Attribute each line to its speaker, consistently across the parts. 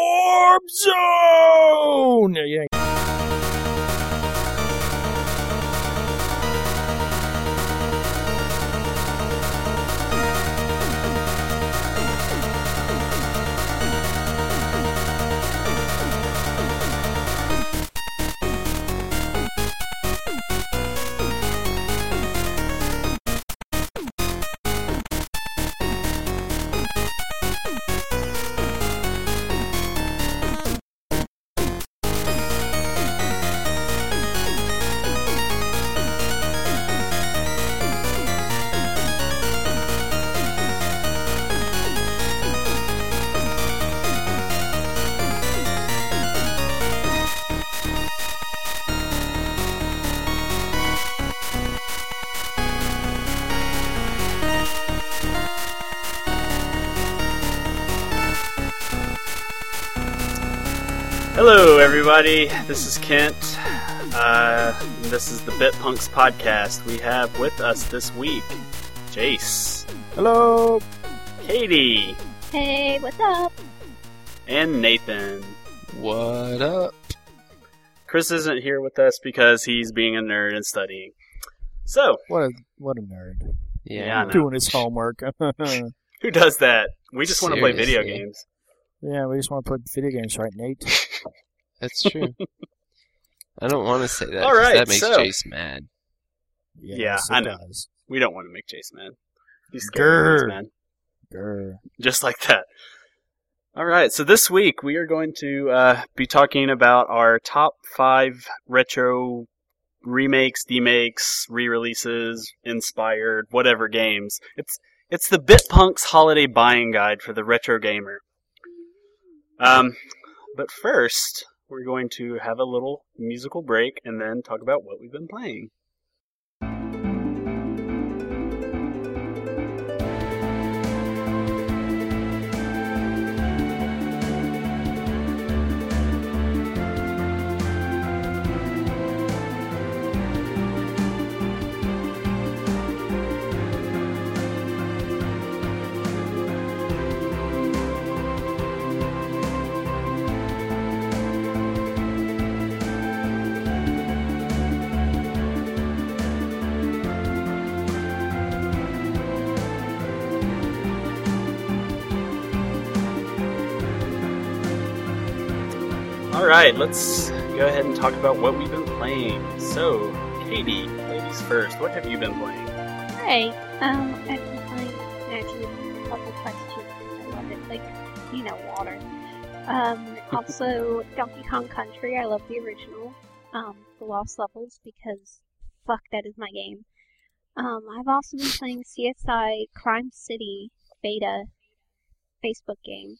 Speaker 1: Warp Zone! Yeah, yeah.
Speaker 2: Hello, everybody. This is Kent. Uh, this is the Bit Punks podcast. We have with us this week Jace,
Speaker 1: Hello!
Speaker 2: Katie,
Speaker 3: Hey, what's up?
Speaker 2: and Nathan.
Speaker 4: What up?
Speaker 2: Chris isn't here with us because he's being a nerd and studying. So,
Speaker 1: What a, what a nerd.
Speaker 2: Yeah, I know.
Speaker 1: Doing his homework. yeah,
Speaker 2: who does that? We just want to play video
Speaker 4: Seriously.
Speaker 2: games.
Speaker 1: we just want to play video games, right, Nate?
Speaker 4: that's true. I don't want to say that.
Speaker 2: All
Speaker 4: 'cause
Speaker 2: right,
Speaker 4: that makes
Speaker 2: so-
Speaker 4: Jace mad.
Speaker 2: Yeah,
Speaker 1: yes,
Speaker 2: I
Speaker 1: it
Speaker 2: know.
Speaker 1: does.
Speaker 2: We don't want to make Jace mad. He's scared of
Speaker 1: Grr.
Speaker 2: us, man.
Speaker 1: Grr.
Speaker 2: just like that. All right, so this week we are going to uh, be talking about our top five retro remakes, demakes, re-releases, inspired, whatever games. It's it's the BitPunks holiday buying guide for the retro gamer. Um, but first we're going to have a little musical break and then talk about what we've been playing. All right, let's go ahead and talk about what we've been playing. So, Katie, ladies first, what have you been playing?
Speaker 3: Hey, um, I've been playing actually a couple questions. I love it, like you know, water. Um, also Donkey Kong Country. I love the original, um, the Lost Levels because fuck, that is my game. Um, I've also been playing CSI Crime City beta Facebook game.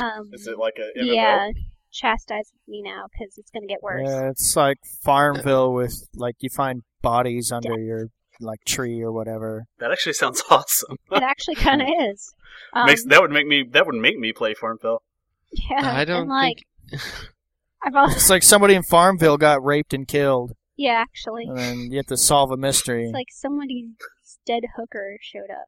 Speaker 3: Um,
Speaker 2: Is it like a MMO?
Speaker 3: yeah, chastise me now because it's gonna get worse.
Speaker 1: Yeah, it's like Farmville with, like, you find bodies under your, like, tree or whatever.
Speaker 2: That actually sounds awesome.
Speaker 3: It actually kind of is. Um,
Speaker 2: Makes that would make me that would make me play Farmville.
Speaker 3: yeah,
Speaker 4: I don't
Speaker 3: and, like,
Speaker 4: think.
Speaker 3: I've also
Speaker 1: It's like somebody in Farmville got raped and killed,
Speaker 3: yeah, actually,
Speaker 1: and then you have to solve a mystery.
Speaker 3: it's like somebody's dead hooker showed up.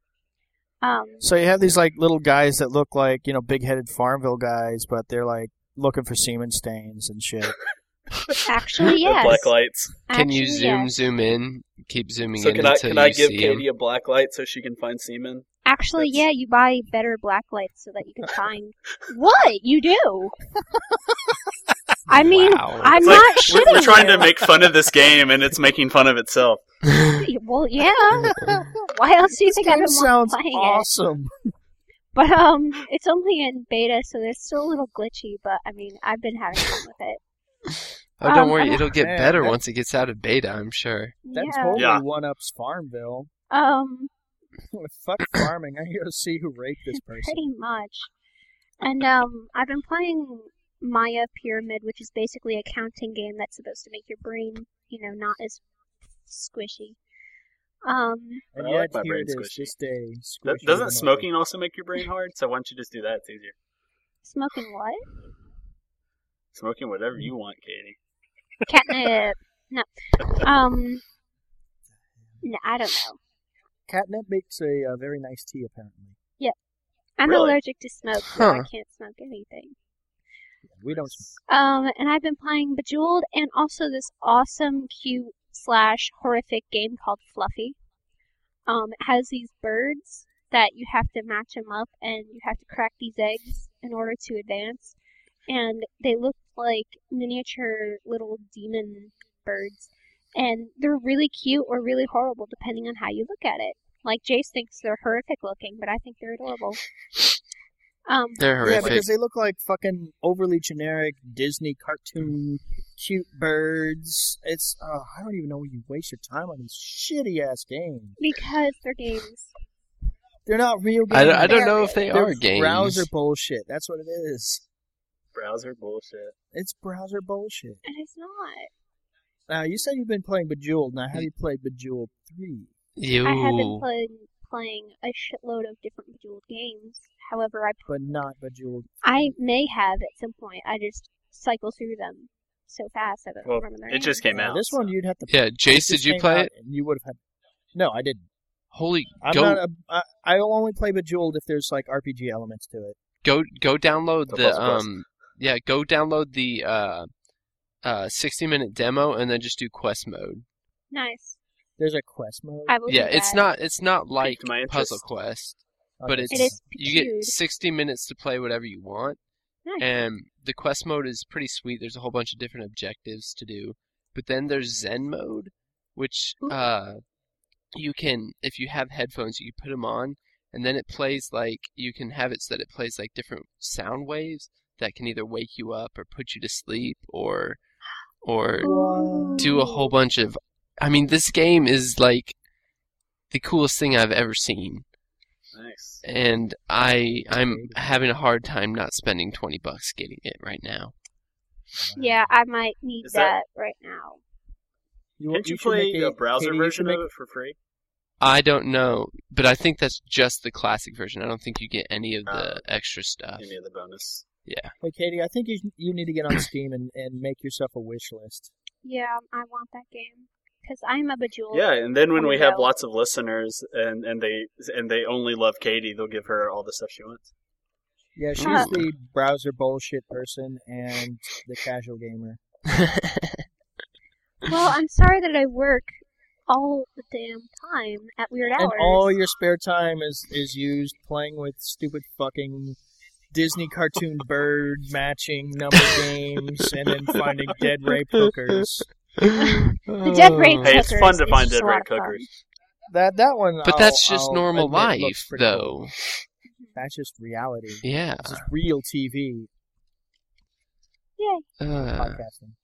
Speaker 3: Um,
Speaker 1: So you have these like little guys that look like you know big-headed Farmville guys, but they're like looking for semen stains and shit.
Speaker 3: actually,
Speaker 2: The
Speaker 3: yes.
Speaker 2: black lights.
Speaker 4: Can you
Speaker 3: Actually, uh,
Speaker 4: zoom,
Speaker 3: yes.
Speaker 4: zoom in? Keep zooming
Speaker 2: So
Speaker 4: in
Speaker 2: can I
Speaker 4: until
Speaker 2: can
Speaker 4: you
Speaker 2: I give
Speaker 4: see
Speaker 2: Katie
Speaker 4: him.
Speaker 2: a black light so she can find semen?
Speaker 3: Actually,
Speaker 2: That's-
Speaker 3: yeah, you buy better black lights so that you can find what you do. I mean,
Speaker 4: Wow.
Speaker 3: I'm
Speaker 2: It's like,
Speaker 3: not
Speaker 2: We're,
Speaker 3: shitting.
Speaker 2: we're trying
Speaker 3: you.
Speaker 2: to make fun of this game and it's making fun of itself.
Speaker 3: Well, yeah. Why else do you think I've
Speaker 1: That
Speaker 3: been
Speaker 1: sounds
Speaker 3: playing it?
Speaker 1: awesome.
Speaker 3: But um, it's only in beta, so it's still a little glitchy. But I mean, I've been having fun with it.
Speaker 4: oh, don't
Speaker 3: Um,
Speaker 4: worry.
Speaker 3: I'm-
Speaker 4: It'll get
Speaker 1: Man,
Speaker 4: better
Speaker 1: that-
Speaker 4: once it gets out of beta. I'm sure.
Speaker 1: That
Speaker 3: yeah.
Speaker 1: totally
Speaker 2: Yeah.
Speaker 1: one-ups Farmville.
Speaker 3: Um,
Speaker 1: Fuck farming. I'm here to see who raped this person.
Speaker 3: pretty much. And um, I've been playing Maya Pyramid, which is basically a counting game that's supposed to make your brain, you know, not as squishy. Um,
Speaker 2: I
Speaker 1: And
Speaker 2: like
Speaker 1: yet
Speaker 2: my
Speaker 1: here
Speaker 2: brain
Speaker 1: it is
Speaker 2: squishy.
Speaker 1: this day.
Speaker 2: That,
Speaker 1: squishy
Speaker 2: doesn't
Speaker 1: remote.
Speaker 2: smoking also make your brain hard? So why don't you just do that? It's easier.
Speaker 3: smoking what?
Speaker 2: Smoking whatever you want, Katie.
Speaker 3: Catnip. no. Um. No, I don't know.
Speaker 1: Catnip makes a uh, very nice tea, apparently.
Speaker 3: I'm
Speaker 2: Really?
Speaker 3: allergic to smoke, so I
Speaker 4: Huh.
Speaker 3: can't smoke anything.
Speaker 1: We don't.
Speaker 3: Um, and I've been playing Bejeweled and also this awesome, cute slash horrific game called Fluffy. Um, it has these birds that you have to match them up, and you have to crack these eggs in order to advance. And they look like miniature little demon birds, and they're really cute or really horrible depending on how you look at it. Like Jace thinks they're horrific looking, but I think they're adorable. Um,
Speaker 4: They're
Speaker 1: Yeah,
Speaker 4: horrific.
Speaker 1: because they look like fucking overly generic Disney cartoon cute birds. It's uh, I don't even know why you waste your time on these shitty ass games.
Speaker 3: because they're games.
Speaker 1: They're not real games.
Speaker 4: I, don't, I don't know if they
Speaker 1: They're
Speaker 4: are games.
Speaker 1: browser bullshit. That's what it is.
Speaker 2: Browser bullshit.
Speaker 1: It's browser bullshit.
Speaker 3: And it's not.
Speaker 1: Now you said you've been playing Bejeweled. Now have you played Bejeweled three?
Speaker 4: You.
Speaker 3: I have been playing playing a shitload of different Bejeweled games. However, I
Speaker 1: But not Bejeweled.
Speaker 3: I may have at some point. I just cycle through them so fast I don't
Speaker 2: Well,
Speaker 3: remember their
Speaker 2: it just
Speaker 3: names.
Speaker 2: came
Speaker 1: Now,
Speaker 2: out.
Speaker 1: Uh, This
Speaker 2: so-
Speaker 1: one you'd have to.
Speaker 4: yeah,
Speaker 1: this
Speaker 4: Jace, did you
Speaker 1: came
Speaker 4: play
Speaker 1: out
Speaker 4: it?
Speaker 1: and You would have had. No, I didn't.
Speaker 4: Holy
Speaker 1: I'm
Speaker 4: go
Speaker 1: not a, I, I only play Bejeweled if there's like RPG elements to it.
Speaker 4: go go download
Speaker 2: The
Speaker 4: the,
Speaker 2: buzz buzz.
Speaker 4: um yeah go download the uh uh 60 minute demo and then just do quest mode
Speaker 3: Nice.
Speaker 1: There's a quest mode.
Speaker 3: I will. do
Speaker 4: yeah it's
Speaker 3: that.
Speaker 4: not it's not like
Speaker 2: Piqued my
Speaker 4: puzzle
Speaker 2: interest.
Speaker 4: quest
Speaker 1: Okay,
Speaker 4: but it's
Speaker 3: It is
Speaker 4: you get
Speaker 3: piqued.
Speaker 4: 60 minutes to play whatever you want
Speaker 3: Nice.
Speaker 4: and the quest mode is pretty sweet there's a whole bunch of different objectives to do but then there's zen mode which
Speaker 3: Ooh.
Speaker 4: uh you can if you have headphones you can put them on and then it plays like you can have it so that it plays like different sound waves that can either wake you up or put you to sleep or or
Speaker 1: What?
Speaker 4: do a whole bunch of I mean this game is like the coolest thing I've ever seen
Speaker 2: Nice.
Speaker 4: and I I'm having a hard time not spending 20 bucks getting it right now.
Speaker 3: Yeah, I might need
Speaker 2: Is
Speaker 3: that,
Speaker 2: that-
Speaker 3: right now.
Speaker 1: You,
Speaker 2: Can't you,
Speaker 1: should
Speaker 2: play
Speaker 1: make
Speaker 2: a,
Speaker 1: Katie,
Speaker 2: browser
Speaker 1: you should
Speaker 2: version
Speaker 1: make,
Speaker 2: of it for free?
Speaker 4: I don't know, but I think that's just the classic version. I don't think you get any of the
Speaker 2: Oh.
Speaker 4: extra stuff.
Speaker 2: Any of the bonus.
Speaker 1: Hey, Katie, I think you you need to get on Steam and, and make yourself a wish list.
Speaker 3: Yeah, I want that game because I'm a Bejeweled.
Speaker 2: Yeah, and then when
Speaker 3: There
Speaker 2: we
Speaker 3: we go.
Speaker 2: have lots of listeners and, and they and they only love Katie, they'll give her all the stuff she wants.
Speaker 1: Yeah, she's
Speaker 3: Huh.
Speaker 1: the browser bullshit person and the casual gamer.
Speaker 3: Well, I'm sorry that I work all the damn time at weird hours.
Speaker 1: And all your spare time is is used playing with stupid fucking Disney cartoon bird matching number games and then finding dead rape hookers.
Speaker 3: the dead rape
Speaker 2: Hey,
Speaker 3: hookers.
Speaker 2: it's fun to
Speaker 3: is
Speaker 2: find
Speaker 3: just
Speaker 2: dead
Speaker 3: a lot
Speaker 2: rape
Speaker 3: of fun.
Speaker 2: hookers.
Speaker 1: That that one
Speaker 4: But
Speaker 1: I'll-
Speaker 4: that's just
Speaker 1: I'll
Speaker 4: normal
Speaker 1: admit looks
Speaker 4: life
Speaker 1: pretty cool.
Speaker 4: though.
Speaker 1: That's just reality.
Speaker 4: Yeah.
Speaker 1: This is real TV
Speaker 3: Yay.
Speaker 4: Uh,
Speaker 1: podcasting.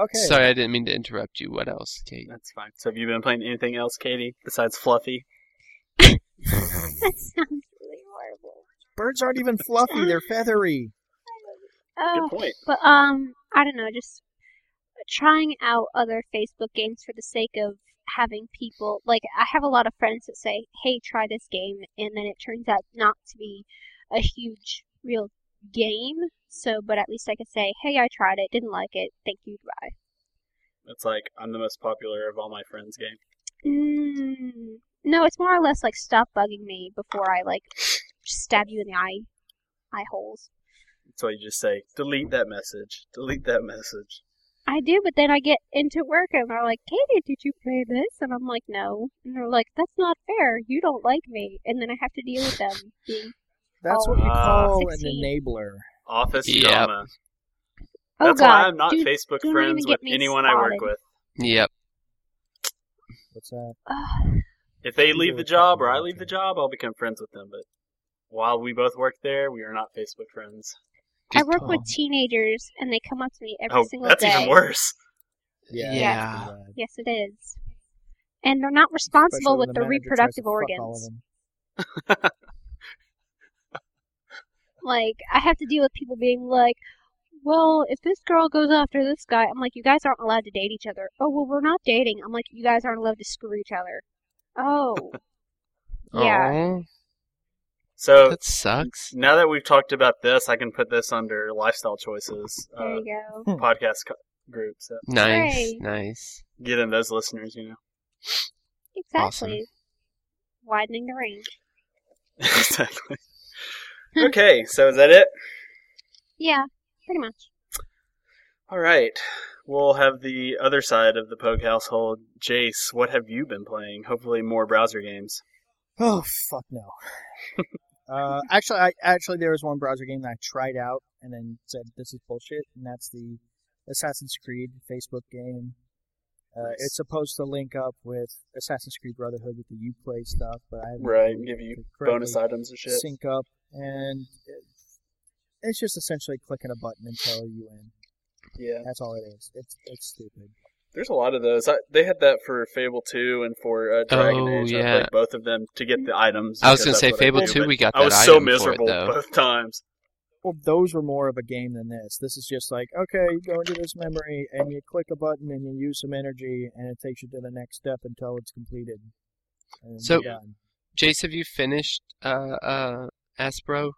Speaker 1: Okay.
Speaker 4: Sorry, I didn't mean to interrupt you. What else, Kate?
Speaker 2: That's fine. So have you been playing anything else, Katie, besides Fluffy?
Speaker 3: That sounds really horrible.
Speaker 1: Birds aren't even fluffy, they're feathery.
Speaker 3: Oh,
Speaker 2: Good point.
Speaker 3: but um, I don't know, just trying out other Facebook games for the sake of having people like I have a lot of friends that say, "Hey, try this game," and then it turns out not to be a huge real game. So, but at least I could say, "Hey, I tried it, didn't like it. Thank you, goodbye."
Speaker 2: It's like I'm the most popular of all my friends game.
Speaker 3: Mm, no, it's more or less like stop bugging me before I like stab you in the eye eye holes.
Speaker 2: So you just say, delete that message. Delete that message.
Speaker 3: I do, but then I get into work and they're like, Katie, did you play this? And I'm like, no. And they're like, that's not fair. You don't like me. And then I have to deal with them. being-
Speaker 1: That's what you
Speaker 4: Ah.
Speaker 1: call an
Speaker 3: 16.
Speaker 1: enabler.
Speaker 2: Office
Speaker 4: Yep.
Speaker 2: drama.
Speaker 3: Oh,
Speaker 2: That's
Speaker 3: God.
Speaker 2: why I'm not
Speaker 3: dude,
Speaker 2: Facebook
Speaker 3: do not even
Speaker 2: friends
Speaker 3: get
Speaker 2: with
Speaker 3: me
Speaker 2: anyone I work
Speaker 3: started.
Speaker 2: with.
Speaker 4: Yep.
Speaker 1: What's that?
Speaker 3: ugh,
Speaker 2: If they
Speaker 1: People
Speaker 2: leave the
Speaker 1: would
Speaker 2: job
Speaker 1: fucking
Speaker 2: or I
Speaker 1: love
Speaker 2: leave the
Speaker 1: you.
Speaker 2: job, I'll become friends with them. But while we both work there, we are not Facebook friends.
Speaker 3: I
Speaker 4: Good
Speaker 3: work
Speaker 4: call.
Speaker 3: with teenagers and they come up to me every
Speaker 2: Oh,
Speaker 3: single
Speaker 2: that's
Speaker 3: day.
Speaker 2: even worse.
Speaker 1: Yeah.
Speaker 4: Yeah.
Speaker 1: that's pretty bad.
Speaker 3: Yes, it is. And they're not responsible
Speaker 1: Especially when
Speaker 3: with
Speaker 1: the
Speaker 3: their
Speaker 1: manager tries to
Speaker 3: reproductive
Speaker 1: fuck all of
Speaker 3: organs.
Speaker 1: them.
Speaker 3: Like, I have to deal with people being like, well, if this girl goes after this guy, I'm like, you guys aren't allowed to date each other. Oh, well, we're not dating. I'm like, you guys aren't allowed to screw each other. Oh.
Speaker 1: Oh,
Speaker 3: yeah.
Speaker 4: Aw,
Speaker 2: So
Speaker 4: that sucks.
Speaker 2: now that we've talked about this, I can put this under lifestyle choices
Speaker 3: There
Speaker 2: uh,
Speaker 3: you go.
Speaker 2: podcast co- group. So
Speaker 4: Nice,
Speaker 3: Hey.
Speaker 4: nice.
Speaker 2: get in those listeners, you know.
Speaker 3: Exactly. Widening the range.
Speaker 2: exactly. okay, so is that it?
Speaker 3: Yeah, pretty much.
Speaker 2: All right. We'll have the other side of the Pogue household. Jace, what have you been playing? Hopefully, more browser games.
Speaker 1: Oh fuck no. uh, actually, I actually there was one browser game that I tried out and then said this is bullshit, and that's the Assassin's Creed Facebook game. Uh,
Speaker 2: Nice.
Speaker 1: It's supposed to link up with Assassin's Creed Brotherhood with the UPlay stuff, but I haven't
Speaker 2: Right,
Speaker 1: been
Speaker 2: give you
Speaker 1: able to
Speaker 2: Bonus
Speaker 1: correctly
Speaker 2: items and shit.
Speaker 1: sync up, and it- it's just essentially clicking a button until you win.
Speaker 2: Yeah.
Speaker 1: That's all it is. It's it's stupid.
Speaker 2: There's a lot of those. I, they had that for Fable 2 and for uh, Dragon
Speaker 4: Oh,
Speaker 2: Age. I
Speaker 4: yeah.
Speaker 2: played both of them to get the items.
Speaker 4: I was
Speaker 2: because
Speaker 4: gonna
Speaker 2: that's
Speaker 4: say
Speaker 2: what I
Speaker 4: Fable
Speaker 2: do,
Speaker 4: 2,
Speaker 2: but
Speaker 4: we got
Speaker 2: I
Speaker 4: that
Speaker 2: was so
Speaker 4: item for it,
Speaker 2: miserable
Speaker 4: though.
Speaker 2: both times.
Speaker 1: Well, those were more of a game than this. This is just like, okay, you go into this memory and you click a button and you use some energy and it takes you to the next step until it's completed. And
Speaker 4: So-
Speaker 1: you're done.
Speaker 4: Jace, have you finished uh, uh, Aspro?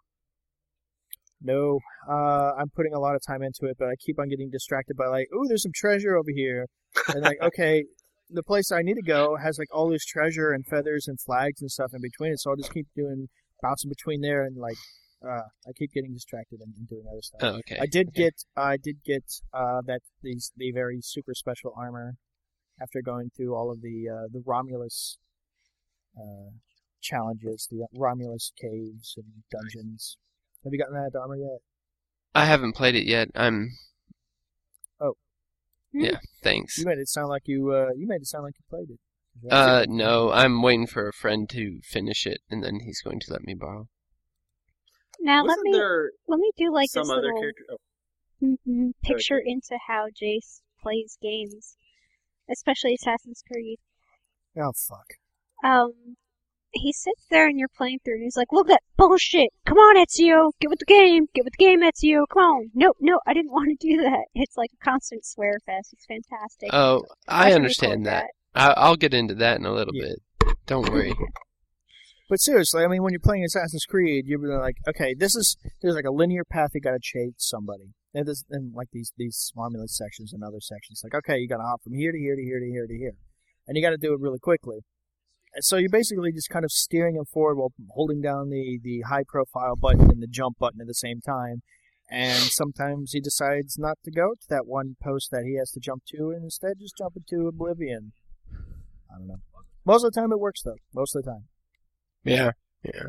Speaker 1: no, uh, I'm putting a lot of time into it, but I keep on getting distracted by like, ooh, there's some treasure over here, and like, okay, the place I need to go has like all this treasure and feathers and flags and stuff in between it, so I'll just keep doing bouncing between there and like, uh, I keep getting distracted and, and doing other stuff.
Speaker 4: Oh, okay.
Speaker 1: I did
Speaker 4: Okay.
Speaker 1: get I did get uh, that the the very super special armor after going through all of the uh, the Romulus uh, challenges, the Romulus caves and dungeons. Have you gotten that armor yet?
Speaker 4: I haven't played it yet. I'm.
Speaker 1: Oh.
Speaker 2: Hmm.
Speaker 4: Yeah. Thanks.
Speaker 1: You made it sound like you uh, you made it sound like you played it.
Speaker 4: Uh, no, I'm waiting for a friend to finish it, and then he's going to let me borrow.
Speaker 3: Now let
Speaker 2: Wasn't
Speaker 3: me
Speaker 2: there
Speaker 3: let me do like
Speaker 2: some
Speaker 3: this
Speaker 2: other
Speaker 3: little
Speaker 2: character? Oh,
Speaker 3: mm, mm, picture into how Jace plays games, especially Assassin's Creed.
Speaker 1: Oh fuck.
Speaker 3: Um, he sits there and you're playing through, and he's like, "Look at that bullshit! Come on, Ezio, get with the game, get with the game, Ezio, come on!" Nope, no, I didn't want to do that. It's like a constant swear fest. It's fantastic.
Speaker 4: Oh, I
Speaker 3: should
Speaker 4: understand
Speaker 3: record
Speaker 4: that. I, I'll get into that in a little
Speaker 1: Yeah.
Speaker 4: bit. Don't worry.
Speaker 1: But seriously, I mean, when you're playing Assassin's Creed, you're really like, okay, this is there's like a linear path you got to chase somebody, and this and like these these Romulus sections and other sections, like okay, you got to hop from here to here to here to here to here, and you got to do it really quickly. And so you're basically just kind of steering him forward while holding down the the high profile button and the jump button at the same time. And sometimes he decides not to go to that one post that he has to jump to, and instead just jump into oblivion. I don't know. Most of the time it works though. Most of the time.
Speaker 4: Yeah. Yeah.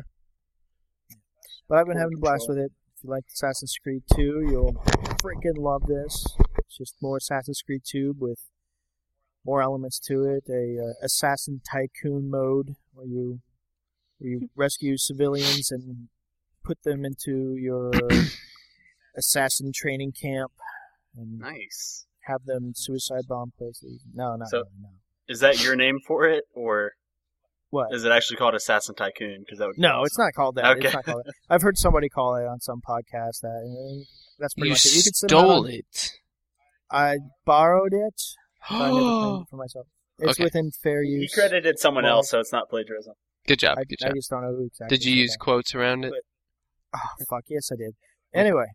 Speaker 1: But I've been
Speaker 2: Full
Speaker 1: having a blast
Speaker 2: control.
Speaker 1: with it. If you like Assassin's Creed 2, you'll freaking love this. It's just more Assassin's Creed 2 with more elements to it. A uh, assassin tycoon mode where you where you rescue civilians and put them into your assassin training camp and
Speaker 2: nice.
Speaker 1: have them suicide bomb places. No, not
Speaker 2: So-
Speaker 1: really, no.
Speaker 2: Is that your name for it, or
Speaker 1: What?
Speaker 2: is it actually called Assassin Tycoon? Because that would be
Speaker 1: No, it's not called that. It's
Speaker 2: Okay.
Speaker 1: not called that. I've heard somebody call it on some podcast that. and that's pretty
Speaker 4: You
Speaker 1: much it. You could send that on-
Speaker 4: stole it.
Speaker 1: I borrowed it, but I never claimed it for myself. It's
Speaker 4: Okay.
Speaker 1: within fair
Speaker 2: awesome. He
Speaker 1: use.
Speaker 2: credited someone
Speaker 1: Well-
Speaker 2: else, so it's not plagiarism.
Speaker 4: Good job.
Speaker 1: I,
Speaker 4: Good
Speaker 1: I
Speaker 4: job.
Speaker 1: just don't know who exactly.
Speaker 4: Did you
Speaker 1: said
Speaker 4: use quotes around it?
Speaker 1: that. Oh, fuck yes, I did. Anyway,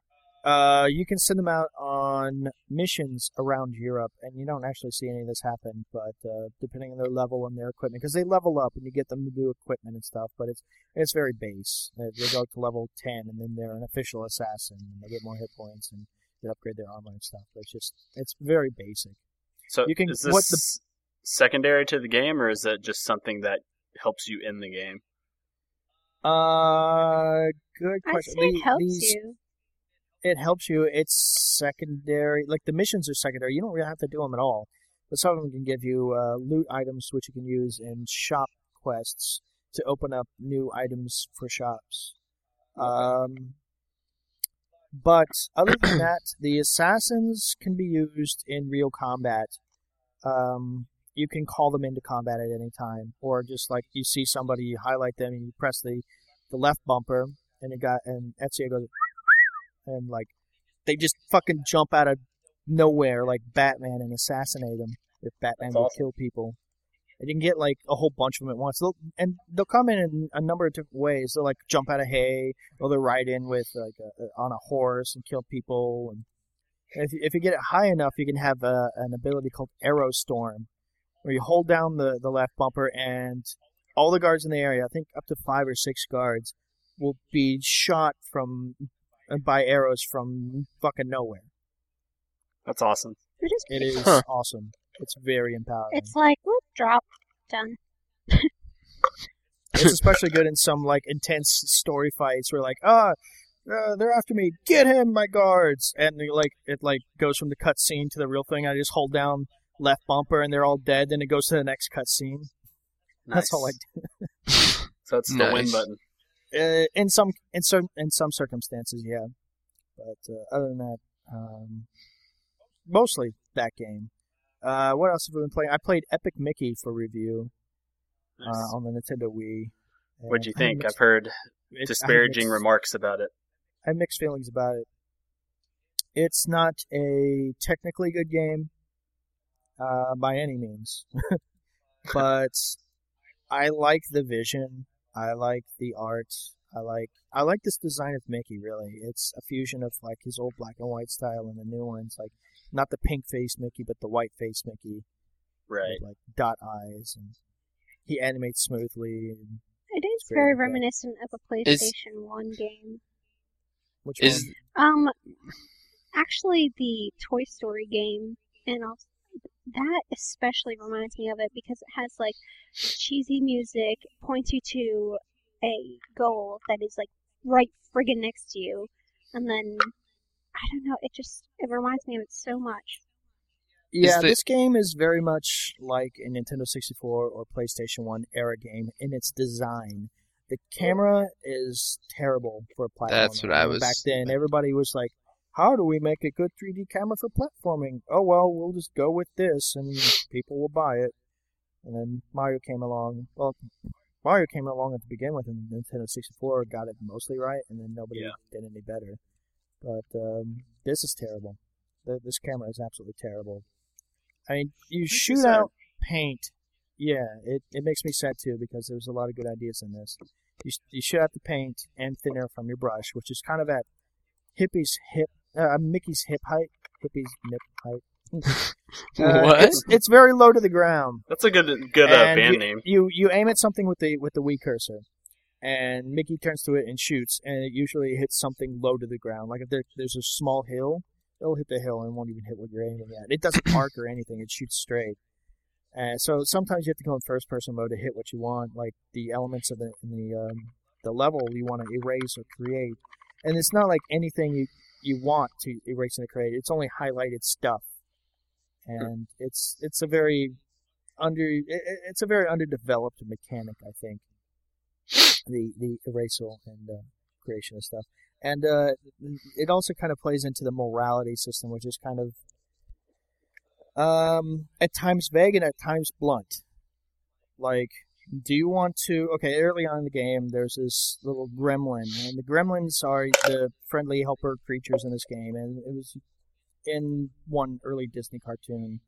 Speaker 1: uh, you can send them out on missions around Europe, and you don't actually see any of this happen. But uh, depending on their level and their equipment, because they level up and you get them to do equipment and stuff, but it's it's very base. They, they go to level ten, and then they're an official assassin, and they get more hit points and they upgrade their armor and stuff. But it's just it's very basic.
Speaker 2: So
Speaker 1: You can-
Speaker 2: is
Speaker 1: what
Speaker 2: this secondary to the game, or is that just something that helps you in the game?
Speaker 1: Uh, good
Speaker 3: I
Speaker 1: question.
Speaker 3: say it
Speaker 1: The-
Speaker 3: helps
Speaker 1: these-
Speaker 3: you.
Speaker 1: It helps you. It's secondary. Like the missions are secondary. You don't really have to do them at all. But some of them can give you uh, loot items, which you can use in shop quests to open up new items for shops. Um, but other than that, the assassins can be used in real combat. Um, you can call them into combat at any time, or just like you see somebody, you highlight them, and you press the, the left bumper, and it got and Ezio goes, and like they just fucking jump out of nowhere like Batman and assassinate them if Batman
Speaker 2: That's
Speaker 1: will
Speaker 2: awesome.
Speaker 1: kill people. And you can get like a whole bunch of them at once. They'll, and they'll come in in a number of different ways. They'll like jump out of hay, or they'll ride in with like a, a- on a horse and kill people. And if you, if you get it high enough, you can have a, an ability called Arrow Storm, where you hold down the, the left bumper and all the guards in the area, I think up to five or six guards, will be shot from uh, by arrows from fucking nowhere.
Speaker 2: That's awesome.
Speaker 3: It is
Speaker 1: It is
Speaker 4: Huh.
Speaker 1: awesome. It's very empowering.
Speaker 3: It's like whoop, drop done.
Speaker 1: It's especially good in some like intense story fights where like ah. Uh, they're after me. Get him, my guards! And they, like it, like goes from the cutscene to the real thing. I just hold down left bumper, and they're all dead. Then it goes to the next cutscene. That's all I
Speaker 2: Nice. So that's the win
Speaker 4: Nice.
Speaker 2: button.
Speaker 1: Uh, in some in some in some circumstances, yeah. But uh, other than that, um, mostly that game. Uh, what else have we been playing? I played Epic Mickey for review
Speaker 2: Nice.
Speaker 1: uh, on the Nintendo Wii. and
Speaker 2: What'd you
Speaker 1: I have
Speaker 2: think?
Speaker 1: mixed-
Speaker 2: I've heard
Speaker 1: it's- I have
Speaker 2: disparaging
Speaker 1: mixed-
Speaker 2: remarks about it.
Speaker 1: I have mixed feelings about it. It's not a technically good game uh, by any means, but I like the vision. I like the art. I like I like this design of Mickey. Really, it's a fusion of like his old black and white style and the new ones, like not the pink face Mickey, but the white face Mickey
Speaker 2: Right.
Speaker 1: with like dot eyes, and he animates smoothly. And
Speaker 3: It is
Speaker 1: It's very
Speaker 3: very
Speaker 1: good.
Speaker 3: reminiscent of a PlayStation
Speaker 4: Is-
Speaker 3: One game.
Speaker 1: which
Speaker 4: Is
Speaker 1: one?
Speaker 3: Um, actually, the Toy Story game and also, that especially reminds me of it because it has like cheesy music, points you to a goal that is like right friggin' next to you, and then I don't know. It just it reminds me of it so much.
Speaker 1: Yeah,
Speaker 4: the-
Speaker 1: this game is very much like a Nintendo 64 or PlayStation 1 era game in its design. The camera is terrible for a platform.
Speaker 4: That's what I was-
Speaker 1: Back then, everybody was like, how do we make a good 3D camera for platforming? Oh, well, we'll just go with this and people will buy it. And then Mario came along. Well, Mario came along at the begin with, and Nintendo 64 got it mostly right, and then nobody
Speaker 2: Yeah.
Speaker 1: did any better. But um, this is terrible. Th- This camera is absolutely terrible. I mean, you shoot
Speaker 2: sad.
Speaker 1: out paint. Yeah, it, it makes me sad too because there's a lot of good ideas in this. You, s- you shoot out the paint and thin air from your brush, which is kind of at hippie's hip, uh, Mickey's hip height, hippie's nip height. Uh,
Speaker 4: What?
Speaker 1: It's, it's very low to the ground.
Speaker 2: That's a good good uh,
Speaker 1: And
Speaker 2: band
Speaker 1: you,
Speaker 2: name.
Speaker 1: You you aim at something with the with the Wii cursor, and Mickey turns to it and shoots, and it usually hits something low to the ground. Like if there, there's a small hill, it'll hit the hill and won't even hit what you're aiming at. It doesn't arc or anything. It shoots straight. Uh, so sometimes you have to go in first person mode to hit what you want, like the elements of the in the um, the level you want to erase or create. And it's not like anything you you want to erase and create. It's only highlighted stuff, and it's it's a very under i- i- it's a very underdeveloped mechanic, I think. The the erasal and uh, creation of stuff, and uh, it also kind of plays into the morality system, which is kind of um, at times vague and at times blunt. Like, do you want to? Okay, early on in the game, there's this little gremlin, and the gremlins are the friendly helper creatures in this game, and it was in one early Disney cartoon.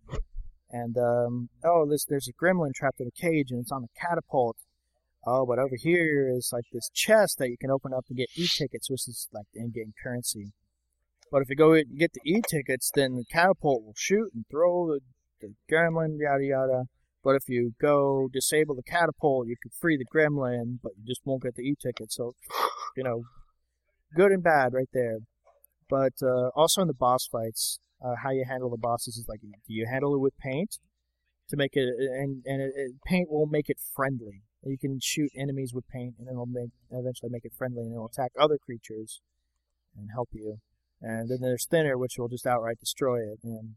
Speaker 1: And um, oh, this there's a gremlin trapped in a cage, and it's on a catapult. Oh, but over here is like this chest that you can open up and get e-tickets, which is like the in-game currency. But if you go and get the e-tickets, then the catapult will shoot and throw the, the gremlin, yada yada. But if you go disable the catapult, you could free the gremlin, but you just won't get the e-ticket. So, you know, good and bad right there. But uh, also in the boss fights, uh, how you handle the bosses is like, do you handle it with paint to make it, and and it, it, paint will make it friendly. You can shoot enemies with paint, and it'll make eventually make it friendly, and it'll attack other creatures and help you. And then there's thinner, which will just outright destroy it. And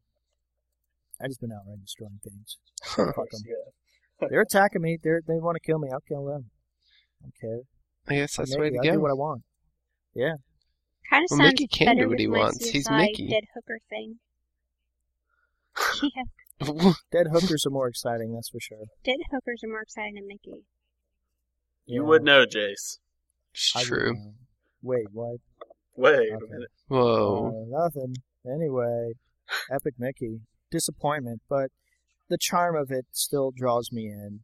Speaker 1: I just been outright destroying things.
Speaker 4: Huh.
Speaker 1: Fuck 'em. They're attacking me. They're, they want to kill me. I'll kill them. I don't care.
Speaker 4: I guess that's the way
Speaker 1: Maybe
Speaker 4: to
Speaker 1: I'll do
Speaker 4: go.
Speaker 1: what I want.
Speaker 3: Kind of
Speaker 4: Well,
Speaker 3: sounds
Speaker 4: Mickey can
Speaker 3: better
Speaker 4: do what
Speaker 3: with
Speaker 4: he
Speaker 3: my
Speaker 4: wants. He's
Speaker 3: CSI
Speaker 4: Mickey.
Speaker 3: dead hooker thing. yeah,
Speaker 1: Dead hookers are more exciting, that's for sure.
Speaker 3: dead hookers are more exciting than Mickey.
Speaker 2: You
Speaker 1: Yeah,
Speaker 2: would know, Jace.
Speaker 4: it's
Speaker 1: I would
Speaker 4: true.
Speaker 1: know. Wait, what?
Speaker 2: Wait a
Speaker 1: Okay.
Speaker 2: minute.
Speaker 4: Whoa.
Speaker 1: Uh, nothing. Anyway, Epic Mickey. Disappointment, but the charm of it still draws me in.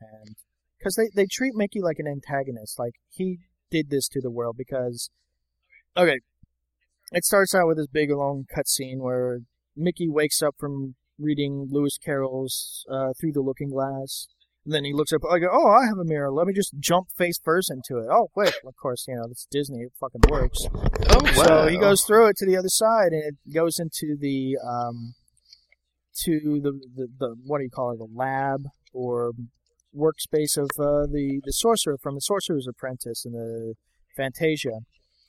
Speaker 1: And because they, they treat Mickey like an antagonist, like he did this to the world because okay, it starts out with this big long cutscene where Mickey wakes up from reading Lewis Carroll's uh, Through the Looking Glass, And then he looks up, I go, oh, I have a mirror. Let me just jump face first into it. Oh, wait. Of course, you know, it's Disney. It fucking works.
Speaker 4: Oh, wow.
Speaker 1: uh, So he goes through it to the other side, and it goes into the um, to the, the, the what do you call it, the lab or workspace of uh, the the sorcerer from the Sorcerer's Apprentice and the Fantasia.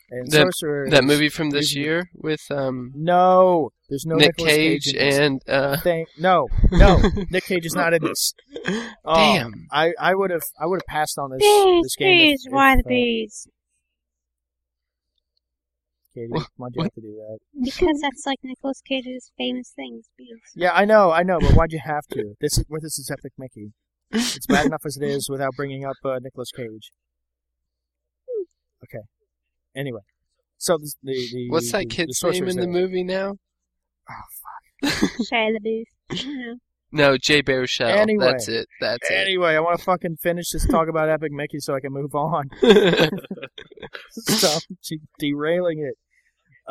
Speaker 1: And
Speaker 4: That-
Speaker 1: sorcerer
Speaker 4: That movie from this
Speaker 1: Usually-
Speaker 4: year with um,
Speaker 1: No, there's no
Speaker 4: Nick
Speaker 1: Nicolas
Speaker 4: Cage
Speaker 1: in this
Speaker 4: and uh,
Speaker 1: thing. No, no, Nick Cage is not in this. Oh,
Speaker 4: damn.
Speaker 1: I, I would have I would have passed on this this
Speaker 3: Bees,
Speaker 1: game. if-
Speaker 3: bees, why
Speaker 1: if,
Speaker 3: the
Speaker 1: uh,
Speaker 3: bees?
Speaker 1: Katie,
Speaker 4: What-
Speaker 1: why'd you have to do that?
Speaker 3: Because that's like Nicolas Cage's famous things, bees.
Speaker 1: Yeah, I know, I know, but why'd you have to? This is where this is epic, Mickey. It's bad enough as it is without bringing up uh, Nicolas Cage. Okay. Anyway, so the the, the
Speaker 4: What's
Speaker 1: the-
Speaker 4: that kid's
Speaker 1: the
Speaker 4: name in the
Speaker 1: sorcerer's
Speaker 4: movie now?
Speaker 3: Shia LaBeouf. I don't know.
Speaker 4: No, Jay Baruchel.
Speaker 1: Anyway.
Speaker 4: That's it. That's
Speaker 1: there. Anyway, I want to fucking finish this talk about Epic Mickey so I can move on.
Speaker 4: it.
Speaker 1: so she's derailing it.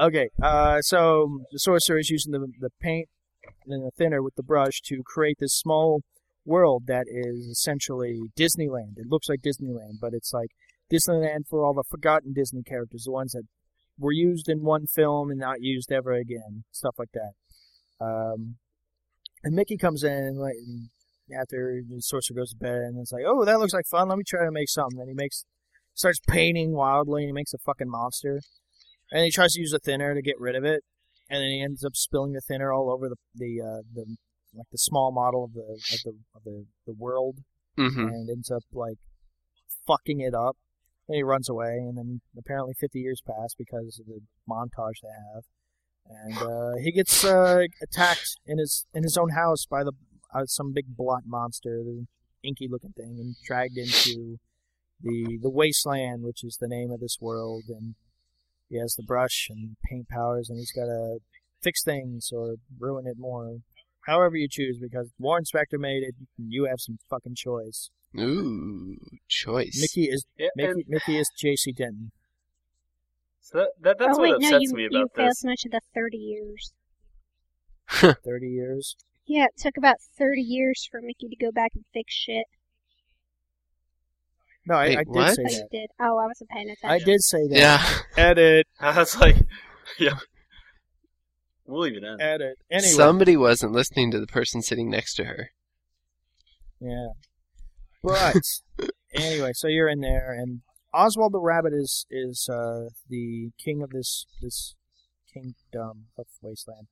Speaker 1: Okay, uh, so the sorcerer is using the the paint and the thinner with the brush to create this small world that is essentially Disneyland. It looks like Disneyland, but it's like Disneyland for all the forgotten Disney characters, the ones that were used in one film and not used ever again, stuff like that. Um, and Mickey comes in and like and after the sorcerer goes to bed, and it's like, oh, that looks like fun. Let me try to make something. Then he makes starts painting wildly and he makes a fucking monster. And he tries to use a thinner to get rid of it, and then he ends up spilling the thinner all over the the uh, the like the small model of the of the of the, the world,
Speaker 4: hmm
Speaker 1: and ends up like fucking it up. And he runs away, and then apparently 50 years pass because of the montage they have, and uh, he gets uh, attacked in his in his own house by the uh, some big blot monster, the inky looking thing, and dragged into the the wasteland, which is the name of this world, and he has the brush and paint powers, and he's got to fix things or ruin it more, however you choose, because Warren Spector made it, you have some fucking choice.
Speaker 4: Ooh, choice.
Speaker 1: Mickey is
Speaker 2: Yeah, and
Speaker 1: Mickey, Mickey is J.C. Denton.
Speaker 2: so that, that, that's
Speaker 3: oh,
Speaker 2: what
Speaker 3: wait, no,
Speaker 2: upsets
Speaker 3: you,
Speaker 2: me
Speaker 3: you
Speaker 2: about
Speaker 3: failed
Speaker 2: this.
Speaker 3: much of the 30 years.
Speaker 1: Thirty years.
Speaker 3: Yeah, it took about 30 years for Mickey to go back and fix shit.
Speaker 1: No, I,
Speaker 4: Wait,
Speaker 1: I did
Speaker 4: what?
Speaker 1: say
Speaker 3: Oh,
Speaker 1: that.
Speaker 3: you did. Oh, I wasn't paying attention.
Speaker 1: I did say that.
Speaker 4: Yeah.
Speaker 1: Edit.
Speaker 2: I was like, yeah, we'll leave it in.
Speaker 1: Edit. Anyway.
Speaker 4: Somebody wasn't listening to the person sitting next to her.
Speaker 1: Yeah. But anyway, so you're in there, and Oswald the Rabbit is is uh, the king of this this kingdom of wasteland.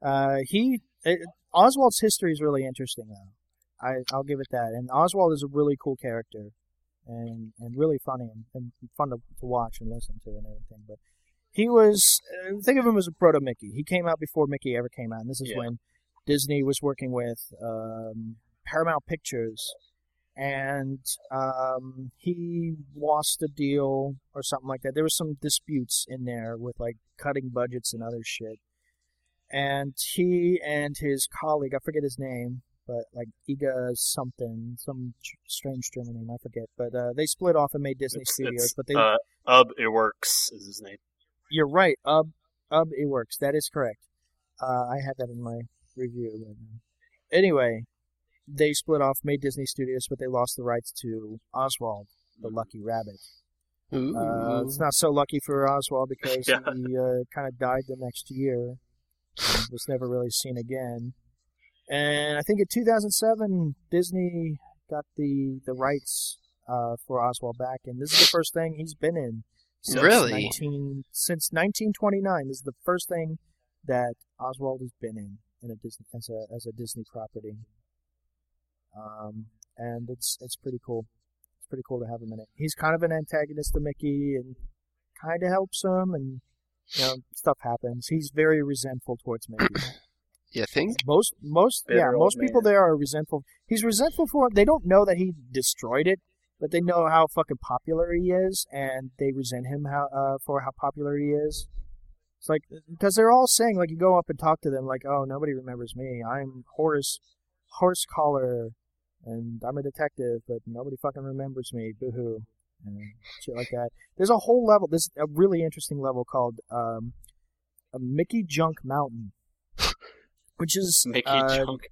Speaker 1: Uh, he it, Oswald's history is really interesting, though. I I'll give it that. And Oswald is a really cool character, and and really funny and, and fun to, to watch and listen to and everything. But he was uh, think of him as a proto Mickey. He came out before Mickey ever came out, and this is
Speaker 2: Yeah.
Speaker 1: when Disney was working with um, Paramount Pictures, and um, he lost a deal or something like that. There was some disputes in there with like cutting budgets and other shit. And he and his colleague, I forget his name, but like Iga something, some tr- strange German name, I forget. But uh, they split off and made Disney
Speaker 2: It's-
Speaker 1: Studios.
Speaker 2: it's,
Speaker 1: but they
Speaker 2: uh, Ub It Works is his name.
Speaker 1: you're right. Ub, ub, it works. That is correct. Uh, I had that in my review. But um, anyway, they split off, made Disney Studios, but they lost the rights to Oswald, the
Speaker 2: Mm-hmm.
Speaker 1: Lucky Rabbit.
Speaker 4: Ooh.
Speaker 1: Uh, it's not so lucky for Oswald because
Speaker 2: Yeah.
Speaker 1: he uh, kind of died the next year. and was never really seen again. And I think in 2007, Disney got the the rights uh, for Oswald back, and this is the first thing he's been in. Since
Speaker 4: Really?
Speaker 1: 19, since 1929, this is the first thing that Oswald has been in in a Disney as a as a Disney property. Um, and it's it's pretty cool. It's pretty cool to have him in it. He's kind of an antagonist to Mickey, and kind of helps him, and you know stuff happens. He's very resentful towards Mickey.
Speaker 4: you think?
Speaker 1: Most, most,
Speaker 2: Bitter
Speaker 1: yeah,
Speaker 2: old
Speaker 1: most people
Speaker 2: man.
Speaker 1: there are resentful. He's resentful for it. They don't know that he destroyed it, but they know how fucking popular he is, and they resent him how, uh, for how popular he is. It's like because they're all saying like you go up and talk to them like oh nobody remembers me I'm Horace Horace Collar and I'm a detective but nobody fucking remembers me boo hoo and shit like that. There's a whole level. There's a really interesting level called um, a Mickey Junk Mountain, which is
Speaker 2: Mickey
Speaker 1: uh,
Speaker 2: Junk.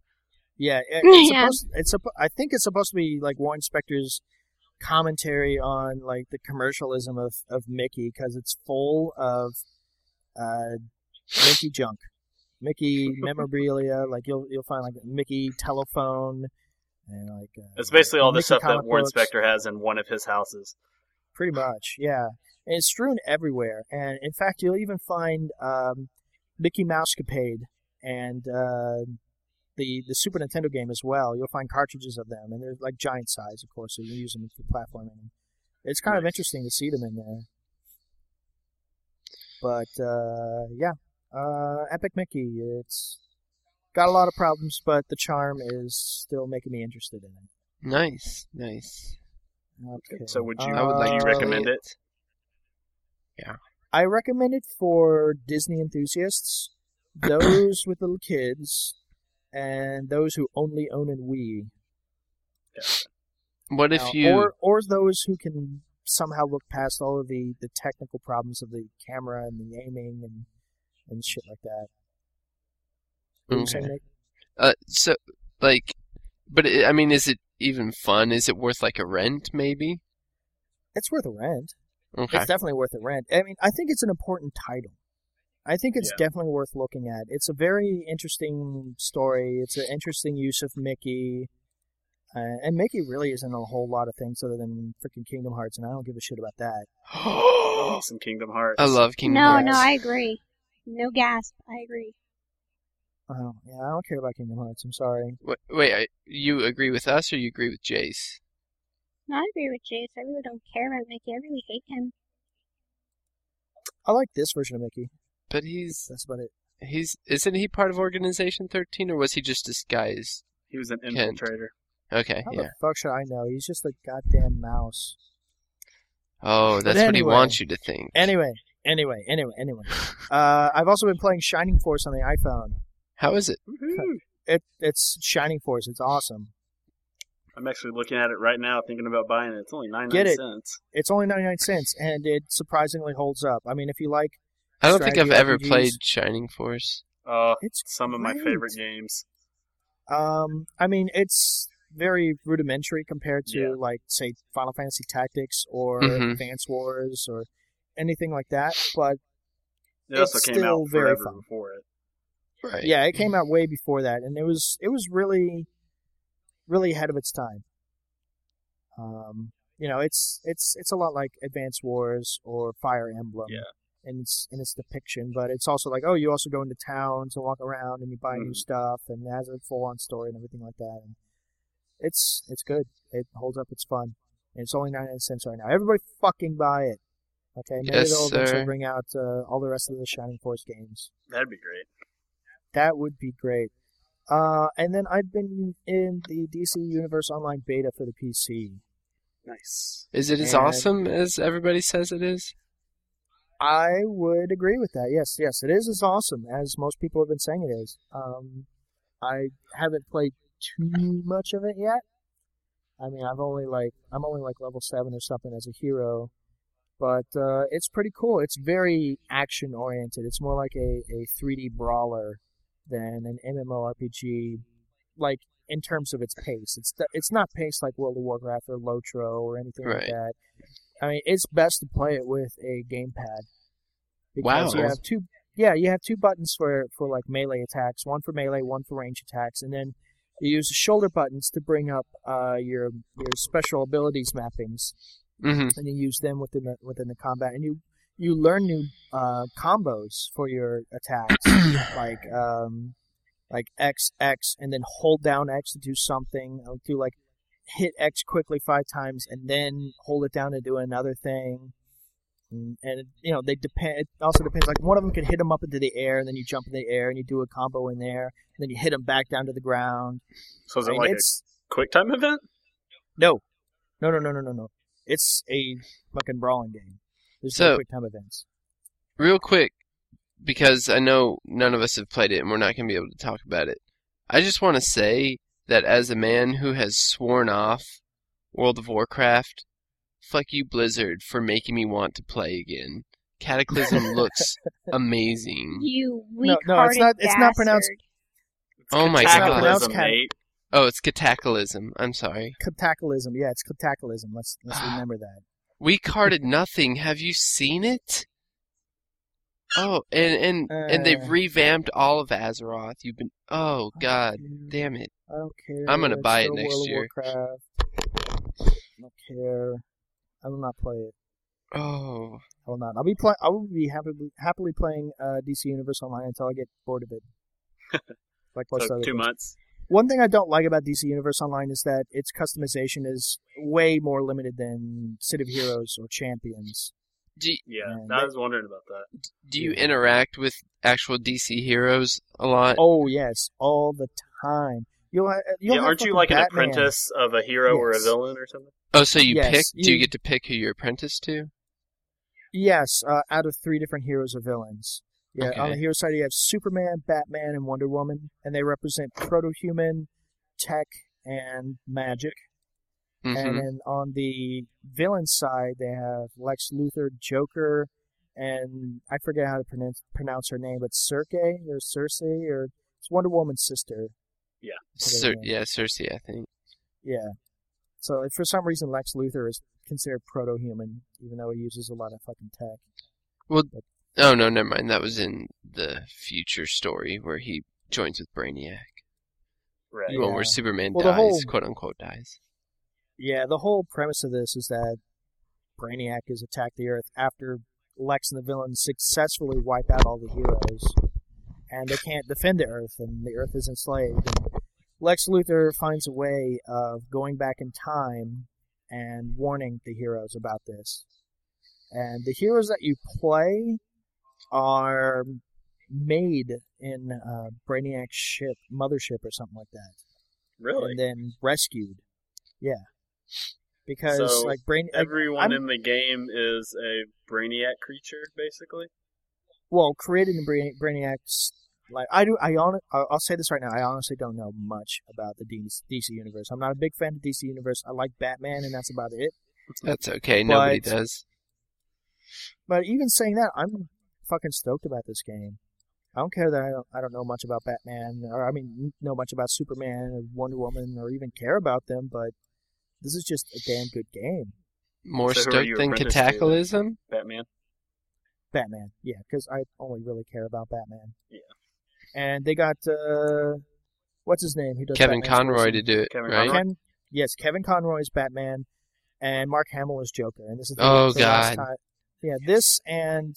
Speaker 1: Yeah, it- it's
Speaker 3: Yeah.
Speaker 1: supposed. It's suppo- I think it's supposed to be like Warren Spector's commentary on like the commercialism of of Mickey because it's full of uh, Mickey junk, Mickey memorabilia. Like you'll you'll find like a Mickey telephone and like uh,
Speaker 2: It's basically all the
Speaker 1: Mickey
Speaker 2: stuff that
Speaker 1: comic
Speaker 2: Warren
Speaker 1: books.
Speaker 2: Spector has in one of his houses.
Speaker 1: Pretty much, yeah. And it's strewn everywhere. And in fact, you'll even find um, Mickey Mouse Capade and uh, the the Super Nintendo game as well. You'll find cartridges of them, and they're like giant size, of course, so you can use them for platforming. It's kind of interesting to see them in there. But uh, yeah, uh, Epic Mickey. It's got a lot of problems, but the charm is still making me interested in it.
Speaker 4: Nice, nice.
Speaker 1: Okay.
Speaker 2: So would you,
Speaker 4: I would like
Speaker 2: do you
Speaker 4: to
Speaker 1: Uh,
Speaker 2: recommend
Speaker 4: play
Speaker 2: it?
Speaker 1: I recommend it for Disney enthusiasts, those with little kids, and those who only own a Wii.
Speaker 4: What if
Speaker 1: Now,
Speaker 4: you?
Speaker 1: or or those who can somehow look past all of the, the technical problems of the camera and the aiming and and shit like that. What were you saying, Nick?
Speaker 4: Uh, so like, but it, I mean, is it even fun? Is it worth like a rent? Maybe.
Speaker 1: It's worth a rent.
Speaker 4: Okay.
Speaker 1: It's definitely worth a rent. I mean, I think it's an important title. I think it's definitely worth looking at. It's a very interesting story. It's an interesting use of Mickey. Uh, and Mickey really isn't a whole lot of things other than freaking Kingdom Hearts, and I don't give a shit about that. Oh.
Speaker 4: I
Speaker 2: Some Kingdom Hearts.
Speaker 4: love Kingdom
Speaker 3: no,
Speaker 4: Hearts.
Speaker 3: no, I agree. No gasp. I agree.
Speaker 1: Oh, yeah, I don't care about Kingdom Hearts. I'm sorry.
Speaker 4: Wait, wait, I- you agree with us or you agree with Jace?
Speaker 3: No, I agree with Jace. I really don't care about Mickey. I really hate him.
Speaker 1: I like this version of Mickey.
Speaker 4: But he's
Speaker 1: That's about it.
Speaker 4: he's isn't he part of Organization 13 or was he just disguised?
Speaker 2: He was an
Speaker 4: Kent.
Speaker 2: infiltrator.
Speaker 4: Okay,
Speaker 1: How
Speaker 4: yeah.
Speaker 1: the fuck should I know? He's just a goddamn mouse.
Speaker 4: Oh,
Speaker 1: But
Speaker 4: that's what he
Speaker 1: anyway.
Speaker 4: wants you to think.
Speaker 1: Anyway, anyway, anyway, anyway. Uh, I've also been playing Shining Force on the iPhone.
Speaker 4: How is it?
Speaker 2: Woohoo.
Speaker 1: It, it's Shining Force. It's awesome.
Speaker 2: I'm actually looking at it right now, thinking about buying it. It's only 99
Speaker 1: Get it.
Speaker 2: cents.
Speaker 1: It's only 99 cents, and it surprisingly holds up. I mean, if you like,
Speaker 4: I don't think I've
Speaker 1: Strategy
Speaker 4: ever
Speaker 1: RPGs.
Speaker 4: played Shining Force.
Speaker 2: Uh,
Speaker 1: it's
Speaker 2: some of my
Speaker 1: great.
Speaker 2: favorite games.
Speaker 1: Um, I mean, it's very rudimentary compared to
Speaker 2: Yeah.
Speaker 1: like say Final Fantasy Tactics or
Speaker 4: Mhm.
Speaker 1: Advance Wars or anything like that. But
Speaker 2: It also
Speaker 1: It's
Speaker 2: came out
Speaker 1: still very
Speaker 2: forever
Speaker 1: fun.
Speaker 2: before it.
Speaker 4: Right.
Speaker 1: yeah, it came out way before that, and it was it was really, really ahead of its time. Um, you know, it's it's it's a lot like Advance Wars or Fire Emblem.
Speaker 2: Yeah.
Speaker 1: In its, in its depiction, but it's also like, oh, you also go into towns and walk around and you buy
Speaker 4: Mm-hmm.
Speaker 1: new
Speaker 2: Mhm.
Speaker 1: stuff, and it has a full on story and everything like that. And it's it's good. It holds up. It's fun. And it's only 99 cents right now. Everybody fucking buy it. Okay, maybe
Speaker 4: Yes,
Speaker 1: they'll eventually
Speaker 4: sir.
Speaker 1: bring out uh, all the rest of the Shining Force games.
Speaker 2: That'd be great.
Speaker 1: That would be great. Uh, and then I've been in the DC Universe Online beta for the PC.
Speaker 2: Nice.
Speaker 4: Is it as
Speaker 1: And-
Speaker 4: awesome as everybody says it is?
Speaker 1: I would agree with that. Yes, yes, it is as awesome as most people have been saying it is. Um, I haven't played too much of it yet. I mean, I've only like I'm only like level seven or something as a hero, but uh, it's pretty cool. It's very action oriented. It's more like a, a 3D brawler than an MMORPG. Like in terms of its pace, it's it's not paced like World of Warcraft or Lotro or anything like
Speaker 4: Right.
Speaker 1: that. I mean, it's best to play it with a gamepad. Because
Speaker 4: Wow.
Speaker 1: You have two, yeah, you have two buttons for for like melee attacks. One for melee, one for range attacks, and then you use the shoulder buttons to bring up uh, your your special abilities mappings,
Speaker 4: Mm-hmm.
Speaker 1: and you use them within the within the combat, and you you learn new uh, combos for your attacks, like um, like X X, and then hold down X to do something. I'll do like hit X quickly five times, and then hold it down to do another thing. And, and you know they depend. It also depends. Like one of them can hit them up into the air, and then you jump in the air and you do a combo in there, and then you hit them back down to the ground.
Speaker 2: So is
Speaker 1: I
Speaker 2: it
Speaker 1: mean,
Speaker 2: like
Speaker 1: it's
Speaker 2: a quick time event?
Speaker 1: no, no, no, no, no, no, no. It's a fucking brawling game. There's no
Speaker 4: So-
Speaker 1: quick time events.
Speaker 4: Real quick, because I know none of us have played it and we're not going to be able to talk about it. I just want to say that as a man who has sworn off World of Warcraft, fuck you, Blizzard, for making me want to play again. Cataclysm looks amazing.
Speaker 3: You
Speaker 1: No,
Speaker 3: weak-hearted
Speaker 1: Mm-hmm. no, it's not- it's not
Speaker 3: bastard.
Speaker 1: pronounced-
Speaker 2: It's
Speaker 4: Oh my
Speaker 1: God.
Speaker 2: cataclysm,
Speaker 1: It's not pronounced cat-
Speaker 2: Nate.
Speaker 4: Oh, it's cataclysm. I'm sorry.
Speaker 1: Cataclysm. Yeah, it's cataclysm. Let's let's
Speaker 4: Ah,
Speaker 1: remember that.
Speaker 4: We carded nothing. Have you seen it? Oh, and and and
Speaker 1: Uh.
Speaker 4: they've revamped all of Azeroth. You've been oh god,
Speaker 1: Mm,
Speaker 4: damn it.
Speaker 1: I don't care.
Speaker 4: I'm gonna
Speaker 1: It's
Speaker 4: buy it
Speaker 1: still
Speaker 4: next
Speaker 1: World of
Speaker 4: year.
Speaker 1: Warcraft. I don't care. I will not play it.
Speaker 4: Oh,
Speaker 1: I will not. I'll be play. I will be happily happily playing uh, DC Universe Online until I get bored of it. like most
Speaker 2: So
Speaker 1: other
Speaker 2: two
Speaker 1: things.
Speaker 2: months.
Speaker 1: One thing I don't like about DC Universe Online is that its customization is way more limited than City of Heroes or Champions.
Speaker 4: do
Speaker 2: Yeah,
Speaker 1: And
Speaker 2: I
Speaker 1: that-
Speaker 2: was wondering about that.
Speaker 4: do you interact with actual DC heroes a lot?
Speaker 1: Oh yes, all the time. You'll ha- you'll
Speaker 2: yeah,
Speaker 1: have
Speaker 2: aren't you
Speaker 1: fucking
Speaker 2: like an
Speaker 1: Batman.
Speaker 2: apprentice of a hero or a
Speaker 1: Yes.
Speaker 2: villain or something?
Speaker 4: Oh, so you
Speaker 1: yes,
Speaker 4: pick? Do you
Speaker 1: you-
Speaker 4: get to pick who you're apprenticed to?
Speaker 1: Yes, uh, out of three different heroes or villains. Yeah, on the
Speaker 4: Okay.
Speaker 1: hero side you have Superman, Batman, and Wonder Woman, and they represent proto-human, tech, and magic.
Speaker 2: Mm-hmm.
Speaker 1: And
Speaker 4: hmm
Speaker 1: then on the villain side, they have Lex Luthor, Joker, and I forget how to pronounce pronounce her name, but Circe or Cersei or it's Wonder Woman's sister.
Speaker 4: Cer-
Speaker 1: Okay.
Speaker 4: yeah, Cersei, I think.
Speaker 1: Yeah. So if for some reason Lex Luthor is considered proto-human, even though he uses a lot of fucking tech.
Speaker 4: Oh no, never mind. That was in the future story where he joins with Brainiac.
Speaker 2: Right.
Speaker 4: The one where
Speaker 1: Yeah.
Speaker 4: Superman
Speaker 1: Well, the
Speaker 4: dies,
Speaker 1: whole-
Speaker 4: quote unquote dies.
Speaker 1: Yeah, the whole premise of this is that Brainiac has attacked the Earth after Lex and the villains successfully wipe out all the heroes, and they can't defend the Earth, and the Earth is enslaved. And Lex Luthor finds a way of going back in time and warning the heroes about this. And the heroes that you play are made in uh, Brainiac's ship, mothership, or something like that
Speaker 2: Really?
Speaker 1: and then rescued. Yeah, because
Speaker 2: So,
Speaker 1: like brain. like,
Speaker 2: Everyone
Speaker 1: I'm-
Speaker 2: in the game is a brainiac creature, basically.
Speaker 1: well, created in Brain- Brainiac's like I do. I hon- I- I'll say this right now. I honestly don't know much about the DC, DC universe. I'm not a big fan of DC universe. I like Batman, and that's about it.
Speaker 4: That's okay. Nobody
Speaker 1: But-
Speaker 4: does.
Speaker 1: But even saying that, I'm fucking stoked about this game. I don't care that I don't, I don't know much about Batman, or I mean, know much about Superman or Wonder Woman, or even care about them. But this is just a damn good game.
Speaker 4: More
Speaker 2: So who are you
Speaker 4: stoked than
Speaker 2: apprenticed to then?
Speaker 4: cataclysm?
Speaker 2: Batman.
Speaker 1: Batman. Yeah, because I only really care about Batman.
Speaker 2: Yeah.
Speaker 1: And they got uh, what's his name? Who does
Speaker 4: Kevin
Speaker 1: Batman's
Speaker 4: Conroy
Speaker 1: voice
Speaker 4: to
Speaker 1: in-
Speaker 4: do it,
Speaker 2: Kevin
Speaker 4: right?
Speaker 2: Conroy?
Speaker 1: Ken, yes, Kevin Conroy's Batman, and Mark Hamill is Joker. And this is the,
Speaker 4: Oh,
Speaker 1: the last
Speaker 4: God.
Speaker 1: time. Yeah, this and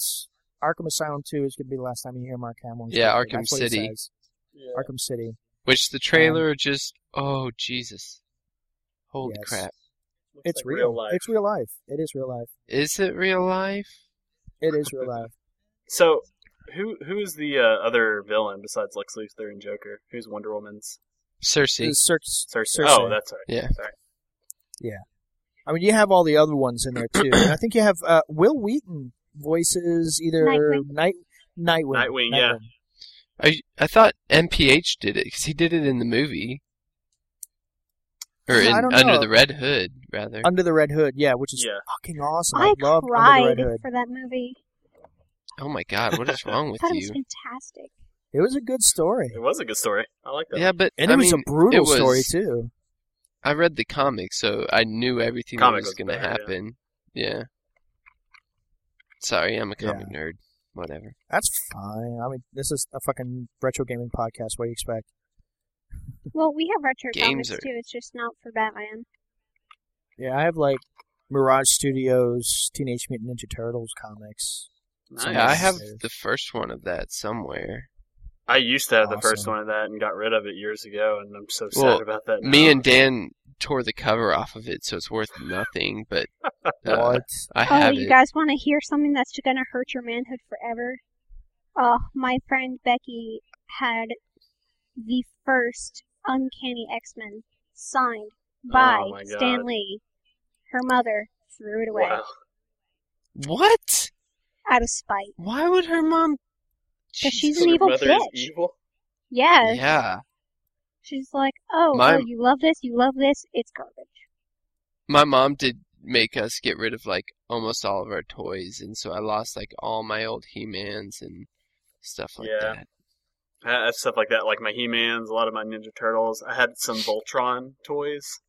Speaker 1: Arkham Asylum Two is going to be the last time you hear Mark Hamill. as
Speaker 4: Yeah,
Speaker 1: Joker.
Speaker 4: Arkham
Speaker 1: That's what he
Speaker 4: City.
Speaker 1: says.
Speaker 2: Yeah.
Speaker 1: Arkham City.
Speaker 4: Which the trailer just oh Jesus. Holy
Speaker 1: Yes.
Speaker 4: crap.
Speaker 2: Looks
Speaker 1: It's
Speaker 2: like
Speaker 1: real.
Speaker 2: life.
Speaker 1: It's real life. It is real life.
Speaker 4: Is it real life?
Speaker 1: It is real life.
Speaker 2: So, who who is the uh, other villain besides Lex Luthor and Joker? Who's Wonder Woman's?
Speaker 4: Cersei.
Speaker 1: It's Circe-
Speaker 2: Cersei.
Speaker 1: Cersei.
Speaker 2: Oh, that's right.
Speaker 4: Yeah.
Speaker 2: Sorry.
Speaker 1: I mean, you have all the other ones in there too. and I think you have uh, Will Wheaton voices either
Speaker 3: Nightwing.
Speaker 1: Night Nightwing.
Speaker 2: Nightwing, yeah.
Speaker 4: I I thought MPH did it because he did it in the movie, or
Speaker 1: Yeah,
Speaker 4: in
Speaker 1: I don't
Speaker 4: Under
Speaker 1: know.
Speaker 4: the Red Hood rather.
Speaker 1: Under the Red Hood, yeah, which is
Speaker 2: Yeah.
Speaker 1: fucking awesome. I,
Speaker 3: I
Speaker 1: love Under the
Speaker 3: cried
Speaker 1: Red Hood.
Speaker 3: for that movie.
Speaker 4: oh my God, what is wrong with
Speaker 3: thought it was
Speaker 4: you?
Speaker 3: fantastic.
Speaker 1: It was a good story,
Speaker 2: It was a good story. I like that.
Speaker 4: Yeah, but
Speaker 1: and
Speaker 4: I
Speaker 1: it was
Speaker 4: mean,
Speaker 1: a brutal
Speaker 4: it was-
Speaker 1: story too.
Speaker 4: I read the comic, so I knew everything
Speaker 2: Comic
Speaker 4: that was
Speaker 2: was
Speaker 4: going to
Speaker 2: better, yeah.
Speaker 4: happen. Yeah. Sorry, I'm a
Speaker 1: Yeah.
Speaker 4: comic nerd. Whatever.
Speaker 1: That's fine. I mean, this is a fucking retro gaming podcast. What do you expect?
Speaker 3: Well, we have retro
Speaker 4: Games
Speaker 3: comics
Speaker 4: are-
Speaker 3: too. It's just not for Batman.
Speaker 1: Yeah, I have like Mirage Studios Teenage Mutant Ninja Turtles comics.
Speaker 2: Nice.
Speaker 1: Someone
Speaker 4: Yeah, I have
Speaker 1: says.
Speaker 4: the first one of that somewhere.
Speaker 2: I used to have the first
Speaker 1: Awesome.
Speaker 2: one of that and got rid of it years ago, and I'm so sad
Speaker 4: Well,
Speaker 2: about that.
Speaker 4: Me
Speaker 2: now.
Speaker 4: and Dan tore the cover off of it, so it's worth nothing. But uh,
Speaker 1: What?
Speaker 4: I
Speaker 3: oh,
Speaker 4: have
Speaker 3: you
Speaker 4: it.
Speaker 3: guys want to hear something that's going to hurt your manhood forever? Oh, my friend Becky had the first Uncanny X Men signed by
Speaker 2: Oh, my God.
Speaker 3: Stan Lee. Her mother threw it away
Speaker 2: Wow.
Speaker 4: What?
Speaker 3: out of spite.
Speaker 4: Why would her mom?
Speaker 3: Because
Speaker 4: Jesus.
Speaker 3: she's an
Speaker 2: Your
Speaker 3: evil
Speaker 2: mother
Speaker 3: bitch.
Speaker 2: is evil.
Speaker 3: Yes.
Speaker 4: Yeah.
Speaker 3: She's like, oh,
Speaker 4: My-
Speaker 3: oh, you love this, you love this, it's garbage.
Speaker 4: my mom did make us get rid of like almost all of our toys and so i lost like all my old he-mans and stuff like
Speaker 2: Yeah.
Speaker 4: that
Speaker 2: I have stuff like that, like my He Mans, a lot of my Ninja Turtles. I had some Voltron toys.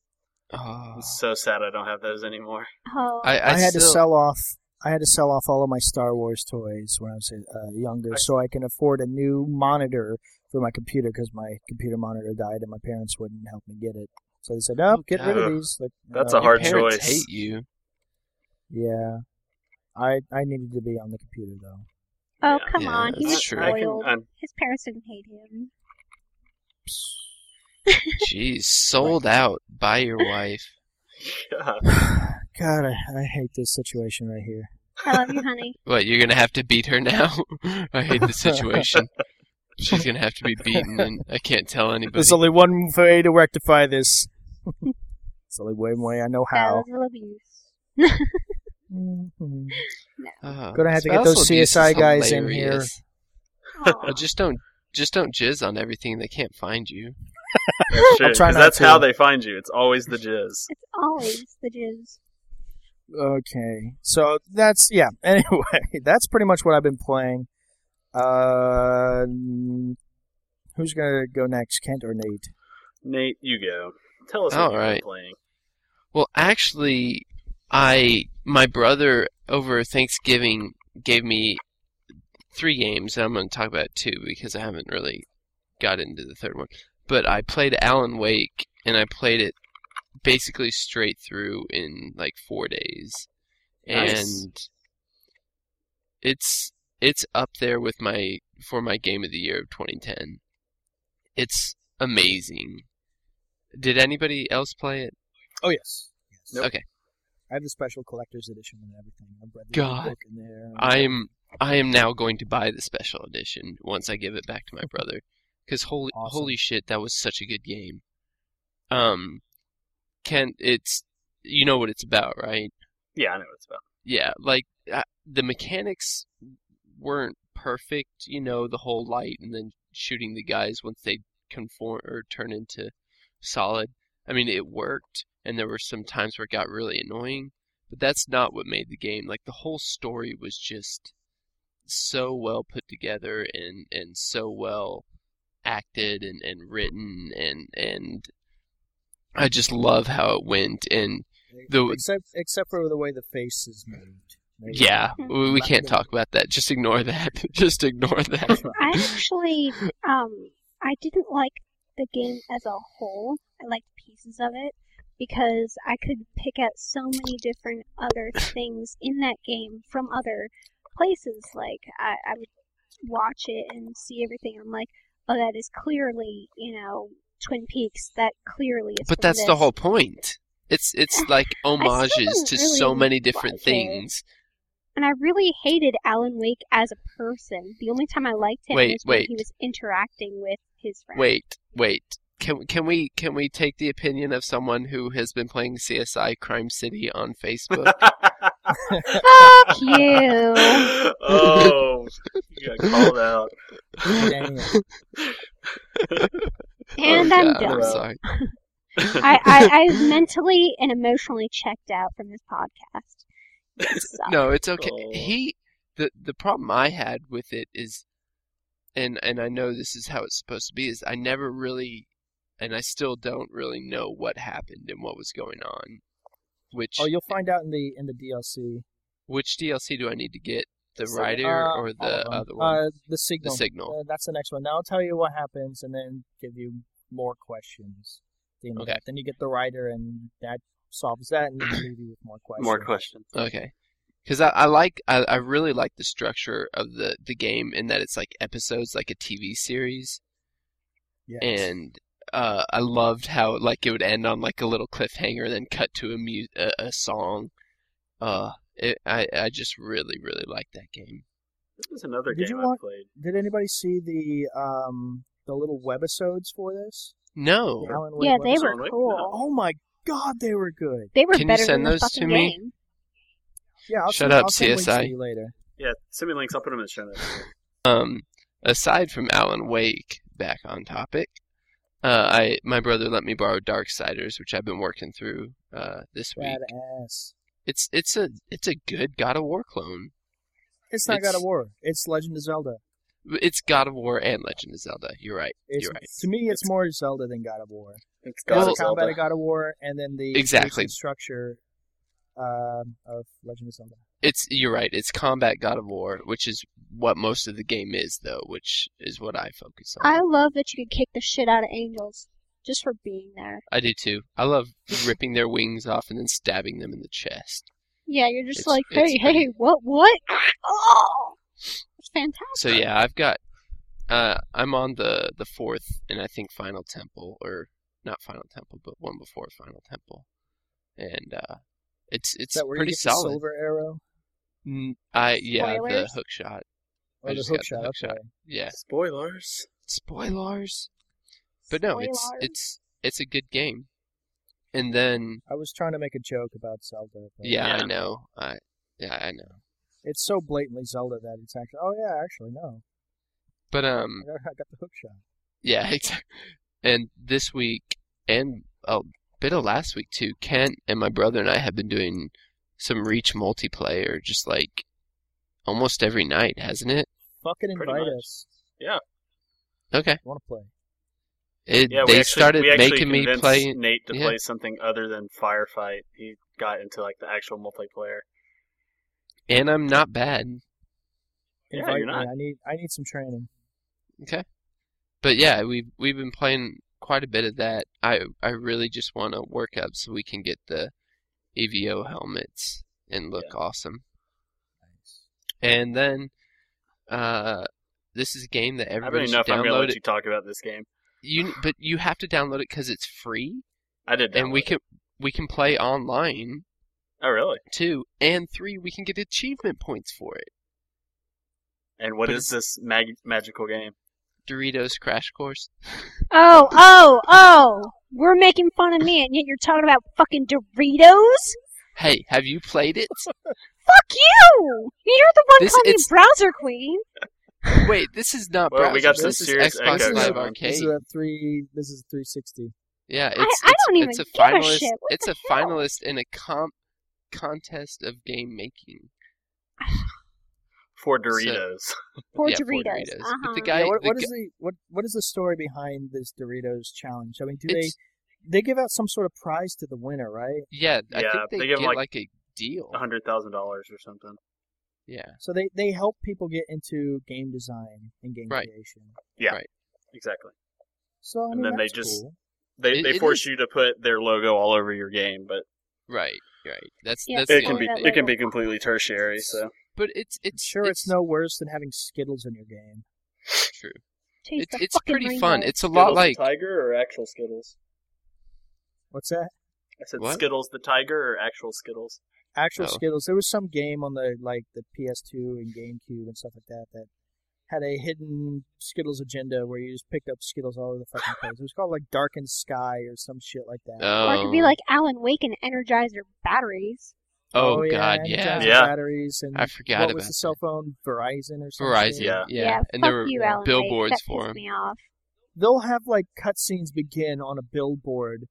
Speaker 4: Oh,
Speaker 2: I'm so sad I don't have those anymore.
Speaker 3: Oh,
Speaker 4: I, I,
Speaker 1: I, had
Speaker 4: still,
Speaker 1: to sell off. I had to sell off all of my Star Wars toys when I was uh, younger,
Speaker 2: I-
Speaker 1: so I can afford a new monitor for my computer because my computer monitor died and my parents wouldn't help me get it. So they said, "No, get rid of
Speaker 2: Ugh.
Speaker 1: these." Like, uh,
Speaker 2: That's
Speaker 1: no.
Speaker 2: a hard
Speaker 4: your parents
Speaker 2: choice.
Speaker 4: hate you.
Speaker 1: Yeah, I I needed to be on the computer though.
Speaker 3: oh
Speaker 2: yeah.
Speaker 3: come
Speaker 4: Yeah,
Speaker 3: on, he
Speaker 4: that's
Speaker 3: was
Speaker 4: true.
Speaker 2: I can,
Speaker 3: spoiled.
Speaker 2: i
Speaker 3: His parents didn't hate him.
Speaker 4: Jeez, sold out by your wife.
Speaker 2: yeah.
Speaker 1: God, I, I hate this situation right here.
Speaker 3: I love you, honey.
Speaker 4: What, you're gonna have to beat her now? I hate the situation. She's gonna have to be beaten, and I can't tell anybody.
Speaker 1: There's only one way to rectify this. It's only one way I know
Speaker 3: That
Speaker 1: how.
Speaker 3: was real abuse.
Speaker 1: Mhm.
Speaker 4: Oh,
Speaker 1: Gonna have to get
Speaker 4: spousal
Speaker 1: those
Speaker 4: abuse is
Speaker 1: CSI guys in here.
Speaker 4: hilarious.
Speaker 3: Aw.
Speaker 4: Well, just don't, just don't jizz on everything. They can't find you.
Speaker 2: That's true.
Speaker 1: try
Speaker 2: 'cause
Speaker 1: not
Speaker 2: that's
Speaker 1: to.
Speaker 2: how they find you. It's always the jizz.
Speaker 3: it's always the jizz.
Speaker 1: Okay. So that's yeah. Anyway, that's pretty much what I've been playing. Uh, who's gonna go next, Kent or Nate?
Speaker 2: Nate, you go. Tell us
Speaker 4: All
Speaker 2: what you've been
Speaker 4: right.
Speaker 2: playing.
Speaker 4: Well, actually, I my brother over Thanksgiving gave me three games, and I'm going to talk about two because I haven't really got into the third one. But I played Alan Wake, and I played it basically straight through in like four days,
Speaker 2: Nice.
Speaker 4: and it's it's up there with my for my game of the year of 2010. It's amazing. Did anybody else play it?
Speaker 1: Oh yes.
Speaker 2: Nope.
Speaker 4: Okay.
Speaker 1: I have the special collector's edition and everything. I've read the
Speaker 4: God.
Speaker 1: book in there.
Speaker 4: I am I am now going to buy the special edition once I give it back to my brother because holy
Speaker 1: Awesome.
Speaker 4: holy shit that was such a good game. Um, Kent, it's you know what it's about, right?
Speaker 2: Yeah, I know what it's about.
Speaker 4: Yeah, like uh, the mechanics weren't perfect, you know, the whole light and then shooting the guys once they conform or turn into solid. I mean, it worked, and there were some times where it got really annoying, but that's not what made the game. Like the whole story was just so well put together and and so well acted and and written and and I just love how it went and the-
Speaker 1: except except for the way the face is moved. They-
Speaker 4: yeah,
Speaker 3: Hmm.
Speaker 4: we, we
Speaker 1: Back
Speaker 4: can't
Speaker 1: then.
Speaker 4: talk about that. Just ignore that. Just ignore that.
Speaker 3: I actually, um, I didn't like the game as a whole. I liked pieces of it because I could pick out so many different other things in that game from other places. Like I, I would watch it and see everything. I'm like, oh, that is clearly, you know, Twin Peaks. That clearly is.
Speaker 4: But
Speaker 3: from
Speaker 4: that's the
Speaker 3: this."
Speaker 4: whole point. It's it's like homages
Speaker 3: didn't
Speaker 4: to
Speaker 3: really
Speaker 4: so many different
Speaker 3: like it.
Speaker 4: things.
Speaker 3: And I really hated Alan Wake as a person. The only time I liked him
Speaker 4: Wait,
Speaker 3: was when
Speaker 4: wait.
Speaker 3: he was interacting with his friends.
Speaker 4: Wait, wait. Can can we can we take the opinion of someone who has been playing CSI Crime City on Facebook?
Speaker 3: Fuck you.
Speaker 2: oh, you got called out.
Speaker 1: Dang it.
Speaker 3: And
Speaker 4: Oh,
Speaker 3: I'm
Speaker 4: God,
Speaker 3: done.
Speaker 4: I'm sorry.
Speaker 3: I, I, I've mentally and emotionally checked out from this podcast. It sucks.
Speaker 4: No, it's okay.
Speaker 2: Oh.
Speaker 4: He the the problem I had with it is and and I know this is how it's supposed to be is I never really and I still don't really know what happened and what was going on. Which
Speaker 1: Oh, you'll find out in the in the DLC.
Speaker 4: which DLC do I need to get? The
Speaker 1: So,
Speaker 4: Rider
Speaker 1: uh,
Speaker 4: or
Speaker 1: all
Speaker 4: the
Speaker 1: of them.
Speaker 4: other one?
Speaker 1: Uh, the
Speaker 4: the
Speaker 1: signal.
Speaker 4: Signal.
Speaker 1: Uh, that's the next one. Now I'll tell you what happens, and then give you more questions. at the end of
Speaker 4: Okay.
Speaker 1: that. Then you get the writer, and that solves that, and then they leave you with more questions.
Speaker 2: More questions.
Speaker 4: Okay. Because I, I like I, I really like the structure of the the game in that it's like episodes like a TV series
Speaker 1: Yes.
Speaker 4: and uh, I loved how like it would end on like a little cliffhanger then cut to a mu- a, a song. Uh it, I I just really really like that game.
Speaker 2: This is another
Speaker 1: Did
Speaker 2: game
Speaker 1: you
Speaker 2: I
Speaker 1: want-
Speaker 2: played.
Speaker 1: Did anybody see the um the little webisodes for this?
Speaker 4: No.
Speaker 1: The Alan Wake
Speaker 3: yeah, they
Speaker 1: webisode?
Speaker 3: were
Speaker 2: Alan Wake?
Speaker 3: cool.
Speaker 1: Oh my god, they were good.
Speaker 3: They were
Speaker 4: Can you
Speaker 3: better
Speaker 4: send
Speaker 3: than
Speaker 4: those
Speaker 3: the
Speaker 4: to
Speaker 3: fucking
Speaker 4: me?
Speaker 3: game.
Speaker 1: Yeah, I'll
Speaker 4: Shut
Speaker 1: send,
Speaker 4: up,
Speaker 1: I'll send links to
Speaker 4: CSI.
Speaker 1: you later.
Speaker 2: Yeah, send me links. I'll put them in the show notes.
Speaker 4: Um, aside from Alan Wake, back on topic, uh, I my brother let me borrow Darksiders, which I've been working through uh, this week.
Speaker 1: Badass.
Speaker 4: It's it's a it's a good God of War clone.
Speaker 1: It's not God
Speaker 4: It's-
Speaker 1: of War. It's Legend of Zelda.
Speaker 4: It's God of War and Legend of Zelda. You're right.
Speaker 1: It's,
Speaker 4: You're right.
Speaker 1: To me, it's,
Speaker 2: It's-
Speaker 1: more Zelda than God of War.
Speaker 2: It's
Speaker 1: There's
Speaker 2: God
Speaker 1: the
Speaker 2: of Zelda.
Speaker 1: combat of God of War, and then the
Speaker 4: Exactly.
Speaker 1: basic structure um, of Legend of Zelda.
Speaker 4: It's you're right. It's combat God of War, which is what most of the game is, though, which is what I focus on.
Speaker 3: I love that you can kick the shit out of angels just for being there.
Speaker 4: I do too. I love ripping their wings off and then stabbing them in the chest.
Speaker 3: Yeah, you're just
Speaker 4: It's-
Speaker 3: like,
Speaker 4: it's
Speaker 3: hey,
Speaker 4: pretty-
Speaker 3: hey, what, what? Oh, it's fantastic.
Speaker 4: So yeah, I've got. Uh, I'm on the the fourth, and I think Final Temple, or not Final Temple, but one before Final Temple, and uh, it's it's
Speaker 1: Is that where
Speaker 4: pretty
Speaker 1: you get the
Speaker 4: solid.
Speaker 1: silver arrow
Speaker 4: N- I yeah, the
Speaker 3: Spoilers?
Speaker 4: hook shot.
Speaker 1: or
Speaker 4: I
Speaker 1: the
Speaker 4: just got
Speaker 1: hook
Speaker 4: the
Speaker 1: shot?
Speaker 4: hook
Speaker 1: okay.
Speaker 4: Yeah,
Speaker 2: Spoilers.
Speaker 4: spoilers. But no, it's
Speaker 3: Spoilers.
Speaker 4: it's it's a good game. And then
Speaker 1: I was trying to make a joke about Zelda. But
Speaker 4: yeah,
Speaker 2: Yeah.
Speaker 4: I know. I yeah, I know.
Speaker 1: It's so blatantly Zelda that it's actually. Oh yeah, actually no.
Speaker 4: But um
Speaker 1: I got, I got the hook shot.
Speaker 4: Yeah, exactly. And this week and a bit of last week too, Kent and my brother and I have been doing some Reach multiplayer just like almost every night, hasn't it?
Speaker 1: Fucking
Speaker 2: Pretty
Speaker 1: invite
Speaker 2: much.
Speaker 1: us.
Speaker 4: Okay.
Speaker 1: Want to play?
Speaker 4: It,
Speaker 2: Yeah,
Speaker 4: they
Speaker 2: we actually,
Speaker 4: started
Speaker 2: we actually
Speaker 4: making me
Speaker 2: convinced
Speaker 4: play.
Speaker 2: Nate to
Speaker 4: yeah.
Speaker 2: play something other than firefight. He got into like the actual multiplayer.
Speaker 4: And I'm not bad.
Speaker 2: Yeah,
Speaker 1: Invite
Speaker 2: you're
Speaker 1: me.
Speaker 2: not.
Speaker 1: I need. I need some training.
Speaker 4: But yeah, we've we've been playing quite a bit of that. I I really just want to work up so we can get the EVO helmets and look awesome. And then uh, this is a game that
Speaker 2: I don't
Speaker 4: everybody
Speaker 2: even
Speaker 4: should
Speaker 2: know if I'm gonna
Speaker 4: download.
Speaker 2: let you talk about this game.
Speaker 4: You but you have to download it because it's free,
Speaker 2: I did.
Speaker 4: and we
Speaker 2: download
Speaker 4: can we can play online
Speaker 2: it. Oh really?
Speaker 4: too, and three we can get achievement points for it.
Speaker 2: And what
Speaker 4: But
Speaker 2: is this mag- magical game?
Speaker 4: Doritos Crash Course.
Speaker 3: Oh, oh, oh! We're making fun of me, and yet you're talking about fucking Doritos?
Speaker 4: Hey, have you played it?
Speaker 3: Fuck you! You're the one
Speaker 4: This-
Speaker 3: calling me
Speaker 4: it's-
Speaker 3: browser queen.
Speaker 4: Wait, this is not.
Speaker 2: Well, we got
Speaker 4: browser,
Speaker 2: some
Speaker 4: this is
Speaker 2: serious
Speaker 4: Xbox
Speaker 2: echo
Speaker 4: Live
Speaker 2: going on.
Speaker 4: Arcade.
Speaker 1: This is a three. This is three sixty.
Speaker 4: Yeah, it's,
Speaker 3: I
Speaker 4: it's-
Speaker 3: don't even
Speaker 4: it's a
Speaker 3: give a
Speaker 4: finalist.
Speaker 3: shit. What
Speaker 4: it's
Speaker 3: the
Speaker 4: a
Speaker 3: hell?
Speaker 4: finalist in a comp contest of game making. uh,
Speaker 2: For Doritos.
Speaker 3: Poor
Speaker 4: yeah, for
Speaker 3: Doritos.
Speaker 4: Doritos.
Speaker 3: Uh-huh.
Speaker 4: But the guy,
Speaker 1: yeah, what,
Speaker 4: the
Speaker 1: what
Speaker 4: gu-
Speaker 1: is the what what is the story behind this Doritos challenge? I mean, do
Speaker 4: It's-
Speaker 1: they they give out some sort of prize to the winner, right?
Speaker 4: yeah, I
Speaker 2: Yeah,
Speaker 4: think they,
Speaker 2: they give
Speaker 4: get
Speaker 2: him, like,
Speaker 4: a deal.
Speaker 2: A hundred thousand dollars or something.
Speaker 4: Yeah,
Speaker 1: So they they help people get into game design and game
Speaker 4: Right.
Speaker 1: creation.
Speaker 2: Exactly.
Speaker 1: So I
Speaker 2: And
Speaker 1: mean,
Speaker 2: then they
Speaker 1: that's
Speaker 2: just-
Speaker 1: cool.
Speaker 2: They
Speaker 4: It-
Speaker 2: they
Speaker 4: it
Speaker 2: force
Speaker 4: is-
Speaker 2: you to put their logo all over your game, but
Speaker 4: right, right. That's
Speaker 3: Yeah, it's
Speaker 4: that's
Speaker 2: it
Speaker 4: the
Speaker 2: can
Speaker 4: only
Speaker 2: be
Speaker 3: that
Speaker 4: thing.
Speaker 2: it can be
Speaker 3: logo.
Speaker 2: completely tertiary. So
Speaker 4: But it's
Speaker 1: I'm
Speaker 4: it's
Speaker 1: sure it's, no worse than having Skittles in your game.
Speaker 4: true.
Speaker 3: Taste
Speaker 4: it's
Speaker 3: the
Speaker 4: it's
Speaker 3: fucking
Speaker 4: pretty
Speaker 3: rainbow.
Speaker 4: fun. It's a lot
Speaker 2: Skittles
Speaker 4: like
Speaker 2: the tiger or actual Skittles.
Speaker 1: What's that?
Speaker 2: I said
Speaker 4: What?
Speaker 2: Skittles the tiger or actual Skittles.
Speaker 1: Actual
Speaker 4: Oh.
Speaker 1: Skittles. There was some game on the like the PS2 and GameCube and stuff like that that had a hidden Skittles agenda where you just picked up Skittles all over the fucking place. It was called like Darkened Sky or some shit like that.
Speaker 4: oh,
Speaker 3: Or it could be like Alan Wake and Energizer batteries.
Speaker 4: oh, god
Speaker 1: and
Speaker 4: yeah,
Speaker 1: giant
Speaker 2: Yeah.
Speaker 1: batteries and
Speaker 4: I forgot
Speaker 1: what
Speaker 4: about
Speaker 1: was the cell phone Verizon or
Speaker 4: that.
Speaker 1: something.
Speaker 4: Verizon yeah,
Speaker 2: Yeah.
Speaker 4: and
Speaker 3: fuck
Speaker 4: there were
Speaker 3: you, Alan Wake.
Speaker 4: billboards
Speaker 3: that
Speaker 4: for
Speaker 3: pissed
Speaker 4: them
Speaker 3: me off.
Speaker 1: They'll have like cutscenes begin on a billboard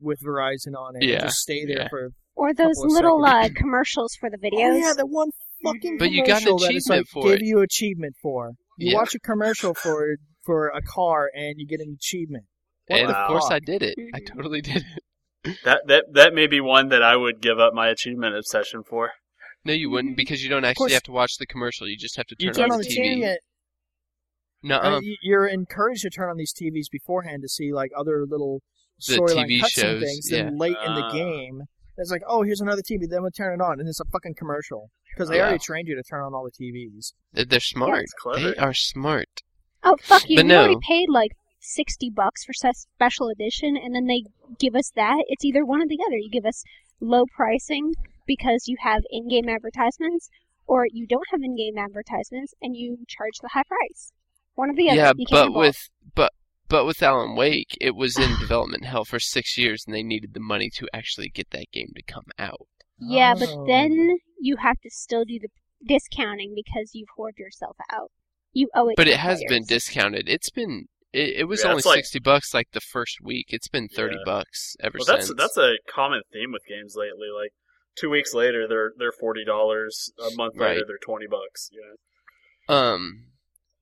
Speaker 1: with Verizon on it. and
Speaker 4: Yeah,
Speaker 1: just stay there
Speaker 4: yeah.
Speaker 1: for.
Speaker 3: Or those
Speaker 1: Couple of
Speaker 3: little uh,
Speaker 1: seconds.
Speaker 3: commercials for the
Speaker 1: Oh,
Speaker 3: videos.
Speaker 1: yeah, the one fucking.
Speaker 4: But you got an
Speaker 1: commercial that it's
Speaker 4: achievement
Speaker 1: like,
Speaker 4: for
Speaker 1: Give
Speaker 4: it.
Speaker 1: you achievement for. You
Speaker 4: Yeah.
Speaker 1: watch a commercial for for a car and you get an achievement. What
Speaker 4: and
Speaker 1: the
Speaker 4: of course
Speaker 1: fuck?
Speaker 4: I did it I
Speaker 3: Mhm.
Speaker 4: totally did it
Speaker 2: That that that may be one that I would give up my achievement obsession for.
Speaker 4: no you wouldn't because you don't
Speaker 1: course-
Speaker 4: actually have to watch the commercial you just have to
Speaker 1: You
Speaker 4: turn,
Speaker 1: turn
Speaker 4: on
Speaker 1: on
Speaker 4: the
Speaker 1: the
Speaker 4: TV
Speaker 1: TV.
Speaker 4: no
Speaker 1: uh, you- you're encouraged to turn on these TVs beforehand to see like other little
Speaker 4: The
Speaker 1: storyline
Speaker 4: TV
Speaker 1: cutscene
Speaker 4: shows,
Speaker 1: things.
Speaker 4: yeah.
Speaker 1: Then late in the
Speaker 2: Ah.
Speaker 1: game, it's like, oh, here's another TV. Then we will turn it on, and it's a fucking commercial because they
Speaker 4: Yeah.
Speaker 1: already trained you to turn on all the TVs.
Speaker 4: They're- they're smart
Speaker 2: That's clever.
Speaker 4: they are smart
Speaker 3: Oh fuck you!
Speaker 4: But
Speaker 3: we already
Speaker 4: no.
Speaker 3: paid like sixty bucks for se- special edition, and then they give us that. It's either one or the other. You give us low pricing because you have in-game advertisements, or you don't have in-game advertisements and you charge the high price. One or the other.
Speaker 4: yeah
Speaker 3: you can't have
Speaker 4: but
Speaker 3: both.
Speaker 4: with but but with Alan Wake it was in development hell for six years and they needed the money to actually get that game to come out
Speaker 3: yeah, but
Speaker 1: Oh.
Speaker 3: then you have to still do the discounting because you've hoarded yourself out. You owe it.
Speaker 4: but
Speaker 3: to
Speaker 4: it has been
Speaker 3: players.
Speaker 4: discounted it's been it, it was
Speaker 2: Yeah,
Speaker 4: only
Speaker 2: it's like-
Speaker 4: sixty bucks like the first week it's been thirty
Speaker 2: Yeah.
Speaker 4: bucks ever
Speaker 2: Well, that's
Speaker 4: since
Speaker 2: that's a common theme with games lately. Like two weeks later, they're they're forty dollars. A month
Speaker 4: Right.
Speaker 2: later, they're twenty bucks. You know,
Speaker 4: Um,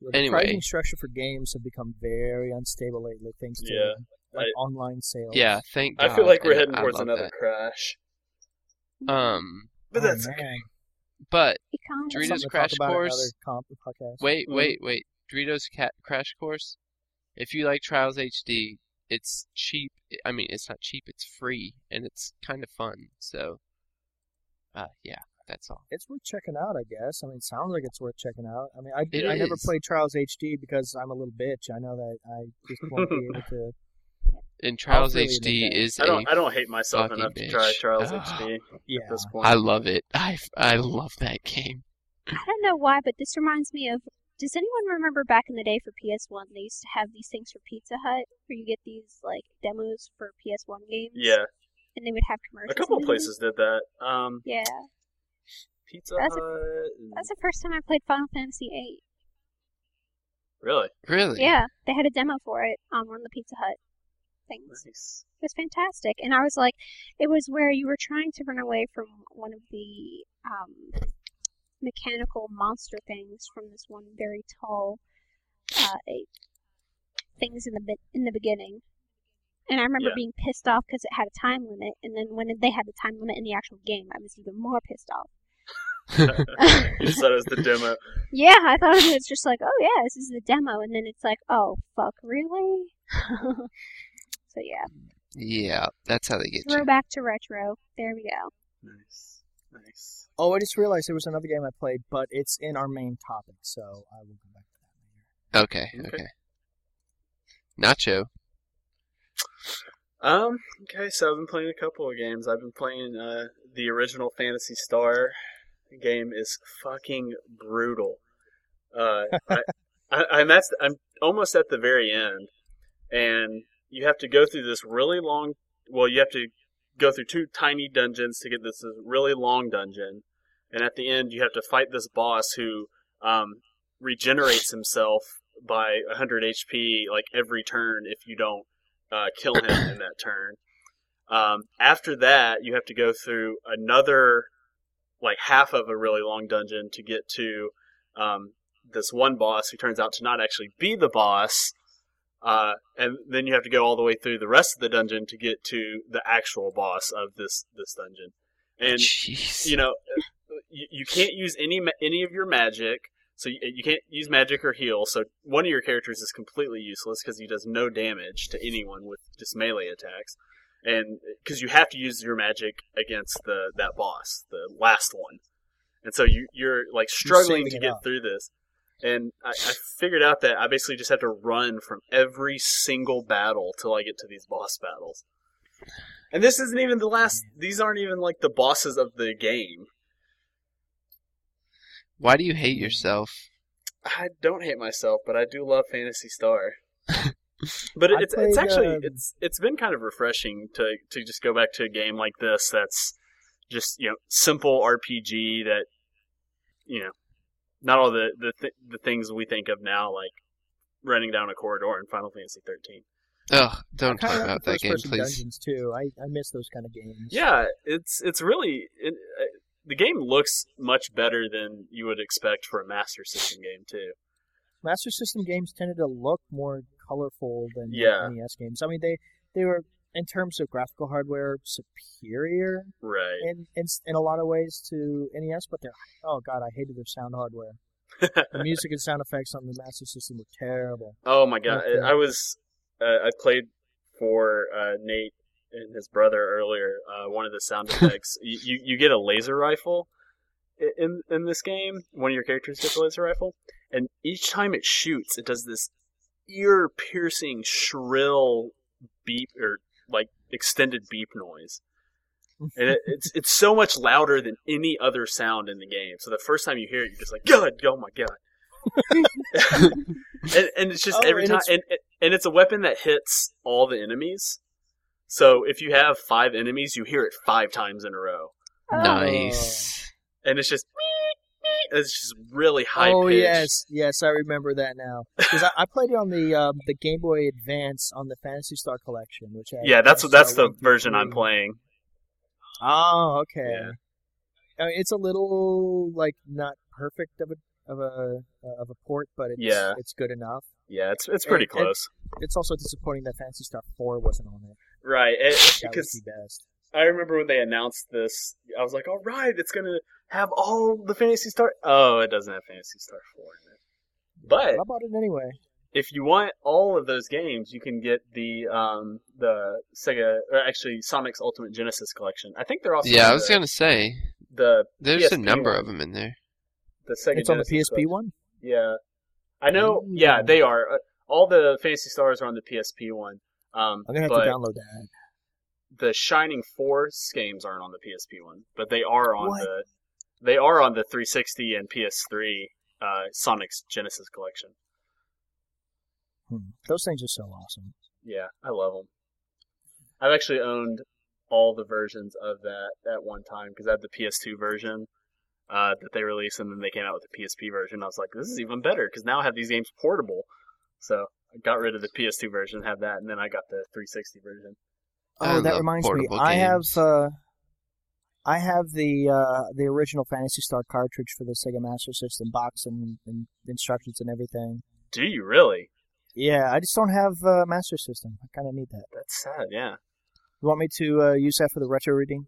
Speaker 1: The
Speaker 4: Anyway.
Speaker 1: pricing structure for games have become very unstable lately, thanks to
Speaker 2: Yeah,
Speaker 1: like
Speaker 2: I-
Speaker 1: online sales.
Speaker 4: Yeah, thank
Speaker 2: I
Speaker 4: God.
Speaker 2: feel like we're
Speaker 4: and
Speaker 2: heading
Speaker 4: I
Speaker 2: towards
Speaker 4: love
Speaker 2: another crash.
Speaker 4: that. Um,
Speaker 2: But
Speaker 1: Oh,
Speaker 2: that's
Speaker 1: man.
Speaker 4: but
Speaker 3: Economy.
Speaker 1: That's
Speaker 4: Doritos
Speaker 1: something to talk
Speaker 4: Crash
Speaker 1: about at
Speaker 4: Course.
Speaker 1: another comp- podcast.
Speaker 4: wait,
Speaker 2: Mhm.
Speaker 4: wait, wait. Doritos Cat Crash Course. If you like Trials HD, it's cheap. I mean, it's not cheap. It's free, and it's kind of fun. So, uh, yeah, that's all.
Speaker 1: It's worth checking out, I guess. I mean, it sounds like it's worth checking out. I mean, I,
Speaker 4: It
Speaker 1: I never
Speaker 4: is.
Speaker 1: played Trials HD because I'm a little bitch. I know that I just won't be able to.
Speaker 4: And Trials
Speaker 1: really
Speaker 4: HD
Speaker 1: admit that.
Speaker 4: is
Speaker 2: I don't.
Speaker 4: a
Speaker 2: I don't hate myself
Speaker 4: fucking
Speaker 2: enough to
Speaker 4: bitch.
Speaker 2: try Trials
Speaker 4: Ah.
Speaker 2: HD
Speaker 1: Yeah.
Speaker 2: at this point.
Speaker 4: I love it. I I love that game.
Speaker 3: I don't know why, but this reminds me of. Does anyone remember back in the day for PS1? They used to have these things for Pizza Hut, where you get these like demos for PS1 games.
Speaker 2: yeah,
Speaker 3: And they would have commercials.
Speaker 2: a couple
Speaker 3: in
Speaker 2: of
Speaker 3: them.
Speaker 2: places did that. Um,
Speaker 3: Yeah,
Speaker 2: Pizza
Speaker 3: That's a-
Speaker 2: Hut. and-
Speaker 3: that's the first time I played Final Fantasy VIII.
Speaker 2: Really
Speaker 4: Really?
Speaker 3: Yeah, they had a demo for it um, on one of the Pizza Hut things.
Speaker 2: nice.
Speaker 3: It was fantastic, and I was like, it was where you were trying to run away from one of the um, mechanical monster things from this one very tall uh, ape. Things in the be- in the beginning, and I remember
Speaker 2: Yeah.
Speaker 3: being pissed off because it had a time limit, and then when they had the time limit in the actual game, I was even more pissed off.
Speaker 2: You just thought it was the demo.
Speaker 3: Yeah, I thought it was just like, oh yeah, this is the demo, and then it's like, oh fuck, really? so yeah,
Speaker 4: Yeah, that's how they get you.
Speaker 3: throwback to retro. There we go.
Speaker 2: Nice, nice.
Speaker 1: Oh, I just realized there was another game I played, but it's in our main topic, so I will go back to that later.
Speaker 4: Okay,
Speaker 2: Okay.
Speaker 4: okay. Nacho.
Speaker 2: Um. Okay, so I've been playing a couple of games. I've been playing uh, the original Fantasy Star. The game is fucking brutal. Uh, I, I, I'm at, I'm almost at the very end, and you have to go through this really long. Well, you have to go through two tiny dungeons to get this really long dungeon, and at the end, you have to fight this boss who um, regenerates himself by 100 HP like every turn if you don't uh, kill him in that turn. Um, after that, you have to go through another, like half of a really long dungeon to get to um, this one boss who turns out to not actually be the boss. Uh, and then you have to go all the way through the rest of the dungeon to get to the actual boss of this this dungeon. And
Speaker 4: Jeez.
Speaker 2: you know, uh, you, you can't use any ma- any of your magic. So you, you can't use magic or heal. So one of your characters is completely useless because he does no damage to anyone with just melee attacks, and because you have to use your magic against the that boss, the last one, and so you you're like struggling to
Speaker 1: saving it
Speaker 2: get
Speaker 1: up.
Speaker 2: through this. And I, I figured out that I basically just had to run from every single battle till I get to these boss battles. And this isn't even the last. These aren't even like the bosses of the game.
Speaker 4: Why do you hate yourself?
Speaker 2: I don't hate myself, but I do love Fantasy Star. but it,
Speaker 1: I
Speaker 2: it's
Speaker 1: played,
Speaker 2: it's actually
Speaker 1: um,
Speaker 2: it's it's been kind of refreshing to to just go back to a game like this that's just you know simple RPG that you know not all the the th- the things we think of now like running down a corridor in Final Fantasy 13.
Speaker 4: Ugh, don't
Speaker 1: I
Speaker 4: talk
Speaker 1: kinda like
Speaker 4: about
Speaker 1: the
Speaker 4: that game,
Speaker 1: first-person
Speaker 4: please.
Speaker 1: Dungeons too. I, I miss those kind of games.
Speaker 2: Yeah, it's it's really it, uh, the game looks much better than you would expect for a Master System game too.
Speaker 1: Master System games tended to look more colorful than
Speaker 2: Yeah.
Speaker 1: NES games. I mean, they they were in terms of graphical hardware superior
Speaker 2: Right.
Speaker 1: in in, in a lot of ways to NES, but they're oh god, I hated their sound hardware. The music and sound effects on the Master System were terrible.
Speaker 2: oh my god,
Speaker 1: Okay.
Speaker 2: I I was uh, I played for uh, Nate and his brother earlier. Uh, one of the sound effects you, you you get a laser rifle i- in in this game. One of your characters gets a laser rifle, and each time it shoots, it does this ear piercing shrill beep or like extended beep noise. and it, it's it's so much louder than any other sound in the game. So the first time you hear it, you're just like, "God, oh my god!" and, and it's just
Speaker 1: Oh,
Speaker 2: every
Speaker 1: and
Speaker 2: time,
Speaker 1: it's-
Speaker 2: and and it's a weapon that hits all the enemies. So if you have five enemies, you hear it five times in a row,
Speaker 3: Oh,
Speaker 4: Nice.
Speaker 2: and it's just it's just really high.
Speaker 1: oh
Speaker 2: pitched.
Speaker 1: yes, yes, I remember that now because I, I played it on the um, the Game Boy Advance on the Fantasy Star Collection, which had
Speaker 2: yeah, that's
Speaker 1: Phantasy
Speaker 2: that's
Speaker 1: Star
Speaker 2: the
Speaker 1: 1 through
Speaker 2: version I'm
Speaker 1: 3.
Speaker 2: playing.
Speaker 1: Oh, okay.
Speaker 2: Yeah.
Speaker 1: I mean, it's a little like not perfect of a of a of a port, but it's
Speaker 2: Yeah.
Speaker 1: it's good enough.
Speaker 2: Yeah, it's it's pretty
Speaker 1: It- it-
Speaker 2: close.
Speaker 1: It's also disappointing that Fantasy Star Four wasn't on it.
Speaker 2: right, it,
Speaker 1: That
Speaker 2: because
Speaker 1: would be best.
Speaker 2: I remember when they announced this, I was like, "All right, it's gonna have all the Fantasy Star." Oh, it doesn't have Fantasy Star Four in it. But
Speaker 1: I bought it anyway.
Speaker 2: if you want all of those games, you can get the um, the Sega or actually Sonic's Ultimate Genesis Collection. I think they're also
Speaker 4: Yeah,
Speaker 2: in
Speaker 4: I was
Speaker 2: the,
Speaker 4: gonna say
Speaker 2: the
Speaker 4: there's a
Speaker 2: PSP
Speaker 4: number
Speaker 2: one.
Speaker 4: of them in there.
Speaker 2: the Sega.
Speaker 1: It's on the
Speaker 2: Genesis
Speaker 1: PSP
Speaker 2: Collection.
Speaker 1: one. Mm.
Speaker 2: Yeah, I know.
Speaker 1: Ooh.
Speaker 2: Yeah, they are. Uh, All the Fantasy Stars are on the PSP one. Um,
Speaker 1: I'm gonna have
Speaker 2: but
Speaker 1: to download that.
Speaker 2: the Shining Force games aren't on the PSP one, but they are on
Speaker 1: What?
Speaker 2: the they are on the 360 and PS3 uh, Sonic's Genesis collection.
Speaker 1: Hmm. Those things are so awesome.
Speaker 2: Yeah, I love them. I've actually owned all the versions of that at one time because I had the PS2 version uh, that they released, and then they came out with the PSP version. I was like, this is even better because now I have these games portable. So I got rid of the PS2 version, had that, and then I got the 360 version.
Speaker 4: I
Speaker 1: Oh, that
Speaker 4: love
Speaker 1: reminds me.
Speaker 4: portable
Speaker 1: I have
Speaker 4: games.
Speaker 1: uh, I have the uh, the original Fantasy Star cartridge for the Sega Master System box and, and instructions and everything.
Speaker 2: Do you really?
Speaker 1: Yeah, I just don't have uh, Master System. I kind of need that.
Speaker 2: That's sad. Yeah.
Speaker 1: You want me to uh, use that for the retro reading?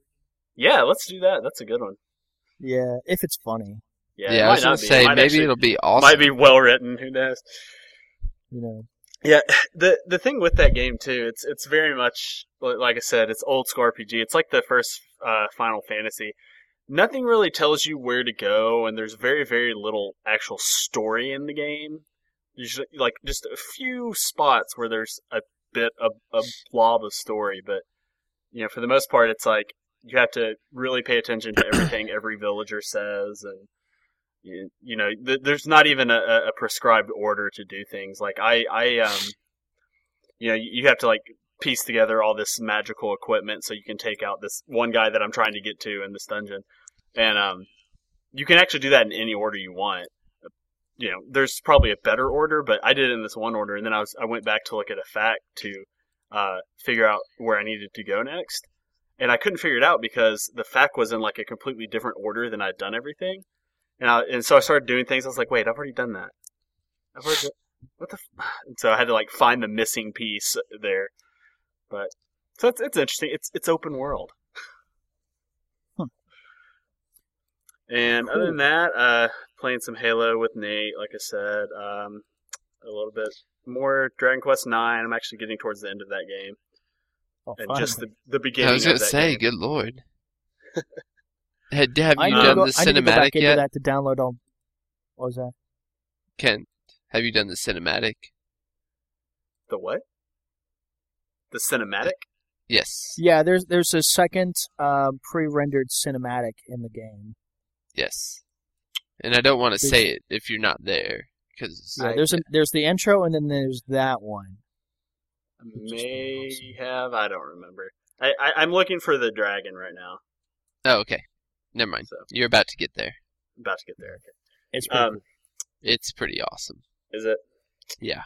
Speaker 2: Yeah, let's do that. That's a good one.
Speaker 1: Yeah, if it's funny,
Speaker 2: Yeah, it
Speaker 4: I
Speaker 2: might
Speaker 4: was gonna
Speaker 2: not be. It
Speaker 4: say
Speaker 2: might
Speaker 4: maybe
Speaker 2: actually-
Speaker 4: it'll be awesome.
Speaker 2: might be well written. Who knows?
Speaker 1: you know.
Speaker 2: Yeah, the the thing with that game too, it's it's very much li- like I said, it's old school RPG. It's like the first uh, Final Fantasy. Nothing really tells you where to go, and there's very very little actual story in the game. There's ju- like just a few spots where there's a bit of a blob of story, but you know for the most part, it's like you have to really pay attention to everything every villager says and you, you know th- there's not even a- a, a prescribed order to do things like i i um you know you- you have to like piece together all this magical equipment so you can take out this one guy that i'm trying to get to in this dungeon and um you can actually do that in any order you want you know there's probably a better order but i did it in this one order and then i was i went back to look at a fact to uh figure out where i needed to go next and I couldn't figure it out because the fact was in like a completely different order than I'd done everything, and I, and so I started doing things. I was like, wait, I've already done that. I've already what the f-? and so I had to like find the missing piece there, but so it's it's interesting. It's it's open world.
Speaker 1: Hmm.
Speaker 2: And other
Speaker 1: Cool.
Speaker 2: than that, uh, playing some Halo with Nate, like I said, um, a little bit more Dragon Quest Nine. I'm actually getting towards the end of that game,
Speaker 1: Oh,
Speaker 2: and
Speaker 1: fun.
Speaker 2: just the, the beginning.
Speaker 4: I was gonna
Speaker 2: of that
Speaker 4: say,
Speaker 2: game.
Speaker 4: good lord. Had, have
Speaker 1: I
Speaker 4: you
Speaker 1: need to
Speaker 4: done
Speaker 1: go-
Speaker 4: the
Speaker 1: I need to go
Speaker 4: cinematic
Speaker 1: back into
Speaker 4: yet,
Speaker 1: that to download all. What was that?
Speaker 4: Ken? Have you done the cinematic?
Speaker 2: The what? The cinematic?
Speaker 4: Yes,
Speaker 1: Yeah, there's there's a second um, pre-rendered cinematic in the game.
Speaker 4: yes. And I don't want to
Speaker 1: There's-
Speaker 4: say it if you're not there, because
Speaker 1: Yeah, there's a, there's the intro and then there's that one.
Speaker 2: I
Speaker 1: It's just
Speaker 2: May
Speaker 1: awesome.
Speaker 2: have. I don't remember. I, I I'm looking for the dragon right now.
Speaker 4: oh, okay. Never mind.
Speaker 2: So
Speaker 4: You're about to get there.
Speaker 2: I'm about to get there.
Speaker 1: It's pretty
Speaker 2: Um,
Speaker 1: cool.
Speaker 4: It's pretty awesome.
Speaker 2: is it?
Speaker 4: Yeah.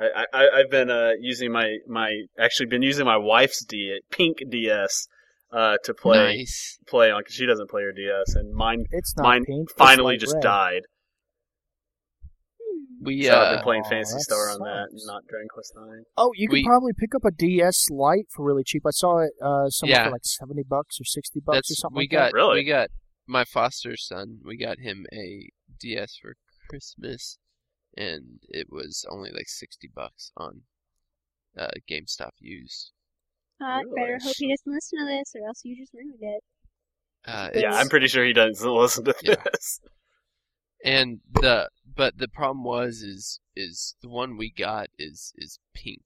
Speaker 2: I, I- I I've been uh using my my actually been using my wife's D pink DS uh to play
Speaker 4: Nice.
Speaker 2: play on because she doesn't play her DS and mine
Speaker 1: it's not
Speaker 2: mine
Speaker 1: pink. it's
Speaker 2: finally
Speaker 1: like
Speaker 2: just
Speaker 1: red.
Speaker 2: died.
Speaker 3: hmm.
Speaker 4: We
Speaker 2: So I've
Speaker 4: uh,
Speaker 2: been playing
Speaker 1: Aw,
Speaker 2: Fantasy
Speaker 1: that
Speaker 2: Star on that,
Speaker 1: sucks.
Speaker 2: not Dragon Quest Nine.
Speaker 1: Oh, you can
Speaker 4: We-
Speaker 1: probably pick up a DS Lite for really cheap. I saw it uh, somewhere
Speaker 4: Yeah.
Speaker 1: for like seventy bucks or sixty bucks or
Speaker 4: that's
Speaker 1: something.
Speaker 4: we
Speaker 1: like
Speaker 4: got.
Speaker 1: that.
Speaker 2: Oh, Really?
Speaker 4: We got my foster son. We got him a DS for Christmas, and it was only like sixty bucks on uh, GameStop used.
Speaker 3: I better
Speaker 2: Really?
Speaker 3: hope he doesn't listen to this, or else you just ruined it.
Speaker 4: Uh,
Speaker 2: Yeah,
Speaker 4: it's-
Speaker 2: I'm pretty sure he doesn't listen to
Speaker 4: Yeah.
Speaker 2: this.
Speaker 4: and the but the problem was is is the one we got is is pink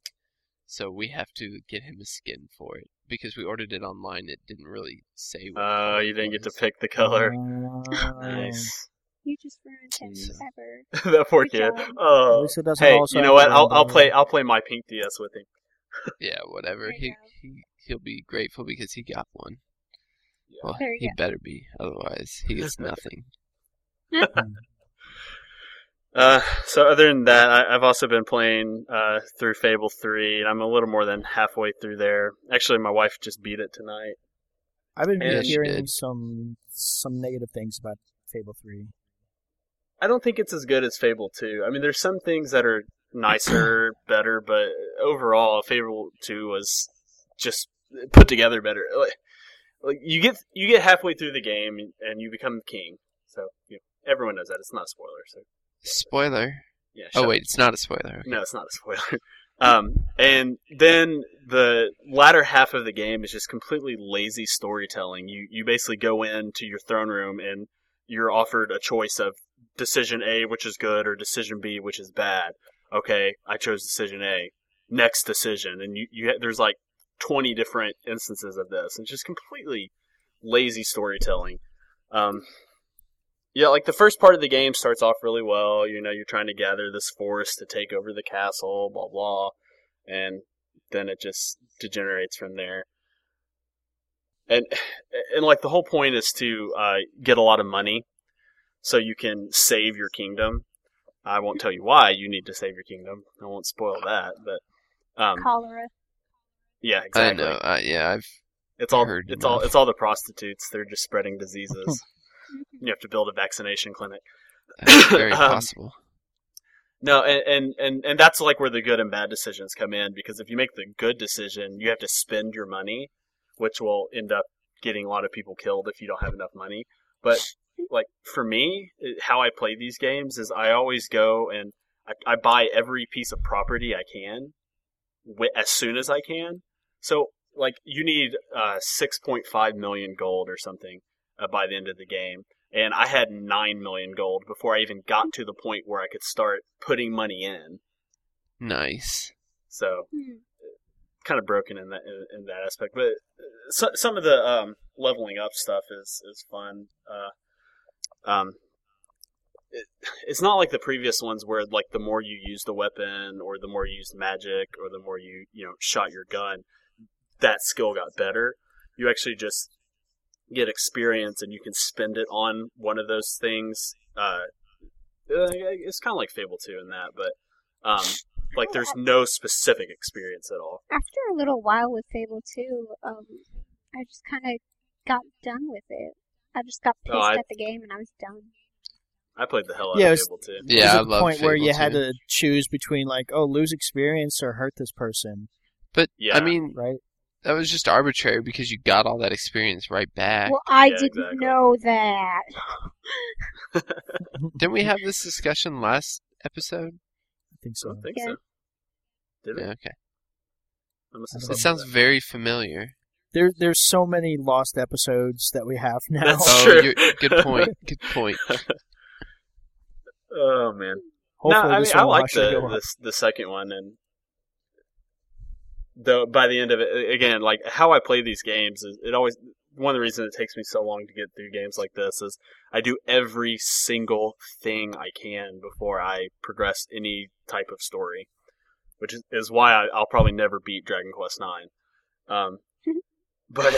Speaker 4: so we have to get him a skin for it because we ordered it online it didn't really say what
Speaker 2: Oh,
Speaker 4: color
Speaker 2: you
Speaker 4: it
Speaker 2: didn't get to
Speaker 4: was.
Speaker 2: pick the color.
Speaker 1: Um,
Speaker 2: Nice.
Speaker 3: You just ruined him
Speaker 4: Jesus.
Speaker 3: forever.
Speaker 2: that poor
Speaker 3: Good
Speaker 2: kid.
Speaker 3: job.
Speaker 1: At
Speaker 2: Oh,
Speaker 1: least it doesn't
Speaker 2: hey,
Speaker 1: also
Speaker 2: you know
Speaker 1: have
Speaker 2: what?
Speaker 1: the
Speaker 2: I'll
Speaker 1: red
Speaker 2: I'll
Speaker 1: on
Speaker 2: play
Speaker 1: it.
Speaker 2: I'll play my pink DS with him.
Speaker 4: yeah whatever
Speaker 3: There you
Speaker 4: he,
Speaker 3: go.
Speaker 4: he he'll be grateful because he got one
Speaker 2: Yeah.
Speaker 4: well
Speaker 3: There you
Speaker 4: he
Speaker 3: go.
Speaker 4: better be otherwise he gets nothing
Speaker 2: Uh, so other than that, I, I've also been playing uh, through Fable Three, and I'm a little more than halfway through there. Actually, my wife just beat it tonight.
Speaker 1: I've been
Speaker 2: Yeah, she
Speaker 1: hearing
Speaker 4: did.
Speaker 1: some some negative things about Fable Three.
Speaker 2: I don't think it's as good as Fable 2. I mean, there's some things that are nicer, better, but overall, Fable 2 was just put together better. Like, like you get you get halfway through the game and you become king. So you know, everyone knows that it's not a spoiler. So
Speaker 4: Spoiler.
Speaker 2: yeah. shut
Speaker 4: Oh
Speaker 2: up.
Speaker 4: wait, it's not a spoiler.
Speaker 2: No, it's not a spoiler. Um, and then the latter half of the game is just completely lazy storytelling. You you basically go into your throne room and you're offered a choice of decision A, which is good, or decision B, which is bad. Okay, I chose decision A. Next decision, and you, you there's like 20 different instances of this, and it's just completely lazy storytelling. Um, yeah, like the first part of the game starts off really well. You know, you're trying to gather this force to take over the castle, blah blah, and then it just degenerates from there. And and like the whole point is to uh, get a lot of money, so you can save your kingdom. I won't tell you why you need to save your kingdom. I won't spoil that, but um,
Speaker 3: Cholera.
Speaker 2: yeah, exactly.
Speaker 4: I know. Uh, yeah, I've
Speaker 2: It's all
Speaker 4: Heard
Speaker 2: it's all
Speaker 4: enough.
Speaker 2: it's all the prostitutes. They're just spreading diseases. you have to build a vaccination clinic.
Speaker 4: that's very
Speaker 2: Um,
Speaker 4: possible.
Speaker 2: No, and, and and and that's like where the good and bad decisions come in because if you make the good decision, you have to spend your money, which will end up getting a lot of people killed if you don't have enough money. But like for me, it- how I play these games is I always go and I, I buy every piece of property I can wi- as soon as I can. So like you need uh, 6.5 million gold or something uh, by the end of the game and I had nine million gold before I even got to the point where I could start putting money in.
Speaker 4: Nice.
Speaker 2: So
Speaker 3: Hmm.
Speaker 2: kind of broken in that in, in that aspect, but uh, so, some of the um, leveling up stuff is is fun. Uh, um, it, it's not like the previous ones where like the more you use the weapon or the more you used magic or the more you you know shot your gun, that skill got better. You actually just get experience and you can spend it on one of those things. Uh, uh, it's kind of like Fable Two in that, but um, like there's no specific experience at all.
Speaker 3: After a little while with Fable 2, um, I just kind of got done with it. I just got pissed
Speaker 2: Oh, I-
Speaker 3: at the game and I was done.
Speaker 2: I played the hell out
Speaker 1: Yeah, it
Speaker 2: of
Speaker 1: was-
Speaker 2: Fable too.
Speaker 1: It was
Speaker 4: Yeah, I
Speaker 1: at the
Speaker 4: love
Speaker 1: point where
Speaker 4: Fable
Speaker 1: you had
Speaker 4: too.
Speaker 1: to choose between like, oh, lose experience or hurt this person,
Speaker 4: But
Speaker 2: Yeah.
Speaker 4: I mean,
Speaker 1: right?
Speaker 4: that was just arbitrary because you got all that experience right back.
Speaker 3: Well, I
Speaker 2: yeah,
Speaker 3: didn't
Speaker 2: exactly.
Speaker 3: know that.
Speaker 4: Didn't
Speaker 2: mm-hmm.
Speaker 4: we have this discussion last episode?
Speaker 1: I think
Speaker 2: I
Speaker 1: so.
Speaker 2: don't think
Speaker 3: Yeah.
Speaker 2: so. Did it?
Speaker 4: Yeah, okay.
Speaker 2: I must have
Speaker 1: It
Speaker 2: said
Speaker 4: It sounds
Speaker 2: that.
Speaker 4: very familiar.
Speaker 1: There, there's so many lost episodes that we have now.
Speaker 2: That's
Speaker 4: Oh,
Speaker 2: true.
Speaker 4: you good point. Good point.
Speaker 2: Oh man.
Speaker 1: Hopefully,
Speaker 2: no, I mean
Speaker 1: this
Speaker 2: I
Speaker 1: one will
Speaker 2: like
Speaker 1: actually
Speaker 2: the
Speaker 1: go up.
Speaker 2: this, the second one and though by the end of it again like how I play these games is it always one of the reasons it takes me so long to get through games like this is I do every single thing I can before I progress any type of story, which is, is why I, I'll probably never beat Dragon Quest Nine. Um, but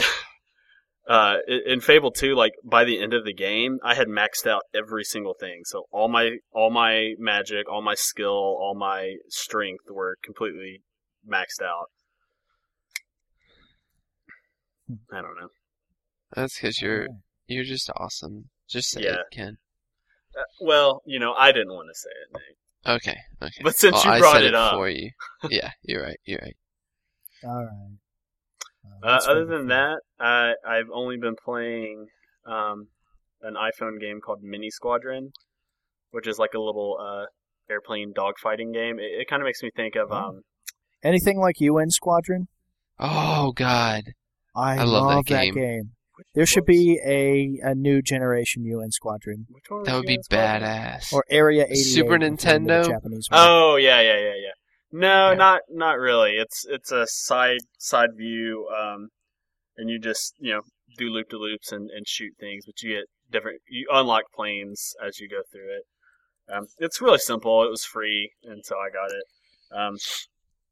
Speaker 2: uh, in- in Fable Two, like by the end of the game, I had maxed out every single thing. So all my all my magic, all my skill, all my strength were completely maxed out. I don't know.
Speaker 4: That's because you're you're just awesome. Just say
Speaker 2: Yeah.
Speaker 4: it, Ken.
Speaker 2: Uh, well, you know, I didn't want to say it, Nate.
Speaker 4: Okay. Okay.
Speaker 2: but since
Speaker 4: Well,
Speaker 2: you
Speaker 4: I
Speaker 2: brought
Speaker 4: said
Speaker 2: it up,
Speaker 4: for you. Yeah, you're right. You're right.
Speaker 1: All right. Uh,
Speaker 2: Uh,
Speaker 1: that's
Speaker 2: other
Speaker 1: really
Speaker 2: than
Speaker 1: fun.
Speaker 2: that, I I've only been playing um, an iPhone game called Mini Squadron, which is like a little uh, airplane dogfighting game. It, it kind of makes me think of
Speaker 1: Oh.
Speaker 2: um,
Speaker 1: anything like UN Squadron,
Speaker 4: Oh God.
Speaker 1: I,
Speaker 4: I love that game.
Speaker 2: which
Speaker 1: There should
Speaker 2: was-
Speaker 1: be a, a new generation UN Squadron
Speaker 2: which one was
Speaker 4: That would be
Speaker 2: US called?
Speaker 4: badass.
Speaker 1: or Area 88.
Speaker 4: Super
Speaker 1: if you remember the
Speaker 4: Nintendo?
Speaker 1: Japanese one.
Speaker 2: Oh yeah yeah yeah yeah. No,
Speaker 4: Yeah.
Speaker 2: not not really. It's it's a side side view, um, and you just you know do loop to loops and, and shoot things, but you get different. You unlock planes as you go through it. Um, it's really simple. It was free, and so I got it. Um,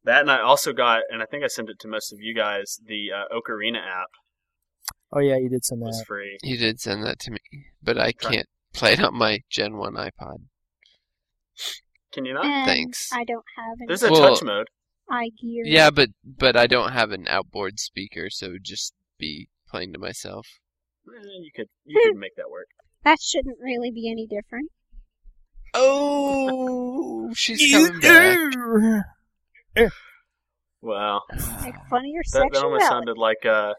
Speaker 2: that and I also got, and I think I sent it to most of you guys. The uh, Ocarina app
Speaker 1: Oh, yeah, you did send
Speaker 2: was
Speaker 1: that.
Speaker 2: free.
Speaker 4: You did send that to me, but I
Speaker 2: Try-
Speaker 4: can't play it on my Gen One iPod.
Speaker 2: Can you not?
Speaker 3: And
Speaker 4: thanks.
Speaker 3: I don't have an
Speaker 2: There's a
Speaker 4: Well-
Speaker 2: touch mode.
Speaker 3: eye gear.
Speaker 4: Yeah, but but I don't have an outboard speaker, so it would just be playing to myself.
Speaker 2: Eh, You could you could make that work.
Speaker 3: That shouldn't really be any different.
Speaker 4: Oh, she's coming back.
Speaker 2: Wow.
Speaker 3: Like, funnier
Speaker 2: That, that almost
Speaker 3: sexuality.
Speaker 2: sounded like uh the,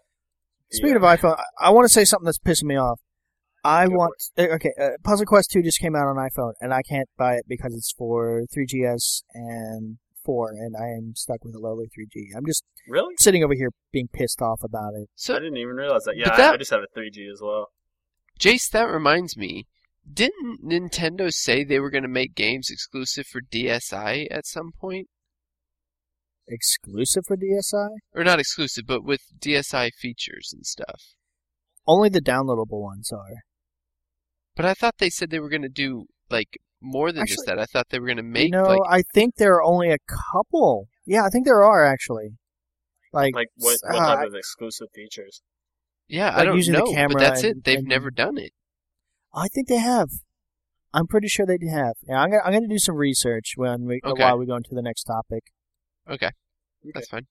Speaker 1: Speaking of
Speaker 2: uh,
Speaker 1: iPhone, I- I want to say something that's pissing me off. I
Speaker 2: Go
Speaker 1: want eh, okay. Uh, Puzzle Quest Two just came out on iPhone, and I can't buy it because it's for 3GS and four, and I am stuck with a lowly 3G. I'm just
Speaker 2: really,
Speaker 1: sitting over here being pissed off about it.
Speaker 2: I
Speaker 4: So,
Speaker 2: didn't even realize that. Yeah,
Speaker 4: But
Speaker 2: I- I
Speaker 4: that-
Speaker 2: just have a 3G as well.
Speaker 4: Jace, that reminds me. Didn't Nintendo say they were going to make games exclusive for DSi at some point?
Speaker 1: Exclusive for DSi,
Speaker 4: Or not exclusive, but with DSi features and stuff.
Speaker 1: only the downloadable ones are.
Speaker 4: But I thought they said they were going to do like more than just
Speaker 1: Actually-
Speaker 4: that. I thought they were going to
Speaker 1: You
Speaker 4: make
Speaker 1: no,
Speaker 4: like
Speaker 1: I think there are only a couple. Yeah, I think there are actually. Like,
Speaker 2: Like what, what
Speaker 1: uh,
Speaker 2: type of exclusive features?
Speaker 4: yeah, I
Speaker 1: like
Speaker 4: don't
Speaker 1: using the
Speaker 4: know,
Speaker 1: camera
Speaker 4: but that's
Speaker 1: and-
Speaker 4: it. They've
Speaker 1: and-
Speaker 4: never done it.
Speaker 1: I think they have. I'm pretty sure they have. Yeah, I'm gonna I'm gonna do some research when we
Speaker 4: Okay.
Speaker 1: while we go into the next topic.
Speaker 4: Okay, that's fine.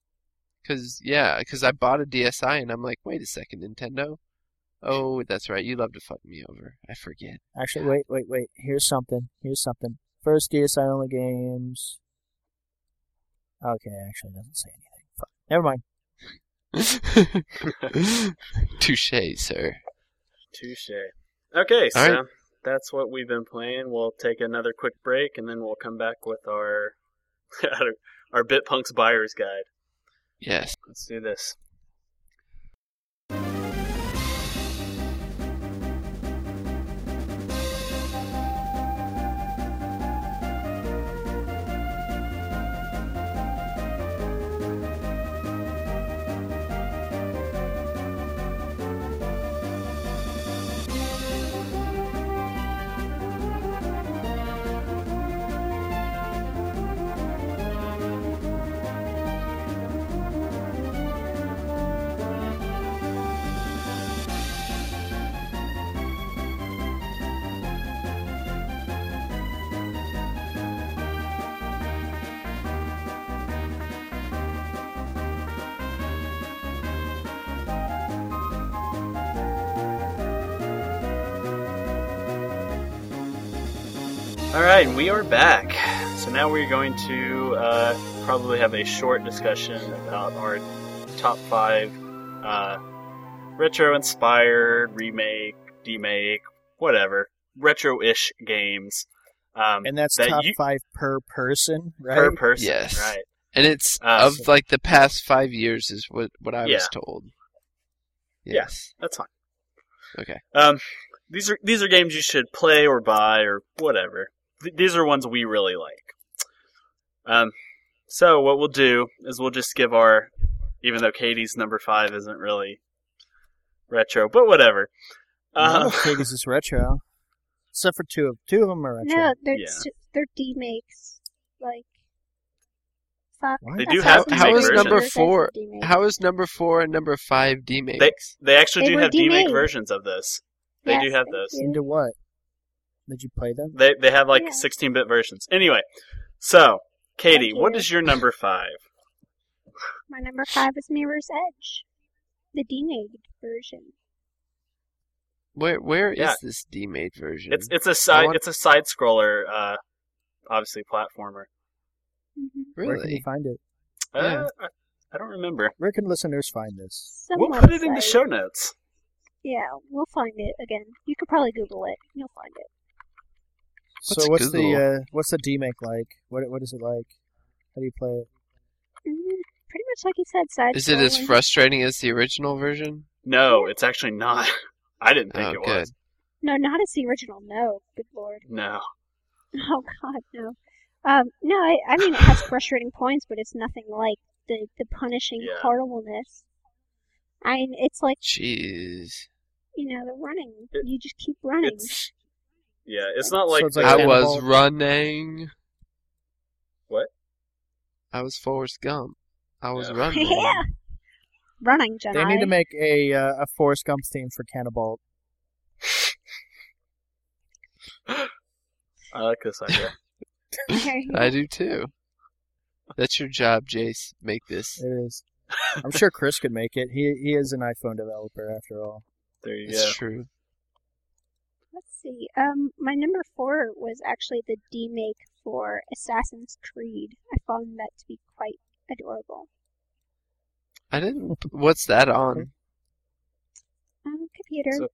Speaker 4: Cause yeah, cause I bought a DSi and I'm like, wait a second, Nintendo. Oh, that's right. You love to fuck me over. I forget.
Speaker 1: Actually, wait, wait, wait. Here's something. Here's something. First DSi only games. Okay, actually, it doesn't say anything. Fuck. Never mind.
Speaker 4: Touche, sir.
Speaker 2: Touche. Okay, so
Speaker 4: Alright.
Speaker 2: that's what we've been playing. We'll take another quick break and then we'll come back with our our BitPunks buyer's guide.
Speaker 4: Yes.
Speaker 2: Let's do this. All right, and we are back. So now we're going to uh, probably have a short discussion about our top five uh, retro-inspired remake, demake, whatever retro-ish games. Um,
Speaker 1: And that's
Speaker 2: That
Speaker 1: top
Speaker 2: you-
Speaker 1: five per person, right?
Speaker 2: per person,
Speaker 4: Yes.
Speaker 2: right?
Speaker 4: And it's
Speaker 2: Uh,
Speaker 4: of like the past five years is what what I
Speaker 2: Yeah.
Speaker 4: was told.
Speaker 2: Yeah.
Speaker 4: Yes.
Speaker 2: That's fine.
Speaker 4: Okay.
Speaker 2: Um, these are these are games you should play or buy or whatever. Th- these are ones we really like. Um, so what we'll do is we'll just give our, even though Katie's number five isn't really retro, but whatever.
Speaker 1: None
Speaker 2: Uh,
Speaker 1: of Katie's is retro, except for two of two of them are retro.
Speaker 3: No, they're
Speaker 2: Yeah.
Speaker 3: s- they're D makes. Like, fuck.
Speaker 1: What?
Speaker 2: They
Speaker 3: that's
Speaker 2: do
Speaker 3: how
Speaker 2: have
Speaker 3: some
Speaker 2: How is
Speaker 3: other
Speaker 2: number
Speaker 3: versions of
Speaker 4: four-
Speaker 3: D-make.
Speaker 4: How is number four and number five D makes?
Speaker 2: they actually
Speaker 3: They
Speaker 2: do
Speaker 3: were
Speaker 2: have demake
Speaker 3: demade.
Speaker 2: versions of this. They
Speaker 3: Yes,
Speaker 2: do have
Speaker 3: thank
Speaker 2: those.
Speaker 3: you.
Speaker 1: Into what? Did you play them?
Speaker 2: They they have like
Speaker 3: Yeah.
Speaker 2: 16-bit versions. Anyway, so Katie,
Speaker 3: Thank
Speaker 2: what
Speaker 3: you.
Speaker 2: is your number five?
Speaker 3: My number five is Mirror's Edge, the D-made version.
Speaker 4: Where where is
Speaker 2: Yeah.
Speaker 4: this D made version?
Speaker 2: It's it's a side
Speaker 4: want-
Speaker 2: it's a side scroller, uh, obviously platformer.
Speaker 3: Mm-hmm.
Speaker 1: Where can you
Speaker 4: really
Speaker 1: find it?
Speaker 2: Uh,
Speaker 4: Yeah.
Speaker 2: I, I don't remember.
Speaker 1: Where can listeners find this?
Speaker 2: We'll put it in the show notes.
Speaker 3: Yeah, we'll find it again. You could probably Google it. You'll find it.
Speaker 4: Let's
Speaker 1: so what's
Speaker 4: Google.
Speaker 1: the uh, what's the DMake like? What what is it like? How do you play it?
Speaker 3: Mm, pretty much like you said, side.
Speaker 4: Is it as
Speaker 3: scrolling.
Speaker 4: frustrating as the original version?
Speaker 2: No, it's actually not. I didn't think
Speaker 4: Oh,
Speaker 2: it
Speaker 4: good.
Speaker 2: was.
Speaker 3: No, not as the original. No, good lord.
Speaker 2: No.
Speaker 3: Oh god, no. Um, no, I, I mean it has frustrating points, but it's nothing like the the punishing
Speaker 2: Yeah.
Speaker 3: horribleness. I mean, it's like
Speaker 4: Jeez.
Speaker 3: you know the running.
Speaker 2: It-
Speaker 3: you just keep running.
Speaker 2: It's yeah. It's not like,
Speaker 1: So it's
Speaker 2: the-
Speaker 1: like
Speaker 4: I
Speaker 1: Cannonball-
Speaker 4: was running.
Speaker 2: What?
Speaker 4: I was Forrest Gump. I was
Speaker 2: Yeah.
Speaker 4: running.
Speaker 3: yeah, running, Jedi.
Speaker 1: They need to make a uh, a Forrest Gump theme for Cannibal.
Speaker 2: I like this idea.
Speaker 4: I do too. That's your job, Jace. Make this.
Speaker 1: It is. I'm sure Chris could make it. He he is an iPhone developer after all.
Speaker 2: There you
Speaker 4: It's
Speaker 2: go.
Speaker 4: true.
Speaker 3: Let's see. Um, my number four was actually the D make for Assassin's Creed. I found that to be quite adorable.
Speaker 4: I didn't. What's that on?
Speaker 3: Um, computer.
Speaker 2: So-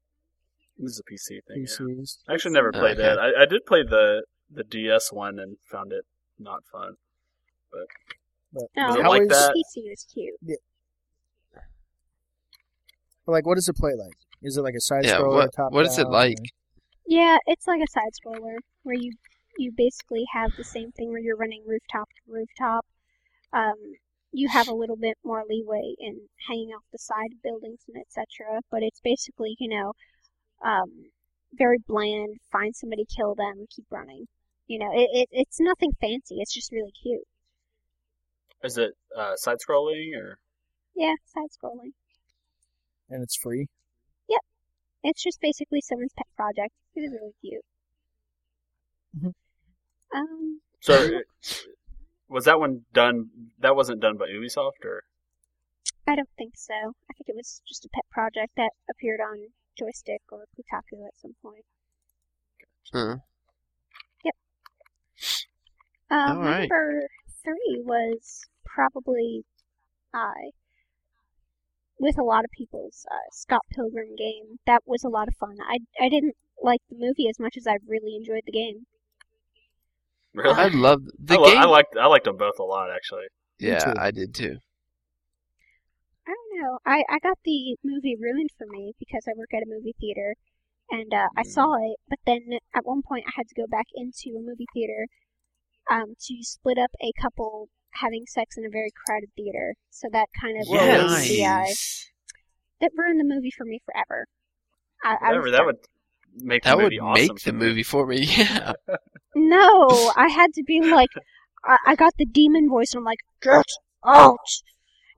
Speaker 2: This is a PC thing. yeah.
Speaker 1: PCs.
Speaker 2: I actually never
Speaker 4: Oh,
Speaker 2: played
Speaker 4: okay.
Speaker 2: that. I, I did play the the DS one and found it not fun.
Speaker 3: no, Oh,
Speaker 2: Is it
Speaker 1: how
Speaker 2: like
Speaker 1: is-
Speaker 2: that?
Speaker 3: PC was cute.
Speaker 1: Like, what does it play like? Is it like a side
Speaker 4: Yeah,
Speaker 1: scroller?
Speaker 4: what-
Speaker 1: top
Speaker 4: what is it
Speaker 1: down,
Speaker 4: like?
Speaker 1: or-
Speaker 3: Yeah, it's like a side scroller where you you basically have the same thing where you're running rooftop to rooftop. Um, you have a little bit more leeway in hanging off the side of buildings and etc. But it's basically you know, um, very bland. Find somebody, kill them, keep running. You know, it, it it's nothing fancy. It's just really cute.
Speaker 2: Is it uh, side scrolling or?
Speaker 3: Yeah, side scrolling.
Speaker 1: And it's free.
Speaker 3: It's just basically someone's pet project. It is really cute.
Speaker 1: Mhm.
Speaker 3: Um,
Speaker 2: So it- was that one done? That wasn't done by Ubisoft or?
Speaker 3: I don't think so. I think it was just a pet project that appeared on Joystick or Kotaku at some point.
Speaker 4: Huh.
Speaker 3: Um,
Speaker 4: All right.
Speaker 3: Number three was probably I, with a lot of people's uh, Scott Pilgrim game. That was a lot of fun. I I didn't like the movie as much as I really enjoyed the game.
Speaker 4: I
Speaker 2: Really?
Speaker 4: love the
Speaker 2: I, li-
Speaker 4: game.
Speaker 2: I liked I liked them both a lot actually.
Speaker 4: yeah,
Speaker 1: too.
Speaker 4: I did too.
Speaker 3: I don't know. I, I got the movie ruined for me because I work at a movie theater and uh, I
Speaker 4: Mm.
Speaker 3: saw it, but then at one point I had to go back into a movie theater um, to split up a couple having sex in a very crowded theater. So that kind of
Speaker 2: Whoa.
Speaker 3: ruined
Speaker 2: Nice.
Speaker 3: the, uh, that ruined the movie for me forever. I, I
Speaker 2: Whatever,
Speaker 3: was
Speaker 2: that
Speaker 3: done.
Speaker 2: would make the
Speaker 4: That would
Speaker 2: movie awesome.
Speaker 4: make the
Speaker 2: for me.
Speaker 4: movie for me. Yeah.
Speaker 3: No, I had to be like, I, I got the demon voice, and I'm like, get out,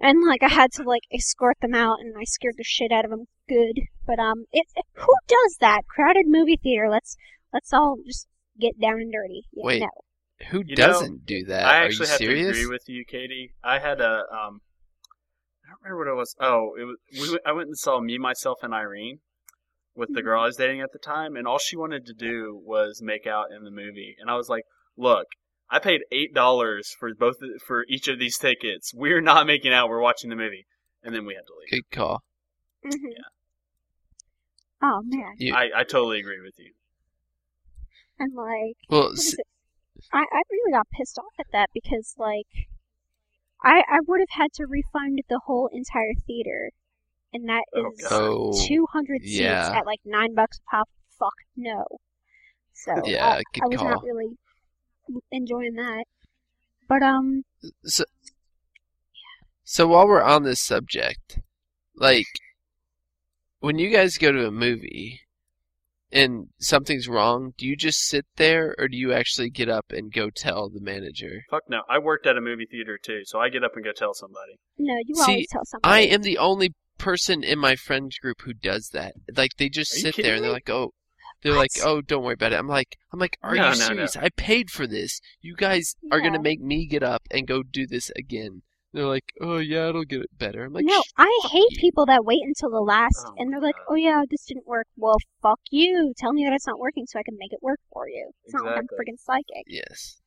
Speaker 3: and like I had to like escort them out, and I scared the shit out of them good. But um, it, it- who does that? Crowded movie theater. Let's let's all just get down and dirty. Yeah,
Speaker 4: Wait.
Speaker 3: no.
Speaker 4: Who
Speaker 2: You know,
Speaker 4: doesn't do that?
Speaker 2: I
Speaker 4: Uh, Are you
Speaker 2: actually have to
Speaker 4: serious?
Speaker 2: agree with you, Katie. I had a um, I don't remember what it was. Oh, it was we. went- I went and saw me, myself, and Irene with the girl I was dating at the time, and all she wanted to do was make out in the movie, and I was like, "Look, I paid eight dollars for both for each of these tickets. We're not making out. We're watching the movie." And then we had to leave.
Speaker 4: Good call.
Speaker 3: hmm Oh man,
Speaker 4: You,
Speaker 2: I, I totally agree with you.
Speaker 3: and like.
Speaker 4: well,
Speaker 3: What
Speaker 4: s-
Speaker 3: is it? I, I really got pissed off at that because like I I would have had to refund the whole entire theater, and that
Speaker 2: Oh,
Speaker 3: is
Speaker 2: God.
Speaker 4: oh,
Speaker 3: two hundred seats
Speaker 4: yeah.
Speaker 3: at like nine bucks a pop. Fuck no. So uh,
Speaker 4: yeah,
Speaker 3: I,
Speaker 4: good
Speaker 3: I was
Speaker 4: call.
Speaker 3: not really enjoying that. But um,
Speaker 4: So while we're on this subject, like when you guys go to a movie and something's wrong, do you just sit there or do you actually get up and go tell the manager?
Speaker 2: Fuck no. I worked at a movie theater too, so I get up and go tell somebody.
Speaker 3: no, you
Speaker 4: See,
Speaker 3: always tell somebody.
Speaker 4: I am the only person in my friends group who does that. Like they just
Speaker 2: Are you
Speaker 4: sit
Speaker 2: kidding
Speaker 4: there and they're
Speaker 2: me?
Speaker 4: like, "Oh, they're
Speaker 3: What?
Speaker 4: like, "Oh, don't worry about it." I'm like, I'm like, "Are
Speaker 2: No, no,
Speaker 4: you
Speaker 2: no.
Speaker 4: serious? I paid for this. You guys are going to
Speaker 3: Yeah.
Speaker 4: make me get up and go do this again." They're like, "Oh, yeah, it'll get it better." I'm like,
Speaker 3: no,
Speaker 4: "Shh,
Speaker 3: I
Speaker 4: fuck
Speaker 3: hate
Speaker 4: you."
Speaker 3: people that wait until the last
Speaker 2: Oh,
Speaker 3: and they're
Speaker 2: my
Speaker 3: like,
Speaker 2: God.
Speaker 3: "Oh yeah, this didn't work." Well, fuck you. Tell me that it's not working so I can make it work for you. It's not like I'm
Speaker 2: Exactly.
Speaker 3: freaking psychic.
Speaker 4: Yes.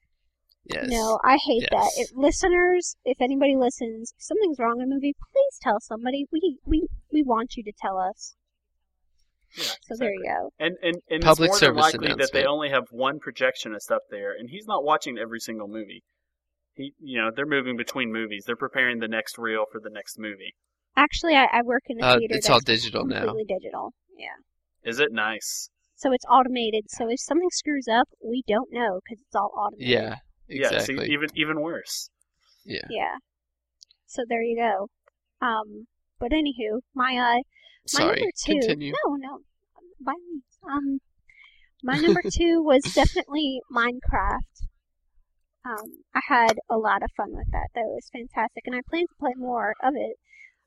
Speaker 4: Yes.
Speaker 3: No, I hate that.
Speaker 4: Yes.
Speaker 3: If listeners, if anybody listens, if something's wrong in a movie, please tell somebody. We we we want you to tell us.
Speaker 2: Yeah,
Speaker 3: So there you go.
Speaker 2: And and, and
Speaker 4: Public
Speaker 2: it's more
Speaker 4: service
Speaker 2: than likely that they
Speaker 4: announcement.
Speaker 2: only have one projectionist up there, and he's not watching every single movie. He, you know, they're moving between movies. They're preparing the next reel for the next movie.
Speaker 3: Actually, I, I work in a
Speaker 4: Uh,
Speaker 3: theater
Speaker 4: it's
Speaker 3: that's
Speaker 4: all digital now.
Speaker 3: completely digital. Yeah.
Speaker 2: Is it nice?
Speaker 3: So it's automated. So if something screws up, we don't know because it's all automated.
Speaker 4: Yeah. Exactly.
Speaker 2: Yeah, see, e-, even even worse.
Speaker 4: yeah.
Speaker 3: Yeah. So there you go. Um. But anywho, my uh, my
Speaker 4: Sorry.
Speaker 3: number two.
Speaker 4: Continue.
Speaker 3: No, no. By all means. Um, my number two was definitely Minecraft. Um, I had a lot of fun with that. That was fantastic, and I plan to play more of it,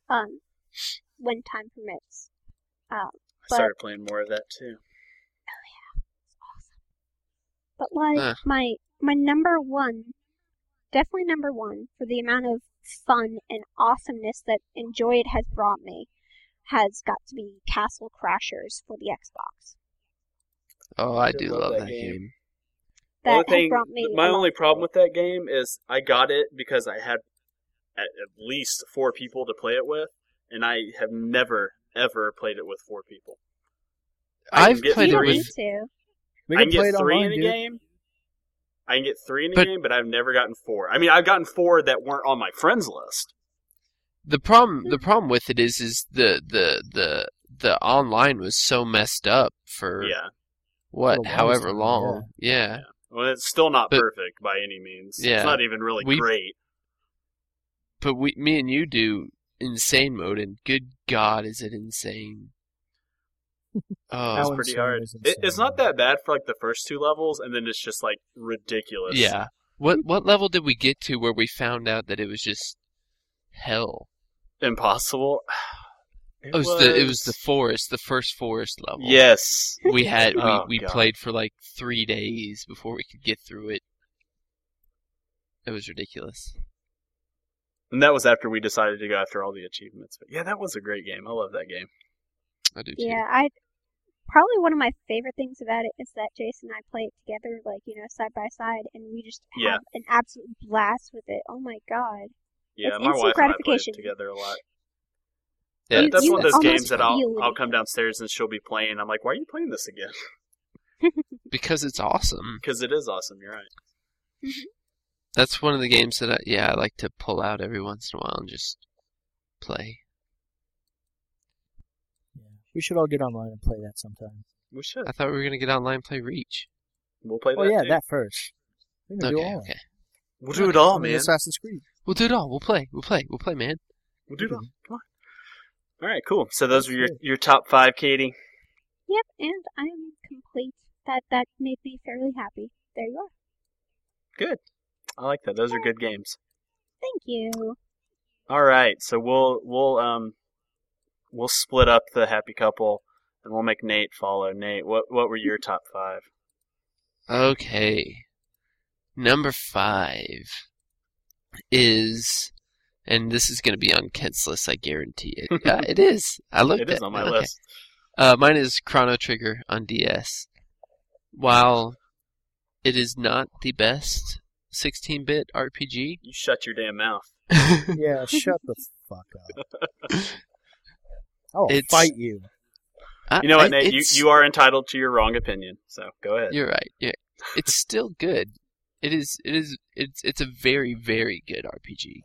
Speaker 3: um, when time permits.
Speaker 2: I
Speaker 3: But-
Speaker 2: started playing more of that too.
Speaker 3: But like
Speaker 4: Huh.
Speaker 3: my my number one, definitely number one for the amount of fun and awesomeness that Enjoy It has brought me, has got to be Castle Crashers for the Xbox.
Speaker 4: Oh, I
Speaker 2: did
Speaker 4: do love that game.
Speaker 2: The only
Speaker 3: That has
Speaker 2: thing,
Speaker 3: brought me.
Speaker 2: my
Speaker 3: a lot
Speaker 2: only
Speaker 3: of
Speaker 2: problem with that game is I got it because I had at, at least four people to play it with, and I have never ever played it with four people. I
Speaker 4: I've
Speaker 2: can get
Speaker 4: played it
Speaker 3: you
Speaker 2: three.
Speaker 4: with-
Speaker 3: need to.
Speaker 1: We
Speaker 2: I
Speaker 1: can
Speaker 2: can
Speaker 1: play
Speaker 2: get
Speaker 1: it
Speaker 2: three
Speaker 1: online,
Speaker 2: in a
Speaker 1: dude.
Speaker 2: game. I can get three in a
Speaker 4: But-
Speaker 2: game, but I've never gotten four. I mean, I've gotten four that weren't on my friends list.
Speaker 4: The problem the problem with it is is the the the the online was so messed up for
Speaker 2: Yeah,
Speaker 1: For
Speaker 4: what
Speaker 1: the longest
Speaker 4: however
Speaker 1: time,
Speaker 4: long. Yeah.
Speaker 2: well, it's still not
Speaker 4: But-
Speaker 2: perfect by any means.
Speaker 4: Yeah.
Speaker 2: it's not even really
Speaker 4: We-
Speaker 2: great.
Speaker 4: But we me and you do insane mode and good god is it insane.
Speaker 2: It's
Speaker 1: Alan
Speaker 4: Oh
Speaker 2: pretty
Speaker 1: Swan
Speaker 2: hard.
Speaker 1: is
Speaker 2: It, it's
Speaker 1: insane.
Speaker 2: not that bad for like the first two levels, and then it's just like ridiculous.
Speaker 4: yeah. What what level did we get to where we found out that it was just hell?
Speaker 2: impossible.
Speaker 4: It was, the it was the forest, the first forest level.
Speaker 2: yes.
Speaker 4: We had we,
Speaker 2: Oh,
Speaker 4: we
Speaker 2: God.
Speaker 4: played for like three days before we could get through it. It was ridiculous.
Speaker 2: And that was after we decided to go after all the achievements. But yeah, that was a great game. I love that game.
Speaker 4: I do too.
Speaker 3: Yeah, I probably one of my favorite things about it is that Jason and I play it together, like you know, side by side, and we just
Speaker 2: Yeah.
Speaker 3: have an absolute blast with it. Oh my god!
Speaker 2: Yeah,
Speaker 3: It's
Speaker 2: my wife
Speaker 3: instant
Speaker 2: and I played
Speaker 3: gratification.
Speaker 2: it together a lot.
Speaker 4: Yeah,
Speaker 2: That-
Speaker 3: You-
Speaker 2: that's
Speaker 3: you
Speaker 2: one of those
Speaker 3: almost
Speaker 2: games that I'll
Speaker 3: feel it.
Speaker 2: I'll come downstairs and she'll be playing. I'm like, why are you playing this again?
Speaker 4: because it's awesome.
Speaker 2: Because it is awesome. You're right.
Speaker 4: That's one of the games that I, yeah I like to pull out every once in a while and just play.
Speaker 1: We should all get online and play that sometime.
Speaker 2: We should.
Speaker 4: I thought we were gonna get online and play Reach.
Speaker 2: We'll play that.
Speaker 1: Oh yeah,
Speaker 2: too.
Speaker 1: that first. We can
Speaker 4: Okay,
Speaker 1: do all.
Speaker 4: okay.
Speaker 2: We'll do it all,
Speaker 1: I mean,
Speaker 2: man.
Speaker 1: Assassin's Creed.
Speaker 4: We'll do it all. We'll play. We'll play. We'll play, man.
Speaker 2: We'll do it all.
Speaker 4: Mm-hmm.
Speaker 2: Come on. All right, cool. So those were your
Speaker 1: Sure.
Speaker 2: your top five, Katie.
Speaker 3: Yep, and I'm complete. That that made me fairly happy. There you are.
Speaker 2: I like that. Those are good games.
Speaker 3: Thank you.
Speaker 2: All right, so we'll we'll um we'll split up the happy couple, and we'll make Nate follow. Nate, what what were your top five?
Speaker 4: Okay. Number five is, and this is gonna be on Kent's list. I guarantee it. uh, it is. I looked.
Speaker 2: It is
Speaker 4: at-
Speaker 2: on my
Speaker 4: okay.
Speaker 2: list.
Speaker 4: Uh, mine is Chrono Trigger on DS. While it is not the best 16-bit RPG,
Speaker 2: You shut your damn mouth.
Speaker 1: Yeah, shut the fuck up. I'll
Speaker 4: It's-
Speaker 1: fight you.
Speaker 4: I-
Speaker 2: You know
Speaker 4: Uh, I-
Speaker 2: what, Nate? You
Speaker 4: it's-
Speaker 2: you are entitled to your wrong opinion. So go ahead.
Speaker 4: You're right. Yeah, it's still good. It is. It is. It's. It's a very, very good RPG,